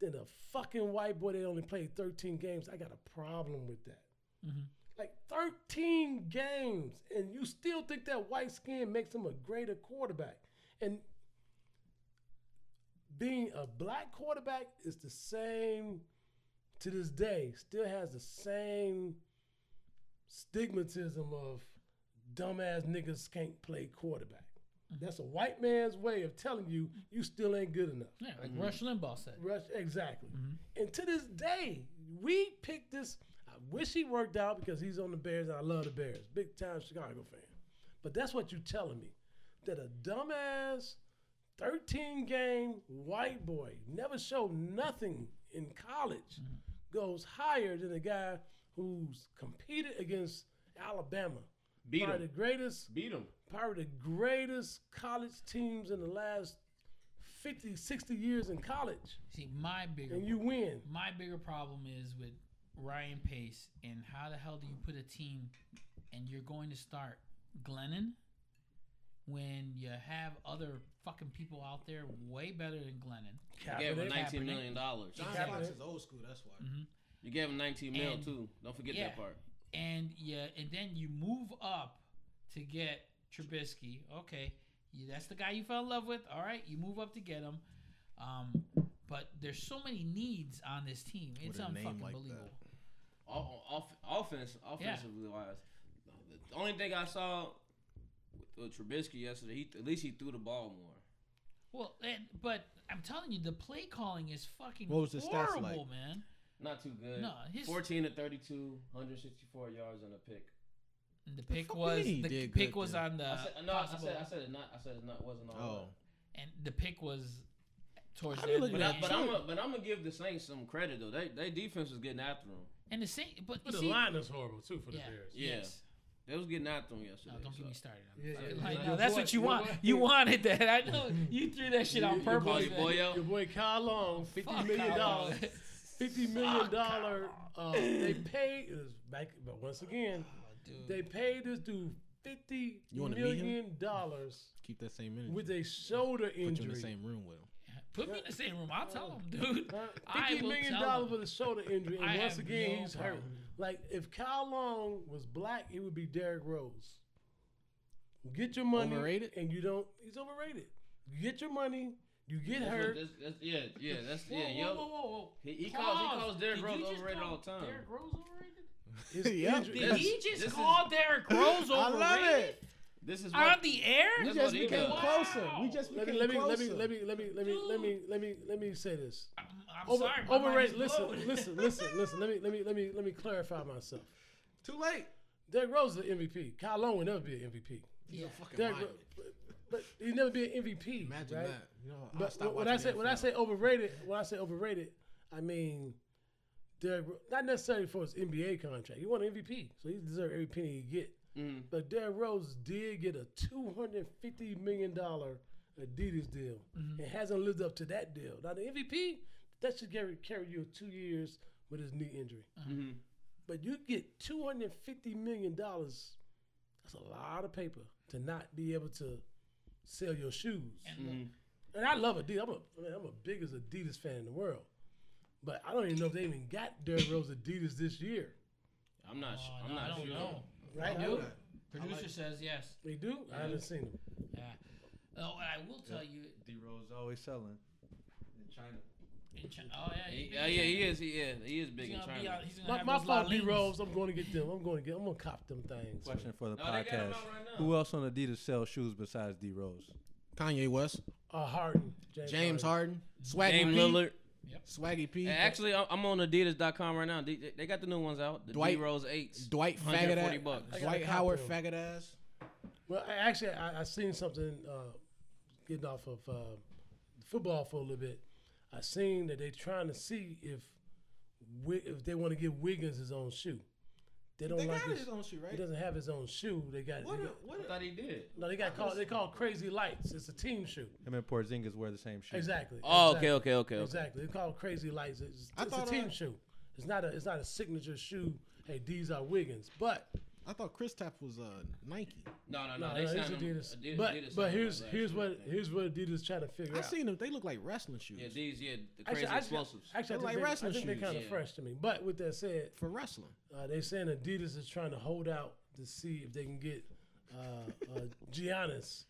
S2: than a fucking white boy that only played 13 games. I got a problem with that. Like 13 games, and you still think that white skin makes him a greater quarterback. And being a black quarterback is the same to this day, still has the same stigmatism of dumbass niggas can't play quarterback. That's a white man's way of telling you you still ain't good enough.
S6: yeah,
S4: Mm-hmm.
S6: like Rush Limbaugh said.
S2: Rush, exactly. And to this day, we picked this. I wish he worked out because he's on the Bears and I love the Bears. Big time Chicago fan. But that's what you're telling me. That a dumbass 13 game white boy, never showed nothing in college, goes higher than a guy who's competed against Alabama.
S4: Beat
S2: probably
S4: him.
S2: the greatest
S4: Beat him.
S2: probably the greatest college teams in the last 50, 60 years in college,
S6: See, my bigger
S2: and you win.
S6: my bigger problem is with Ryan Pace and how the hell do you put a team and you're going to start Glennon when you have other fucking people out there way better than Glennon.
S4: You gave him
S2: Kaepernick.
S4: nineteen million dollars.
S5: John Fox is old school. That's why.
S4: Mm-hmm. You gave him nineteen mil
S6: And-
S4: too. Don't forget
S6: yeah.
S4: that part.
S6: and yeah, and then you move up to get Trubisky. Okay, you, that's the guy you fell in love with. All right, you move up to get him. Um, but there's so many needs on this team. It's
S5: a name
S6: unfucking
S5: like that.
S6: believable.
S4: Off, off, offense, offensively wise, the only thing I saw with, with Trubisky yesterday, he, at least he threw the ball more.
S6: Well, and, but I'm telling you, the play calling is fucking
S5: What was the stats
S6: horrible,
S5: like?
S6: man.
S4: Not too good.
S6: No, his-
S4: fourteen to 32, 164 yards and a pick.
S6: And the pick
S5: fuck you
S6: was
S5: mean he
S6: the
S5: did
S6: pick
S5: good
S6: was
S5: then?
S6: on the
S4: I said, no, I
S6: possible,
S4: said, I said it not. I said it not wasn't all.
S5: Oh,
S6: and the pick was towards
S5: I
S6: the
S5: be
S6: end. of
S5: looking
S6: the
S5: at
S6: game.
S4: But I'm, a, but I'm gonna give the Saints some credit though. They, they defense was getting after them.
S6: and the same, but, you
S2: But the
S6: see,
S2: line is horrible too for the
S6: yeah,
S2: Bears.
S4: Yeah.
S6: yes.
S4: They was getting after them yesterday.
S6: No, don't
S4: so.
S6: get me started. On
S2: Yeah,
S6: that.
S2: yeah,
S6: Like,
S2: yeah.
S6: no,
S2: Your
S6: that's
S2: boy-
S6: what you
S2: your
S6: want.
S2: boy-
S6: You wanted that. I know you threw that shit on
S2: You- you
S4: Call
S6: purpose.
S4: your boy
S6: man.
S4: out.
S2: Your boy Kyle Long, fifty
S6: Fuck
S2: million
S6: Kyle
S2: dollars.
S6: Long.
S2: Fifty million dollar. Uh, they paid is back, but once again,
S6: dude.
S2: they paid this dude fifty
S5: You wanna meet him?
S2: million dollars
S5: keep that same energy.
S2: with a shoulder
S5: Put you in
S2: injury.
S5: the same room with him.
S6: Put me in the same room. I'll tell him, dude.
S2: Huh?
S6: I
S2: Fifty
S6: will
S2: million
S6: tell
S2: dollars
S6: him.
S2: for the shoulder injury, and
S6: I
S2: once
S6: have
S2: again
S6: no
S2: he's hurt.
S6: problem.
S2: Like if Kyle Long was black, he would be Derrick Rose. Get your money,
S5: Overrated?
S2: and you don't. He's overrated. You get your money, you get
S4: That's what-
S2: hurt.
S4: that's- that's- yeah, yeah, that's
S6: Whoa,
S4: yeah.
S6: whoa,
S4: yo,
S6: whoa, whoa, whoa.
S4: He, he calls he
S6: Pause.
S4: calls Derrick
S6: Did
S4: Rose
S6: you just
S4: overrated
S6: call
S4: all the time.
S6: Derrick Rose overrated?
S2: His
S5: Yeah.
S2: injury-
S6: Did he
S4: This-
S6: just
S4: this
S6: call Derrick Rose overrated
S5: I love it.
S4: This is
S6: on
S4: what
S6: the air?
S4: We That's
S5: Just
S4: what he
S5: became
S4: does.
S5: closer. We
S6: Wow.
S5: just
S2: let me
S5: became
S2: let me
S5: closer.
S2: let me let me let me let me let me let me let me say this.
S6: I'm, I'm
S2: Over,
S6: sorry. my mind
S2: overrated.
S6: is
S2: Listen,
S6: blown.
S2: listen, listen, listen. Let me let me let me let me clarify myself.
S5: Too late.
S2: Derrick Rose is an MVP. Kyle Long will never be an MVP.
S5: He's
S6: Yeah.
S5: a fucking
S2: Derrick,
S5: lineman.
S2: Ro- but, but he'll never be an MVP.
S5: Imagine
S2: right?
S5: that. You know, I'll
S2: But
S5: stop
S2: when I
S5: watching
S2: say
S5: the
S2: when I
S5: NFL.
S2: say overrated, when I say overrated, I mean Derrick, Ro- not necessarily for his NBA contract. He won an MVP, so he deserves every penny he get.
S4: mm,
S2: But Derrick Rose did get a two hundred fifty million dollar Adidas deal, and hasn't lived up to that deal. Now the MVP that should carry carry you two years with his knee injury, but you get two hundred fifty million dollars. That's a lot of paper to not be able to sell your shoes. And I love Adidas. I'm a, I mean, I'm a biggest Adidas fan in the world. But I don't even know if they even got Derrick Rose Adidas this year.
S4: I'm not. su-
S6: Oh,
S4: I'm
S6: no, I
S4: not
S6: don't
S4: sure.
S6: know.
S2: Right?
S6: do.
S2: I-
S6: Producer says yes.
S2: They do? I haven't seen them.
S6: Yeah. Oh, and I will tell you.
S7: D Rose always selling in China.
S6: In China, oh yeah.
S4: He, uh,
S6: he's
S4: yeah,
S6: big
S4: yeah, he
S6: in China.
S4: is. He, yeah, he is big
S6: He's
S4: in
S6: gonna be
S4: China.
S6: out. He's gonna
S2: My,
S6: have
S2: my
S6: those
S2: fault, D
S6: Lalins.
S2: Rose. I'm going to get them. I'm going to get I'm going to cop them things.
S7: Question for the
S4: No, they got him
S7: podcast:
S4: out right now.
S7: Who else on Adidas sells shoes besides D Rose?
S5: Kanye West,
S2: Uh, Harden. James,
S5: James
S2: Harden.
S5: Harden, Swaggy
S4: Dame
S5: P,
S4: Lillard.
S5: Swaggy P,
S4: Hey, actually, I'm- I'm on Adidas.com right now. They they got the new ones out. The
S5: Dwight-
S4: D Rose eights.
S5: Dwight faggot
S4: 140
S5: ass,
S4: bucks.
S5: Dwight
S2: I got a
S5: Howard
S2: copy
S5: faggot ass.
S2: Well, I- actually, I, I seen something uh, getting off of uh, football for a little bit. I seen that they trying to see if Wi- if they want to give Wiggins his own shoe. They don't
S5: They
S2: like
S5: got
S2: his-
S5: his own shoe,
S2: He
S5: right?
S2: doesn't have his own shoe. They got,
S5: What?
S2: they
S5: A,
S2: got-
S5: what?
S4: I
S5: A,
S4: thought he did.
S2: no, they got called they called Crazy Lights. It's a team shoe.
S7: Him and Porzingis wear the same shoe.
S2: Exactly.
S4: Oh,
S2: exactly,
S4: okay, okay, okay. okay.
S2: Exactly. They called Crazy Lights. It's,
S5: I
S2: it's
S5: thought,
S2: a team
S5: uh,
S2: shoe. It's not a it's not a signature shoe. Hey, these are Wiggins, but
S5: I thought Chris Tapp was uh, Nike.
S4: No, no, no.
S2: no,
S4: they
S2: no, it's
S4: signed him.
S2: Adidas.
S4: Adidas
S2: But
S4: Adidas
S2: but
S4: signed him
S2: here's
S4: last
S2: here's
S4: year, I
S2: what
S4: think.
S2: here's what Adidas trying to figure
S5: I
S2: out.
S5: seen them. They look like wrestling shoes
S4: Yeah, these yeah the
S2: Actually,
S4: crazy
S2: I-
S4: explosives.
S2: Actually, I
S5: They're
S2: think
S5: like
S2: they-
S5: wrestling
S2: I think they're
S5: shoes.
S2: kind of
S4: Yeah.
S2: fresh to me. But with that said,
S5: for wrestling.
S2: uh, they saying Adidas is trying to hold out to see if they can get uh, uh, Giannis.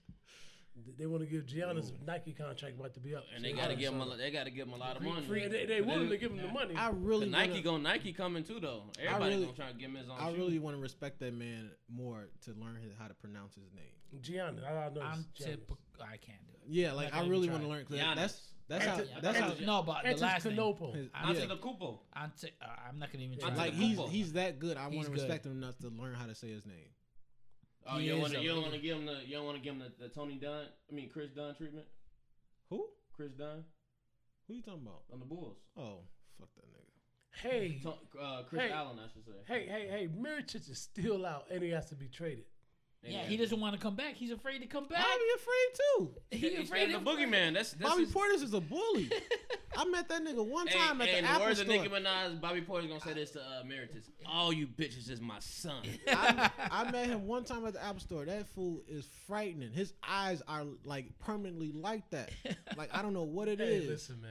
S2: They want to give Giannis Nike contract about to be up,
S4: and they gotta give him. A, they gotta give him a lot of money.
S2: Free, they, they willing to give him the money.
S5: I really
S4: Nike
S5: wanna,
S4: going Nike coming too though. Everybody
S5: really-
S4: gonna try to give him his own
S5: I
S4: shoe.
S5: really want to respect that man more to learn his, how to pronounce his name.
S2: Giannis, I, I know
S6: I'm
S2: it's Giannis.
S6: typical. I can't do it.
S5: Yeah, like
S6: Not
S5: I
S6: even
S5: really
S6: try.
S5: want to learn. 'cause
S4: Giannis.
S5: That's that's how
S2: Ante-
S5: that's how.
S2: Ante-
S6: No, but the
S2: Antis
S6: last name.
S2: Canopo.
S5: his-
S4: Onto
S5: yeah.
S4: the Kupo.
S6: Ante- uh, I'm not gonna even.
S4: Ante-
S6: try.
S5: Like
S4: Antetokounmpo.
S5: he's he's that good. I
S6: He's
S5: want to
S6: good.
S5: respect him enough to learn how to say his name.
S4: Oh,
S6: He
S4: you don't
S6: is
S4: want to
S6: a-
S4: you don't want to give him the you don't want to give him the, the Tony Dunn. I mean Chris Dunn treatment.
S5: Who?
S4: Chris Dunn
S5: Who you talking about?
S4: on the Bulls.
S5: Oh, fuck that nigga.
S2: Hey,
S4: To, uh, Chris
S2: Hey.
S4: Allen, I should say.
S2: hey, hey, hey! Miricic is still out, and he has to be traded.
S6: Yeah, he doesn't want to come back. He's afraid to come back.
S5: I'd be afraid too.
S6: He
S4: He's
S6: afraid
S4: the
S6: of
S4: boogeyman. That's that's
S5: Bobby
S4: his-
S5: Portis is a bully. I met that nigga one
S4: Hey,
S5: time
S4: hey,
S5: at
S4: in
S5: the
S4: the
S5: Apple
S4: words of Nicki
S5: store.
S4: Minaj, Bobby Porter's gonna say this to uh, Emeritus. All you bitches is my son.
S5: I, I met him one time at the Apple store. That fool is frightening. His eyes are like permanently like that. Like I don't know what it
S2: Hey,
S5: is.
S2: listen, man.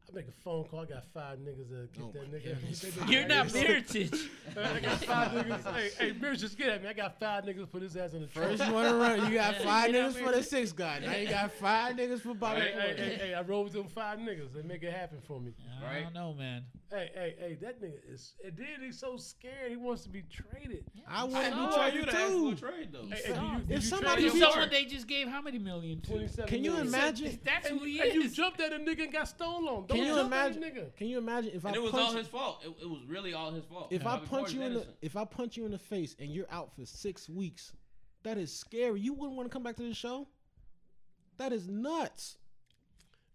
S2: I make a phone call. I got five niggas that get
S5: Oh
S2: that
S5: my
S2: nigga. They- they-
S6: You're not
S2: they-
S6: Meritage.
S2: I got five niggas. Hey, hey, Miricic, get at me. I got five niggas put his ass in the trash.
S5: First you want to run, you got five
S2: You know
S5: niggas
S2: what I
S5: for
S2: mean?
S5: the six guy. Now you got five niggas for Bobby.
S2: Hey, hey,
S5: Portis.
S2: hey, hey, I roll with them five niggas. They make it happen for me.
S6: I don't know, man.
S2: Hey, hey, hey, that nigga is. And then he's so scared he wants to be traded.
S5: I
S4: I
S5: wouldn't
S4: didn't
S6: Oh,
S5: be
S4: know Oh, you
S5: traded
S4: to ask for a
S5: too.
S4: trade though.
S2: Hey, hey, do you,
S6: If
S2: did you
S5: somebody
S2: trade
S5: He's
S2: him?
S6: He's
S5: future-
S6: someone they just gave how many million to?
S2: 27
S5: Can you
S2: million.
S5: imagine?
S6: That's
S2: And,
S6: who he
S2: and you
S6: is.
S2: jumped at a nigga and got stoned on. Don't
S5: Can you
S2: jump
S5: imagine?
S2: at a nigga.
S5: Can you imagine if I
S4: and it was all
S5: punch,
S4: his fault. It, it was really all his fault.
S5: if I
S4: Bobby
S5: punch
S4: Porter's
S5: you in the
S4: innocent.
S5: if I punch you in the face and you're out for six weeks? That is scary. You wouldn't want to come back to this show. That is nuts.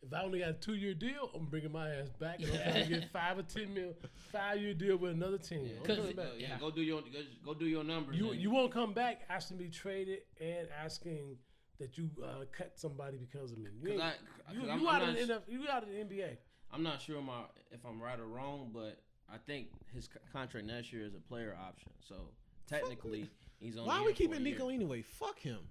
S2: If I only got a two year deal, I'm bringing my ass back and I'm trying to get five or ten mil, five year deal with another team. I'm
S4: Yeah,
S6: Cause-
S4: go,
S2: coming back.
S4: yeah, go do your go, go do your numbers.
S2: You
S4: and-
S2: you won't come back asking me traded and asking that you uh, cut somebody because of me. You,
S4: 'Cause
S2: ain't-
S4: I,
S2: you,
S4: 'cause
S2: you
S4: I'm,
S2: out
S4: I'm,
S2: of the
S4: not,
S2: NF, you out of the NBA.
S4: I'm not sure my, if I'm right or wrong, but I think his c- contract next year is a player option. So technically, he's on.
S5: Why
S4: the
S5: are
S4: year
S5: we
S4: for
S5: keeping
S4: a year.
S5: Nico anyway? Fuck him.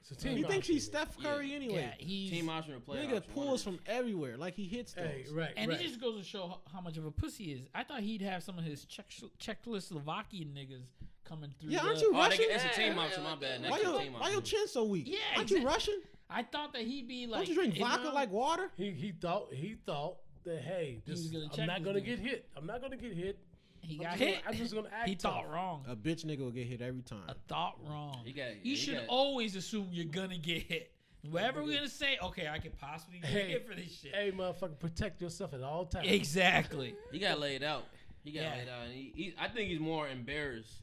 S2: It's a team
S5: He thinks
S2: option.
S5: he's Steph Curry
S4: Yeah.
S5: anyway.
S6: Yeah, he's
S4: Team option or player
S5: Nigga
S4: option, one of
S5: pulls
S4: the
S5: from everywhere like he hits those.
S2: Hey, right,
S6: And
S2: right.
S6: it just goes to show how, how much of a pussy he is. I thought he'd have some of his Czech, Czechoslovakian niggas coming through.
S5: Yeah, aren't
S6: the-
S5: you
S4: two. Oh, they
S5: Russian?
S4: get, it's a team option. My bad.
S5: Why
S4: Next
S5: your,
S4: year, team
S5: why your
S4: option.
S5: chin so weak?
S6: Yeah,
S5: aren't
S6: exact-
S5: you Russian?
S6: I thought that he'd be like.
S5: Don't you drink vodka
S6: know,
S5: like water?
S2: He he thought he thought that hey,
S6: was
S2: this,
S6: gonna
S2: I'm
S6: check
S2: not
S6: this
S2: gonna
S6: nigga.
S2: get hit. I'm not gonna get hit.
S6: He
S2: I'm
S6: got
S2: just
S6: hit.
S2: Gonna, I'm just gonna act.
S6: he thought
S2: tough.
S6: wrong.
S5: A bitch nigga will get hit every time.
S6: I thought wrong.
S4: He got-
S6: you
S4: he
S6: should
S4: got-
S6: always assume you're gonna get hit. Whatever we're gonna say, okay, I could possibly get
S2: Hey,
S6: hit for this shit.
S2: Hey, motherfucker, protect yourself at all times.
S6: Exactly.
S4: He got laid out. He got
S6: Yeah.
S4: laid out. And he, he, I think he's more embarrassed.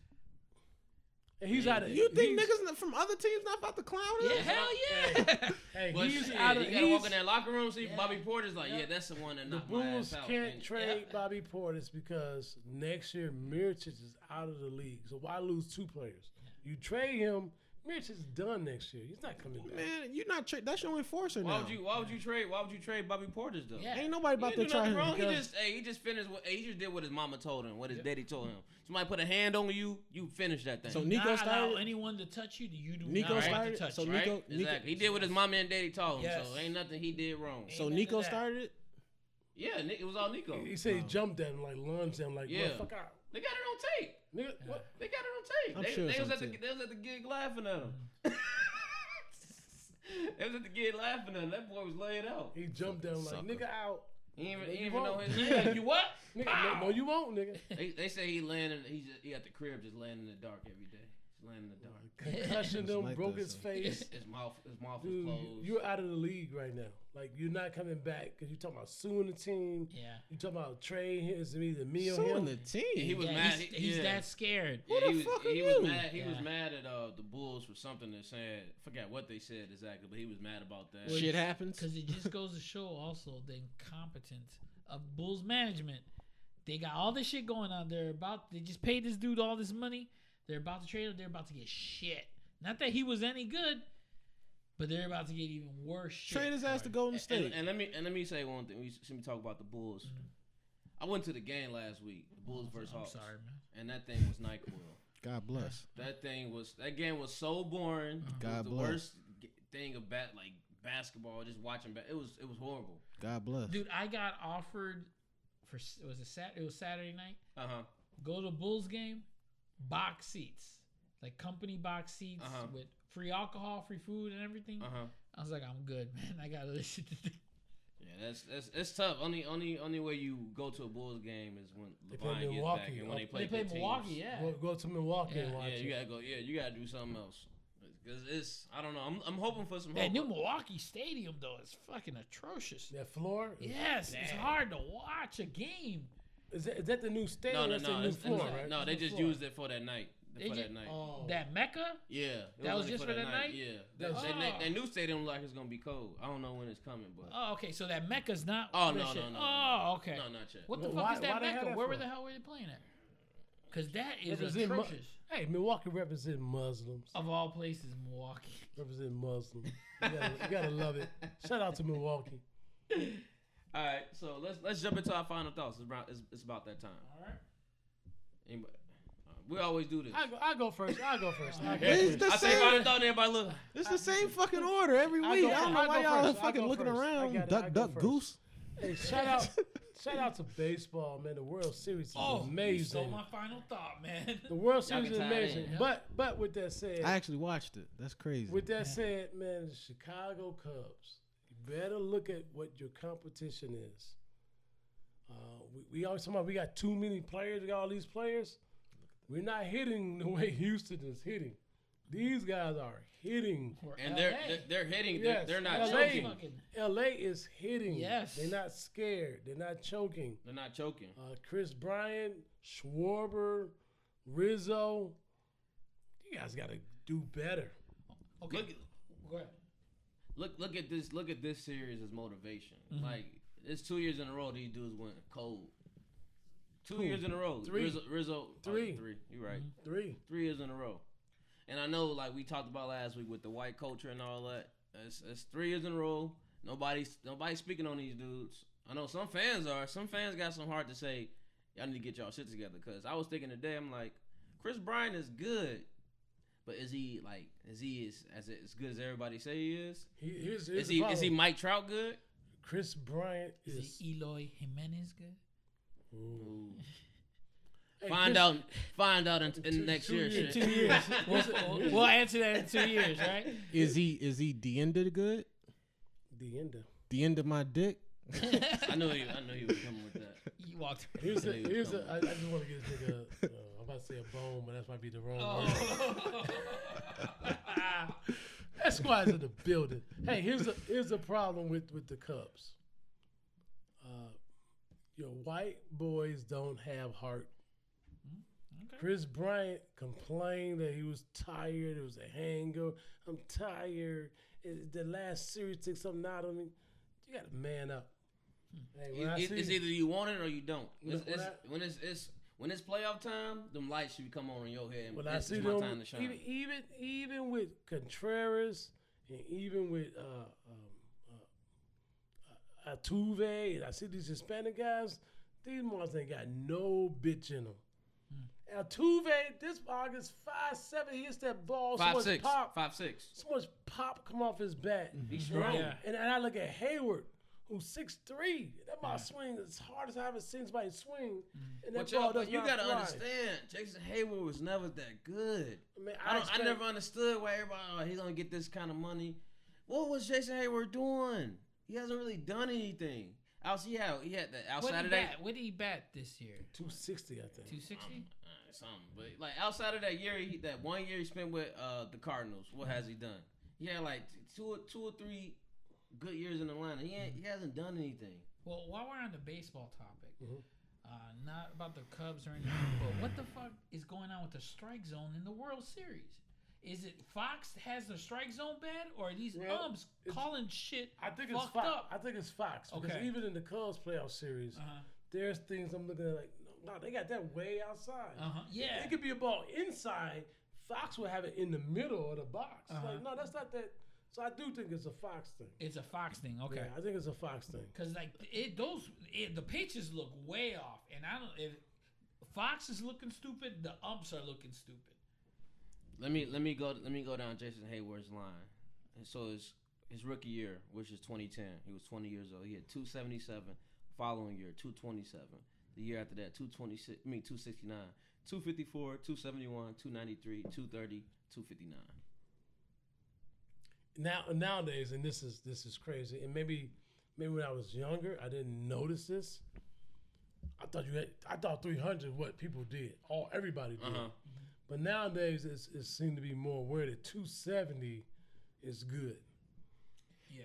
S2: And he's out of
S5: You think
S2: he's-
S5: niggas not- from other teams not about to clown him?
S6: yeah, hell yeah.
S2: Hey,
S4: But
S2: he's
S4: shit,
S2: out of
S4: you gotta walk
S2: he's-
S4: in that locker room. See, Bobby Porter's like,
S6: Yeah.
S4: yeah, that's the one that
S2: The
S4: knocked my
S2: Bulls
S4: ass out.
S2: can't
S4: And-
S2: trade Bobby Portis because next year Miritich is out of the league. So why lose two players? You trade him, Miritich is done next year. He's not coming back.
S5: Man, you not tra- that's your enforcer
S4: Why
S5: now.
S4: would you? Why would you trade? Why would you trade Bobby Porter's though?
S6: Yeah.
S5: Ain't nobody about
S4: he
S5: to
S4: didn't do
S5: try
S4: nothing
S5: him.
S4: wrong. He
S5: because-
S4: just, hey, he just finished. What, he just did what his mama told him. What his daddy told him. Somebody put a hand on you. You finish that thing.
S5: So
S6: Nico
S5: Nico
S6: not allow
S5: started.
S6: anyone to touch you. You do
S5: Nico
S6: not want
S5: started-
S6: to touch.
S5: so
S6: you.
S4: right?
S5: Nico-
S4: exactly. He did what his mama and daddy told him.
S6: Yes.
S4: So ain't nothing he did wrong.
S5: So
S6: Ain't none
S5: Nico
S6: of that.
S5: started it.
S4: yeah, Nick, it was all Nico.
S2: He said he jumped at him, like lunged at him, like,
S4: Yeah.
S2: motherfucker. out.
S4: They got it on tape.
S2: Nigga, what?
S4: They got it on
S5: I'm
S4: tape. They,
S5: sure
S4: they
S5: it's
S4: was
S5: on
S4: at the
S5: tape.
S4: they was at the gig laughing at him. they was at the gig laughing at him. That boy was laid out.
S2: He jumped at him, like,
S5: Sucker.
S2: nigga out.
S4: He
S2: No,
S4: didn't even, he
S2: you
S4: didn't even know
S2: won't.
S4: his name. you what? Ah!
S2: Nigga, no, no, you won't, nigga.
S4: They, they say he landed. He just, he at the crib just laying in the dark every day. Just laying in the dark.
S2: Concussion
S5: Just
S2: him,
S5: like
S2: broke
S5: that,
S2: his
S5: son.
S2: face.
S4: His mouth his mouth was
S2: Dude,
S4: closed.
S2: you're out of the league right now. Like, you're not coming back because you're talking about suing the team.
S6: Yeah.
S2: you talking about trade him. It's either me or
S5: Suing
S2: him.
S5: the team.
S4: he was
S6: Yeah,
S4: mad.
S6: He's,
S4: He-
S6: he's
S4: yeah.
S6: that scared.
S5: Who
S4: Yeah,
S5: the
S4: he was,
S5: fuck are
S4: he
S5: you?
S4: was mad. He was
S6: Yeah.
S4: mad at uh, the Bulls for something they said. Forgot what they said exactly, but he was mad about that.
S5: Shit happens.
S6: Because it just goes to show also the incompetence of Bulls management. They got all this shit going on. They're about they just paid this dude all this money. They're about to trade him. They're about to get shit. Not that he was any good, but they're about to get even worse. Shit.
S5: Trade his ass to Golden
S4: And,
S5: State.
S4: and let me and let me say one thing. We should talk about the Bulls. I went to the game last week, the Bulls versus
S6: Mm-hmm. Oh, I'm
S4: Hawks,
S6: sorry, man.
S4: and that thing was Nyquil.
S5: God bless.
S4: That thing was that game was so boring.
S6: Mm-hmm.
S5: God
S4: it was the
S5: bless.
S4: worst g- thing about like basketball. Just watching, ba- it was it was horrible.
S5: God bless.
S6: Dude, I got offered for s- was it Sat? It was Saturday night.
S4: Uh huh.
S6: Go to a Bulls game, box seats, like company box seats
S4: Uh-huh.
S6: with free alcohol, free food, and everything.
S4: Uh huh.
S6: I was like, I'm good, man. I gotta listen to this.
S4: Yeah, that's that's it's tough. Only only only way you go to a Bulls game is when
S2: They play
S4: LeBron gets back
S2: Milwaukee.
S4: and when they
S2: They
S4: play.
S6: Oh, they play
S4: good teams.
S6: Milwaukee, yeah.
S2: Go, go to Milwaukee
S6: Yeah,
S2: and watch
S4: Yeah,
S2: it.
S4: you gotta go. Yeah, you gotta do something else. Cause it's I don't know. I'm I'm hoping for some.
S6: That
S4: Hope.
S6: new Milwaukee stadium though is fucking atrocious.
S2: That floor?
S6: Yes, it's hard to watch a game.
S2: Is that, is that the new
S4: no,
S2: stadium?
S4: no,
S2: That's the
S4: no,
S2: new
S4: it's-
S2: floor,
S4: it's-
S2: right?
S4: no. They
S6: New
S4: just
S6: floor.
S4: used it for that night.
S6: They
S4: for
S6: ju-
S4: that night.
S2: Oh.
S6: That Mecca,
S4: Yeah, it
S6: That was
S4: only
S6: just
S4: for
S6: for
S4: that
S6: that night?
S4: Yeah, that,
S2: That's-
S4: that,
S6: Oh.
S4: that, that new stadium like it's gonna be cold. I don't know when it's coming, but
S6: oh okay, so that Mecca's not.
S4: Oh,
S6: that
S4: no, no,
S6: shit.
S4: no, no,
S6: Oh okay.
S4: no, not yet.
S6: What the
S2: Wh-
S6: fuck
S2: why-
S6: is
S2: why
S6: that
S2: they had
S6: Mecca?
S2: that
S6: Where
S2: for?
S6: were the hell were they playing at? Because that is
S2: Represent Mu-
S6: atrocious.
S2: Hey, Milwaukee represent Muslims.
S6: Of all places, Milwaukee.
S2: Represent Muslims. You gotta, you gotta love it. Shout out to Milwaukee.
S4: All right, so let's let's jump into our final thoughts. It's about it's, it's about that time.
S6: All right.
S4: Anybody, all right, we always do this.
S2: I go, I go first. I go first. I go
S4: Yeah,
S5: It's
S2: first.
S5: the
S4: I say final
S5: same.
S4: thought. and Everybody look.
S5: It's the same fucking order every
S2: I
S5: week.
S2: go-
S5: I don't know
S2: I
S5: why
S2: go
S5: y'all
S2: first.
S5: are
S2: I
S5: fucking
S2: go
S5: looking
S2: first. I
S5: around.
S2: got it. I
S5: Duck,
S2: go
S5: duck,
S2: first.
S5: goose.
S2: Hey, shout out, shout out to baseball, man. The World Series is
S6: Oh, you stole
S2: amazing.
S6: my final thought, man.
S2: The World
S4: Y'all
S2: Series
S4: can
S2: is
S4: tie it
S2: amazing.
S4: in, yeah.
S2: But but with that said,
S5: I actually watched it. That's crazy.
S2: With that said, man, the Chicago Cubs, you better look at what your competition is. Uh, we, we always talking about we got too many players. We got all these players. We're not hitting the way Houston is hitting. These guys are hitting.
S6: Or
S4: And they're,
S6: LA.
S4: they're they're hitting.
S2: Yes,
S4: They're, they're not
S2: LA.
S4: choking.
S6: Fucking-
S2: LA is hitting.
S6: Yes.
S2: They're not scared. They're not choking.
S4: They're not choking.
S2: Uh, Chris Bryant, Schwarber, Rizzo. You guys got to do better.
S6: okay.
S4: Look,
S6: Go ahead.
S4: look, look at this. Look at this series as motivation.
S2: Mm-hmm.
S4: Like it's two years in a row these dudes went cold. Two years in a row.
S2: Three.
S4: Rizzo, Rizzo
S2: Three.
S4: Oh, three. You're right.
S2: Three.
S4: Three years in a row. And I know, like we talked about last week with the white culture and all that. It's, it's three years in a row. Nobody's nobody's speaking on these dudes. I know some fans are. Some fans got some heart to say, y'all need to get y'all shit together. Cause I was thinking today, I'm like, Chris Bryant is good, but is he like is he is as as good as everybody say he is?
S2: He, here's, here's
S4: Is
S2: the
S4: he is he
S2: problem.
S4: Mike Trout good?
S2: Chris Bryant is.
S6: Is he Eloy Jimenez good?
S2: Hey,
S4: Find
S2: Chris-
S4: out find out in, in
S2: Two-
S4: next
S2: two
S4: year.
S2: years,
S4: shit.
S2: two years.
S6: We'll, we'll- we'll answer that in two years, right?
S5: Is he is he the end of the good?
S2: The ender.
S5: The end of my dick?
S4: I knew he I knew he was coming with that.
S6: You walked.
S2: Here's the.
S4: Nigga
S2: Here's the.
S4: coming.
S2: I, I just want to get this nigga. Uh, I'm about to say a bone, but that might be the wrong word.
S6: Oh.
S2: That squad's in the building. Hey, here's a here's the problem with with the Cubs. Uh, your white boys don't have heart. Chris Bryant complained that he was tired. It was a hangover. I'm tired. It, the last series took something out of me. You got to man up. Hey, when I
S4: It-
S2: see-
S4: it's either you want it or you don't.
S2: When
S4: It's-
S2: I- when
S4: it's- when it's it's when it's playoff time, them lights should come on in your head.
S2: When
S4: it's,
S2: I see
S4: it's my
S2: them,
S4: time to shine.
S2: even even even with Contreras and even with uh, um, uh, Atuve, and I see these Hispanic guys. These ones ain't got no bitch in them.
S4: Hmm.
S2: Altuve, this August five seven, he hits that ball. so
S4: five
S2: much
S4: six,
S2: pop,
S4: five Mm-hmm. six.
S2: so much pop come off his bat.
S4: He's strong.
S6: Yeah.
S2: And, and I look at Hayward, who's six three. That ball swing is hard as I ever seen somebody swing. And that
S4: Mm-hmm. But y'all,
S2: ball does
S4: but you
S2: not
S4: gotta
S2: fly.
S4: understand, Jason Hayward was never that good.
S2: Man,
S4: I, don't, I
S2: expect-
S4: never understood why everybody oh, he's gonna get this kind of money. What was Jason Hayward doing? He hasn't really done anything. Else, he had he had the
S6: what
S4: outside
S6: did
S4: of that
S6: bat? What did he bat this year?
S2: 260, I think.
S6: Two sixty.
S4: uh, something, but like outside of that year, he, that one year he spent with uh the Cardinals, what has he done? He had like t- two or two or three good years in Atlanta. He ain't, he hasn't done anything.
S6: Well, while we're on the baseball topic,
S2: Mm-hmm.
S6: uh, not about the Cubs or anything, but what the fuck is going on with the strike zone in the World Series? Is it Fox has the strike zone bad, or are these
S2: Well,
S6: umps
S2: it's-
S6: calling shit?
S2: I think it's
S6: fucked
S2: Fox.
S6: up.
S2: I think it's Fox because
S6: Okay.
S2: even in the Cubs playoff series,
S6: Uh-huh.
S2: there's things I'm looking at like, no, no, they got that way outside.
S6: Uh-huh. Yeah.
S2: It could be a ball inside. Fox will have it in the middle of the box. It's
S6: Uh-huh.
S2: Like, no, that's not that. So I do think it's a Fox thing.
S6: It's a Fox thing. Okay.
S2: Yeah, I think it's a Fox thing.
S6: Cause like it, those it, the pitches look way off, and I don't. If Fox is looking stupid, the umps are looking stupid.
S4: Let me let me go let me go down Jason Hayward's line. And so his his rookie year, which is 2010, he was 20 years old. He had 277. Following year, 227. The year after that, 226. I mean 269. 254, 271, 293, 230, 259.
S2: Now nowadays, and this is this is crazy. And maybe maybe when I was younger, I didn't notice this. I thought you had. I thought 300 what people did. All everybody did.
S4: Uh-huh.
S2: But nowadays, it's, it seems to be more aware that 270 is good.
S6: Yeah.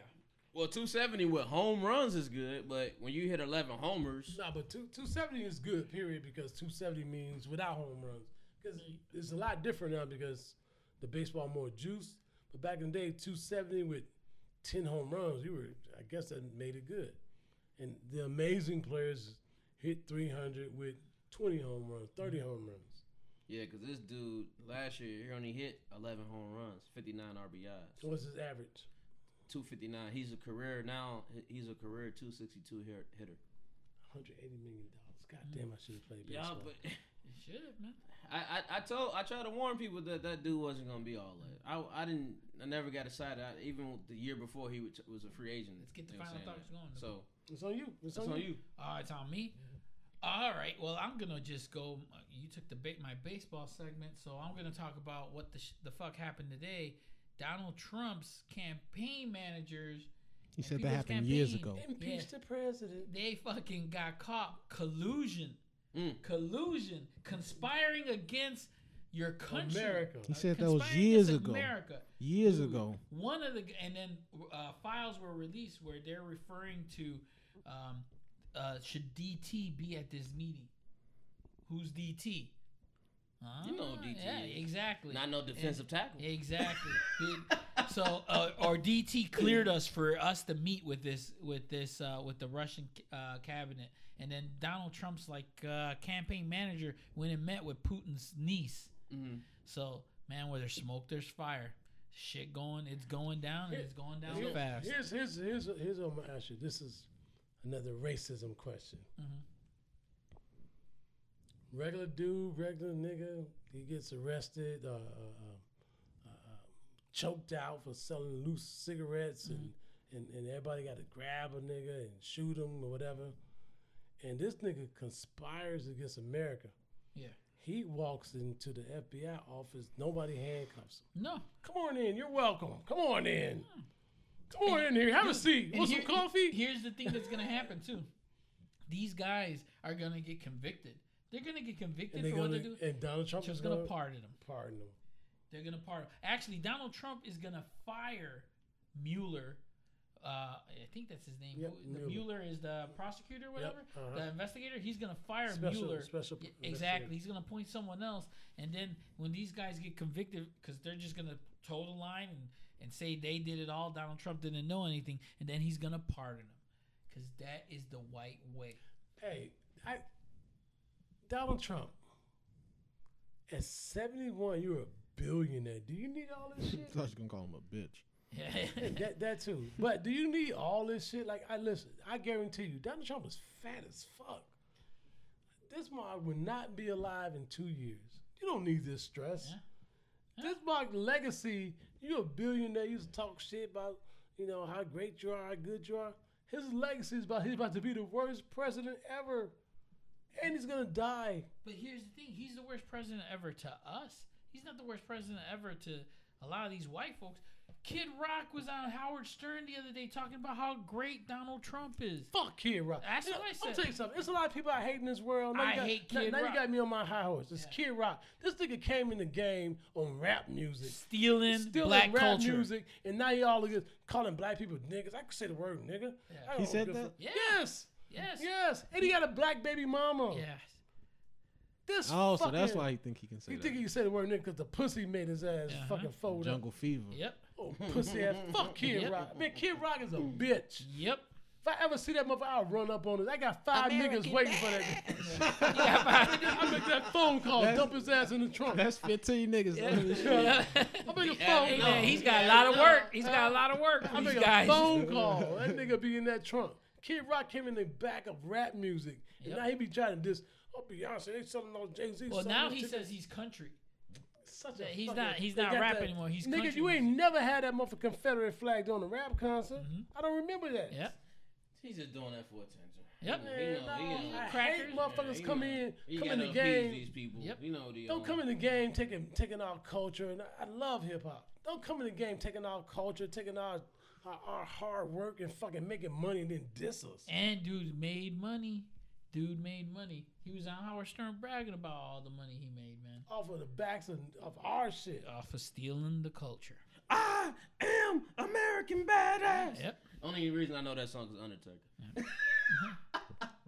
S4: Well, 270 with home runs is good, but when you hit 11 homers,
S2: No, but two, 270 is good, period, because 270 means without home runs. Because it's a lot different now because the baseball more juice. But back in the day, 270 with 10 home runs, you were, I guess that made it good. And the amazing players hit 300 with 20 home runs, 30 home runs.
S4: yeah, because this dude last year he only hit 11 home runs, 59 RBIs,
S2: So what's his average?
S4: 259. He's a career now. He's a career 262 hit- hitter.
S2: 180 million dollars. God damn, I should have played
S4: Yeah,
S2: baseball.
S4: but
S6: It should man.
S4: I, I I told I tried to warn people that that dude wasn't gonna be all that. I I didn't I never got excited. I, even the year before he was, was a free agent.
S6: Let's get the
S4: they were
S6: final
S4: saying
S6: thoughts
S4: that.
S6: going.
S4: So
S2: it's on you. It's on,
S4: it's on
S2: you.
S4: you.
S6: Oh, it's on me. All right. Well, I'm gonna just go. uh, You took the ba- my baseball segment, so I'm gonna talk about what the sh- the fuck happened today. Donald Trump's campaign managers
S5: He said that
S6: People's
S5: happened years
S6: campaign.
S5: ago.
S2: Impeach
S6: Yeah.
S2: the president.
S6: They fucking got caught collusion, collusion, conspiring against your country.
S2: America.
S5: He said that was
S6: Conspiring
S5: years
S6: against
S5: ago.
S6: America.
S5: Years
S6: Dude,
S5: ago.
S6: One of the g- and then uh, files were released where they're referring to um, uh, should DT be at this meeting? Who's DT?
S4: You know who
S6: Ah,
S4: DT
S6: Yeah,
S4: is.
S6: exactly.
S4: Not no defensive tackle.
S6: Exactly. Dude, so, uh, or DT cleared us for us to meet with this, with this, uh, with the Russian uh, cabinet, and then Donald Trump's like uh, campaign manager went and met with Putin's niece.
S2: Mm-hmm.
S6: So, man, where there's smoke, there's fire. Shit going, it's going down, and it's going down
S2: Here-
S6: fast.
S2: Here's here's here's here's what I'm gonna ask you. This is another racism question.
S6: Mm-hmm.
S2: Regular dude, regular nigga, he gets arrested, uh, uh, uh, uh, uh, choked out for selling loose cigarettes,
S6: Mm-hmm.
S2: and, and and everybody got to grab a nigga and shoot him or whatever. And this nigga conspires against America.
S6: Yeah.
S2: He walks into the FBI office. Nobody handcuffs him.
S6: No.
S2: Come on in. You're welcome. Come on in. Come on in here. Have a seat.
S6: And
S2: Want some
S6: here-
S2: coffee?
S6: Here's the thing that's gonna happen too. These guys are gonna get convicted. They're gonna get convicted
S2: and, they
S6: for what
S2: gonna,
S6: they do.
S2: and Donald Trump
S6: Trump's
S2: is
S6: gonna
S2: going to
S6: pardon them.
S2: pardon him.
S6: They're gonna pardon. Actually, Donald Trump is gonna fire Mueller. Uh, I think that's his name.
S2: Yep,
S6: Who- the
S2: Mueller.
S6: Mueller is the prosecutor, whatever.
S2: uh-huh.
S6: The investigator. He's gonna fire
S2: Special-
S6: Mueller.
S2: special
S6: Yeah,
S2: investigator.
S6: exactly. He's gonna appoint someone else, and then when these guys get convicted, because they're just gonna toe the line and, and say they did it all. Donald Trump didn't know anything, and then he's gonna pardon them, because that is the white way.
S2: Hey, I, Donald Trump, at 71, you're a billionaire. Do you need all this shit?
S5: I was gonna call him a bitch.
S2: that, that too. But do you need all this shit? Like, I listen, I guarantee you, Donald Trump is fat as fuck. This mark will not be alive in two years. You don't need this stress. This mark legacy, you a billionaire, you used to talk shit about, you know, how great you are, how good you are. His legacy is about he's about to be the worst president ever. And he's gonna die.
S6: But here's the thing: he's the worst president ever to us. He's not the worst president ever to a lot of these white folks. Kid Rock was on Howard Stern the other day talking about how great Donald Trump is.
S2: Fuck Kid Rock.
S6: That's
S2: You know,
S6: what I
S2: I'll
S6: said.
S2: tell you something. It's a lot of people I hate in this world. you
S6: I
S2: got,
S6: hate
S2: now-
S6: Kid
S2: now,
S6: Rock.
S2: you got me on my high horse. It's Kid Rock. This nigga came in the game on rap music.
S6: Stealing
S2: Still
S6: black
S2: in rap
S6: culture.
S2: music, and now y'all are calling black people niggas. I could say the word nigga. I don't
S5: He said
S2: give a
S5: that?
S2: fuck.
S6: Yeah.
S2: Yes.
S6: Yes.
S2: Yes. And he got a black baby mama.
S6: Yes.
S2: This
S5: Oh, so that's
S2: fucking-
S5: why he think he can say
S2: He
S5: that.
S2: think he can say the word nigga because the pussy made his ass
S6: Uh-huh.
S2: fucking fold up.
S5: Jungle Fever.
S6: Yep.
S2: Oh, pussy ass. Fuck Kid
S6: Yep.
S2: Rock. Man, Kid Rock is a bitch.
S6: Yep.
S2: If I ever see that motherfucker, I'll run up on it. I got five niggas waiting for that. I make that phone call, dump his ass in the trunk.
S5: That's 15 niggas. under the shit.
S2: I make a
S6: Hey,
S2: phone call.
S6: man, he's got a lot of work. He's got a lot of work.
S2: I
S6: For
S2: make
S6: these
S2: a
S6: guys.
S2: phone call. That nigga be in that trunk. Kid Rock came in the back of rap music, and
S6: Yep.
S2: now he be trying to diss. Oh, Beyonce, they selling all Jay Z.
S6: Well, now he says he's country.
S2: Such
S6: that he's not- he's not rap anymore. He's
S2: nigga.
S6: country
S2: You ain't never had that motherfucker Confederate flag on a rap concert. I don't remember that.
S6: Mm-hmm. Yep.
S4: He's just doing that for attention.
S6: Yep.
S4: He know- he
S2: Man,
S4: know-
S2: no,
S4: he know.
S2: I
S6: Crackers.
S2: hate motherfuckers
S4: Yeah,
S2: come
S4: he know.
S2: in,
S4: He
S2: come in
S4: gotta
S2: the
S4: appease
S2: game.
S4: These people.
S6: Yep.
S4: You know the,
S2: Don't
S4: uh,
S2: come in the game taking taking our culture, and I, I love hip hop. Don't come in the game taking our culture, taking our, our our hard work and fucking making money and then diss us.
S6: And dude made money. Dude made money. He was on Howard Stern bragging about all the money he made, man.
S2: off of the backs of, of our shit.
S6: Off of stealing the culture.
S5: I am American badass.
S6: Yep.
S4: Only reason I know that song is Undertaker.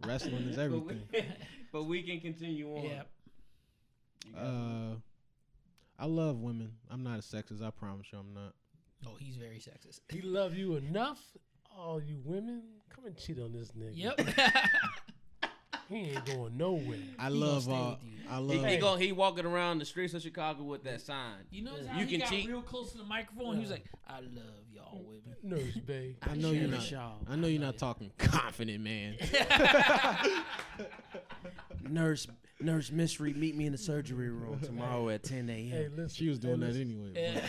S5: Wrestling is
S4: But we,
S5: everything.
S4: but we can continue on.
S6: Yep.
S5: Uh, I love women. I'm not a sexist. I promise you, I'm not.
S6: Oh, he's very sexist.
S2: He love you enough, all you women. Come and cheat on this nigga.
S6: Yep.
S2: He ain't going nowhere.
S5: I
S6: gonna
S5: love
S6: stay
S5: all.
S6: with you.
S5: I
S4: He,
S5: love.
S4: he, go, he walking around the streets of Chicago with that sign.
S6: you know how
S4: You
S6: he
S4: can
S6: got
S4: cheat.
S6: real close to the microphone. He was like, "I love y'all women."
S2: Nurse babe.
S5: I know you're not.
S6: Shaw.
S5: I know you're not talking confident, man.
S8: Nurse, nurse Mystery, meet me in the surgery room tomorrow at 10 a.m.
S2: Hey, listen.
S5: She was doing
S2: hey,
S5: that
S2: listen.
S5: anyway.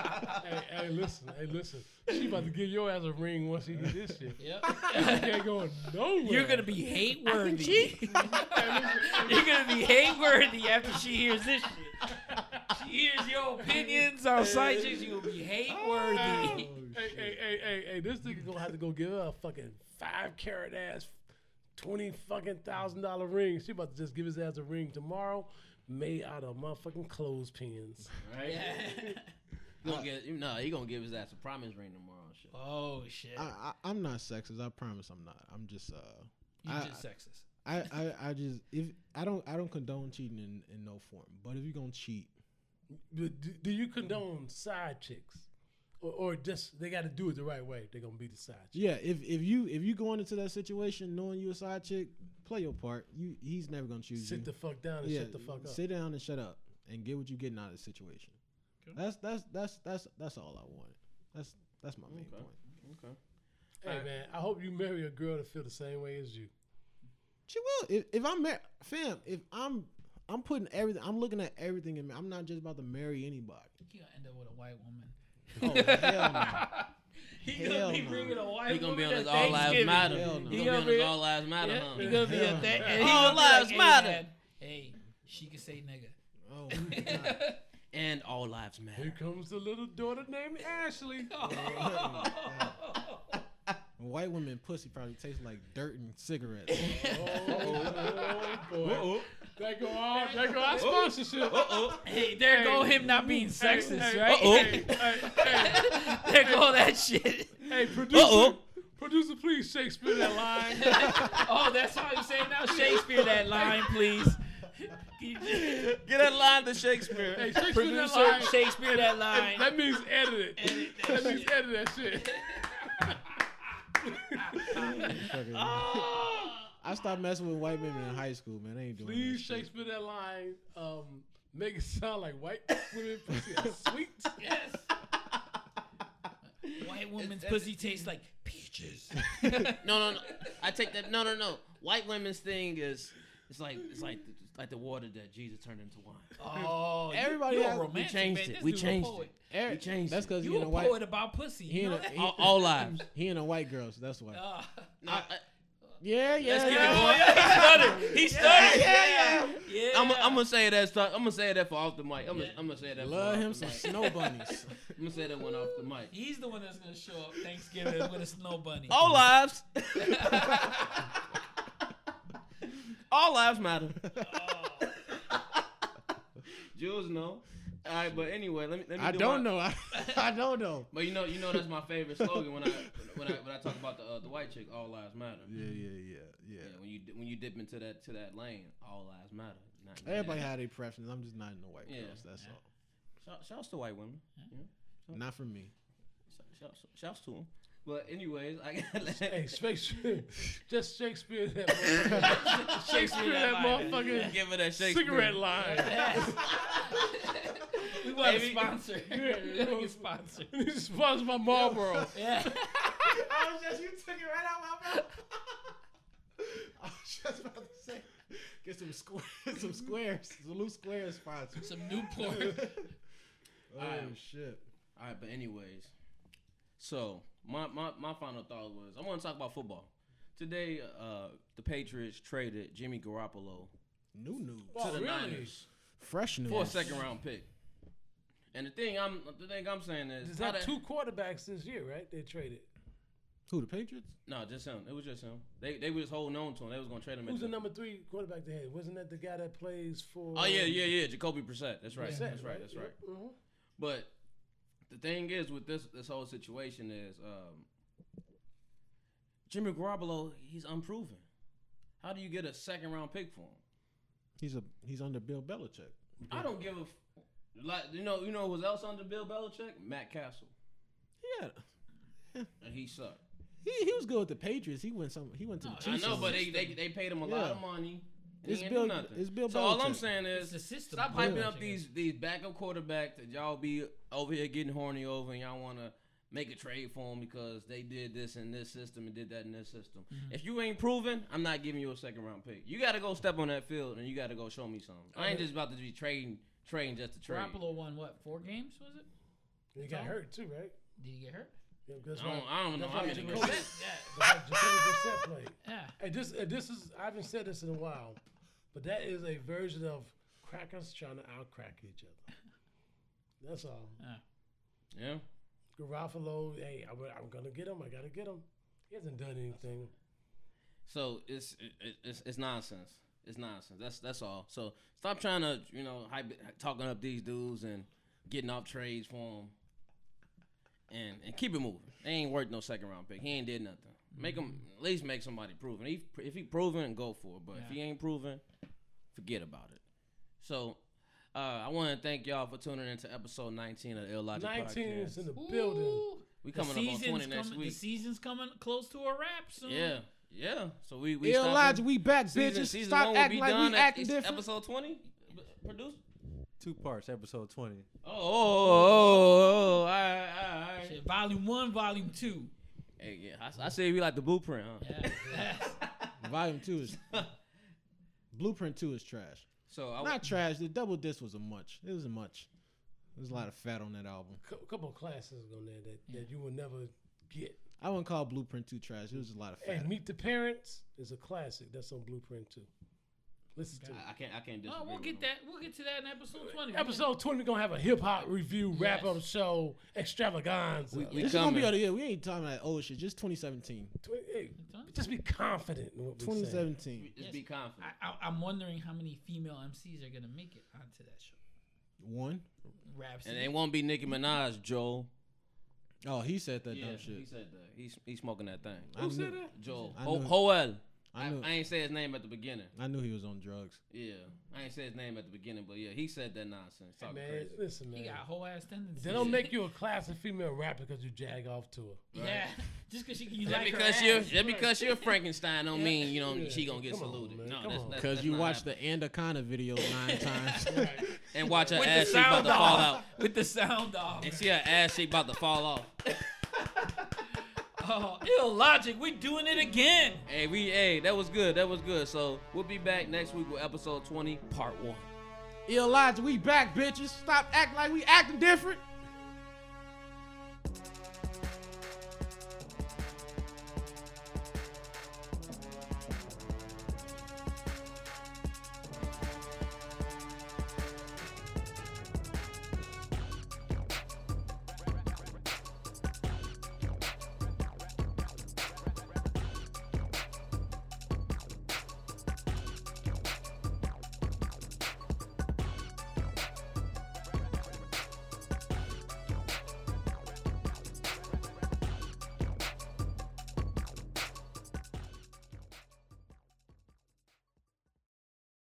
S2: Hey, hey, listen. Hey, listen. She about to give your ass a ring once she get this shit.
S6: Yep.
S2: She ain't going nowhere.
S6: You're gonna be hate worthy. You're gonna be hate worthy after she hears this shit. She hears Because your opinions outside chicks, you'll be hate worthy.
S2: Hey, hey, hey, hey, hey, this nigga gonna have to go give her a fucking five carat ass, twenty fucking thousand dollar ring. She about to just give his ass a ring tomorrow, made out of motherfucking clothespins.
S4: Right? You gonna get, you, nah, he gonna give his ass a promise ring tomorrow and shit.
S6: oh shit!
S5: I, I, I'm not sexist. I promise I'm not. I'm just uh.
S6: you
S5: I-
S6: just sexist.
S5: I, I, I just if I don't I don't condone cheating in, in no form. But if you're gonna cheat,
S2: But do, do you condone side chicks, or, or just they got to do it the right way? They gonna be the side chick.
S5: yeah, if if you if you going into that situation knowing you a side chick, play your part. You he's never gonna choose you.
S2: Sit the fuck down and
S5: yeah,
S2: shut the fuck up.
S5: Sit down and shut up and get what you're getting out of the situation. That's that's that's that's that's all I wanted. That's that's my main point.
S4: Okay.
S2: Hey man, I hope you marry a girl that feel the same way as you.
S5: She will. If, if I'm mar- fam, if I'm I'm putting everything. I'm looking at everything. In, I'm not just about to marry anybody.
S6: You gonna end up with a white woman.
S5: Oh hell no.
S6: He
S5: Hell
S6: gonna be
S5: no.
S6: bringing a white
S4: He gonna be on
S6: woman
S4: his
S6: to
S4: All Lives
S6: Thanksgiving.
S4: Matter.
S5: Hell no.
S4: He
S6: He
S4: gonna be on
S6: gonna
S4: his
S6: be-
S4: All Lives Matter,
S6: Yeah,
S4: huh?
S6: he gonna be
S5: Hell
S6: at that.
S5: no.
S6: and he
S4: All
S6: gonna be like,
S4: lives matter."
S6: Hey, man, hey, she can say nigga.
S5: Oh my god.
S4: And all lives
S2: Here
S4: matter.
S2: comes the little daughter named Ashley.
S5: Oh, White women pussy probably tastes like dirt and cigarettes.
S2: Oh boy. That go all that go our sponsorship.
S6: hey, there go him not being sexist,
S2: hey,
S6: right?
S2: Hey, hey, hey,
S6: there go that shit.
S2: hey, producer. Producer, please Shakespeare that line.
S6: oh, that's how you say it now. Shakespeare that line, please.
S4: Get that line to Shakespeare.
S2: Hey, Shakespeare that
S6: Producer,
S2: line.
S6: Shakespeare that line.
S2: That means edit it. That means edit that shit.
S5: Fucking-
S6: Oh,
S5: I stopped messing with white women in high school, man. I ain't doing that
S2: Please
S5: shit.
S2: Shakespeare that line. Um, make it sound like white women pussy are sweet.
S6: Yes. White woman's pussy tastes like peaches.
S4: No, no, no. I take that. No, no, no. White women's thing is it's like it's like it's like the water that Jesus turned into wine.
S6: Oh,
S5: Everybody
S6: you, you
S5: has-
S6: a
S5: we
S6: romantic,
S4: changed
S6: man.
S4: it.
S6: This
S4: We
S6: dude's a
S4: changed
S6: poet.
S4: it.
S5: Eric-
S4: You changed
S5: That's
S4: it.
S5: because
S6: You
S5: he in
S6: a
S5: a white.
S6: poet about pussy.
S5: He
S6: You
S5: in
S6: know
S5: a,
S6: that?
S5: he,
S4: All, all lives.
S5: he in a white girl, so that's why.
S6: Ah.
S4: No, I,
S5: yeah, yeah,
S6: Let's get it,
S5: yeah.
S6: boy. He stuttered. He stuttered.
S5: yeah, yeah.
S6: Yeah.
S4: I'm I'm gonna say that. I'm gonna say that for off the mic. I'm gonna I'm gonna say that.
S5: Love
S4: for
S5: him
S4: off the
S5: some
S4: mic.
S5: snow bunnies.
S4: I'm gonna say that one off the mic.
S6: He's the one that's gonna show up Thanksgiving with a snow bunny.
S4: All lives. all lives matter.
S6: Oh.
S4: Jules, no. All right, but anyway, let me let me.
S5: I
S4: do
S5: don't
S4: my-
S5: know. I, I don't know.
S4: But you know, you know that's my favorite slogan when I when I when I talk about the uh, the white chick. All lives matter.
S7: Yeah, yeah, yeah,
S4: Yeah, when you di- when you dip into that to that lane, all lives matter. Not-
S5: Everybody had their preferences. I'm just not in the white
S4: Yeah.
S5: girls. That's all.
S4: Shout, shouts to white women. Yeah.
S5: Not for me.
S4: Shout, shouts, shouts to them. But anyways, I got
S2: Hey, Shakespeare, just Shakespeare that motherfucking, Shakespeare that
S6: line.
S2: motherfucking
S4: give it a shake.
S2: cigarette line.
S6: we want a
S4: Maybe-
S6: sponsor. we gotta get sponsored.
S2: This sponsored by Marlboro.
S6: Yeah.
S5: I was just you took it right out my mouth. I was just about to say, get some squares, some squares, some loose squares sponsors.
S6: Some Newport.
S5: Oh
S4: Alright.
S5: shit!
S4: All right, but anyways, so my, my my final thought was I want to talk about football today. Uh, the Patriots traded Jimmy Garoppolo
S5: New news,
S4: to
S2: Oh,
S4: the
S2: really?
S4: Niners
S5: fresh news.
S4: for a second round pick. And the thing I'm the thing I'm saying is
S2: There's
S4: how
S2: not
S4: the-
S2: two quarterbacks this year, right? They traded.
S5: Who the Patriots?
S4: No, just him. It was just him. They they was holding on to him. They was gonna trade him. at
S2: Who's the number three quarterback they had? Wasn't that the guy that plays for? uh,
S4: Oh yeah, yeah, yeah. Jacoby Brissett. That's right.
S2: Brissett,
S4: that's right. That's right.
S2: Mhm.
S4: But the thing is with this this whole situation is um, Jimmy Garoppolo. He's unproven. How do you get a second round pick for him?
S5: He's a he's under Bill Belichick.
S4: I don't give a. F- like you know, you know who's else under Bill Belichick? Matt Castle,
S5: Yeah,
S4: and he sucked.
S5: he, he was good with the Patriots. He went some. He went to the
S4: I
S5: Chiefs.
S4: know, but they, they they paid him a lot of
S5: Yeah.
S4: money. and
S5: It's
S4: he ain't
S5: Bill-
S4: do nothing.
S5: it's Bill
S4: So all I'm
S5: Belichick.
S4: saying
S6: It's
S4: is,
S6: the system.
S4: stop
S6: Bill
S4: hyping
S6: Belichick.
S4: up these these backup quarterbacks that y'all be over here getting horny over, and y'all want to make a trade for them because they did this in this system and did that in this system.
S6: Mm-hmm.
S4: If you ain't proven, I'm not giving you a second round pick. You got to go step on that field and you got to go show me something. I ain't just about to be trading trading just to trade.
S6: Garoppolo won what? Four games was it?
S2: He got hurt too, right?
S6: Did he get hurt?
S2: Yeah, that's
S4: I don't, I don't know
S2: that's
S4: how
S2: why
S4: many.
S2: Jacoby,
S4: games-
S2: that's why Jacoby Brissett played.
S6: Yeah.
S2: And this, and this is I haven't said this in a while, but that is a version of crackers trying to out crack each other. That's all.
S4: Yeah.
S2: Garofalo, hey, I, am gonna get him. I gotta get him. He hasn't done anything.
S4: So it's it, it's it's nonsense. It's nonsense. That's that's all. So stop trying to you know hype, talking up these dudes and getting off trades for them, and and keep it moving. They ain't worth no second round pick. He ain't did nothing. Make him at least make somebody proven. If if he proven, go for it. But if he ain't proven, forget about it. So. Uh, I want to thank y'all for tuning in to episode 19 of the Illogic
S2: 19 is in
S4: Podcast.
S2: the building.
S4: We
S6: The
S4: coming up on 20
S6: season's,
S4: next
S6: coming, the
S4: week.
S6: season's coming close to a wrap soon.
S4: Yeah, yeah. So we we
S5: Ill
S4: stopping-
S5: Lodge, we back,
S4: Season-
S5: bitches.
S4: season one
S5: Stop
S4: will
S5: acting
S4: be
S5: like
S4: done
S5: we
S4: at-
S5: acting
S4: it's
S5: different.
S4: Episode twenty, produced.
S7: Two parts, episode 20.
S4: Oh, oh, oh, oh, oh, all right, all right.
S6: Shit, volume one, volume two.
S4: Hey, yeah, I, I say we like the blueprint, huh?
S6: Yeah, that's-
S5: Volume two is Blueprint two is trash.
S4: So I,
S5: Not trash. The double disc was a much. It was a much. There's a lot of fat on that album.
S2: A couple of classes on there that, that you will never get.
S5: I wouldn't call Blueprint two trash. It was a lot of
S2: Hey,
S5: fat.
S2: Meet the Parents is a classic. That's on Blueprint too. Listen to
S4: I, I can't I can't disagree.
S6: oh, we'll
S4: with
S6: get
S4: him.
S6: that. We'll get to that in episode twenty.
S2: it. Episode 20, we're going to have a hip hop review, wrap up
S6: Yes.
S2: show, extravaganza.
S4: We, we
S5: This is gonna
S4: coming.
S5: be out of here. We ain't talking about that old shit. Just 2017.
S2: Tw- hey,
S6: Done?
S2: just be confident in what we say.
S5: 2017.
S4: Just be confident.
S6: I, I, I'm wondering how many female MCs are gonna make it onto that show.
S5: One.
S6: Rhapsody.
S4: and it won't be Nicki Minaj, Joel.
S5: Oh, he said that
S4: Yeah,
S5: dumb shit.
S4: he said that. He's he's smoking that thing.
S5: I knew, said
S4: Joel.
S5: I
S4: Ho-
S5: knew-
S4: Hoel. I,
S5: I knew.
S4: I ain't say his name at the beginning.
S5: I knew he was on drugs.
S4: Yeah, I ain't say his name at the beginning, but yeah, he said that nonsense. Talking
S2: Man,
S4: crazy.
S2: listen,
S6: he
S2: man.
S6: got whole ass tendencies.
S2: They don't make you a classic female rapper because you jag off to her.
S6: Yeah, just because you
S4: That
S6: like her
S4: because
S6: ass.
S4: you're that because you're Frankenstein don't mean you know
S2: Yeah.
S4: she gonna get
S2: Come on,
S4: saluted.
S2: man.
S4: no,
S2: Come
S4: that's,
S2: on.
S4: that's,
S5: Because
S4: that's
S5: you
S4: not
S5: watched
S4: happening.
S5: the Anaconda video nine times.
S4: and watch her
S6: With the
S4: ass she about
S6: sound
S4: to fall
S6: off.
S4: out
S6: with the sound off.
S4: and see her ass she about to fall off.
S6: Oh, illogic. We're doing it again.
S4: Hey, we hey that was good that was good. So we'll be back next week with episode twenty, part one.
S5: Ill Lodge, we back, bitches. Stop acting like we acting different.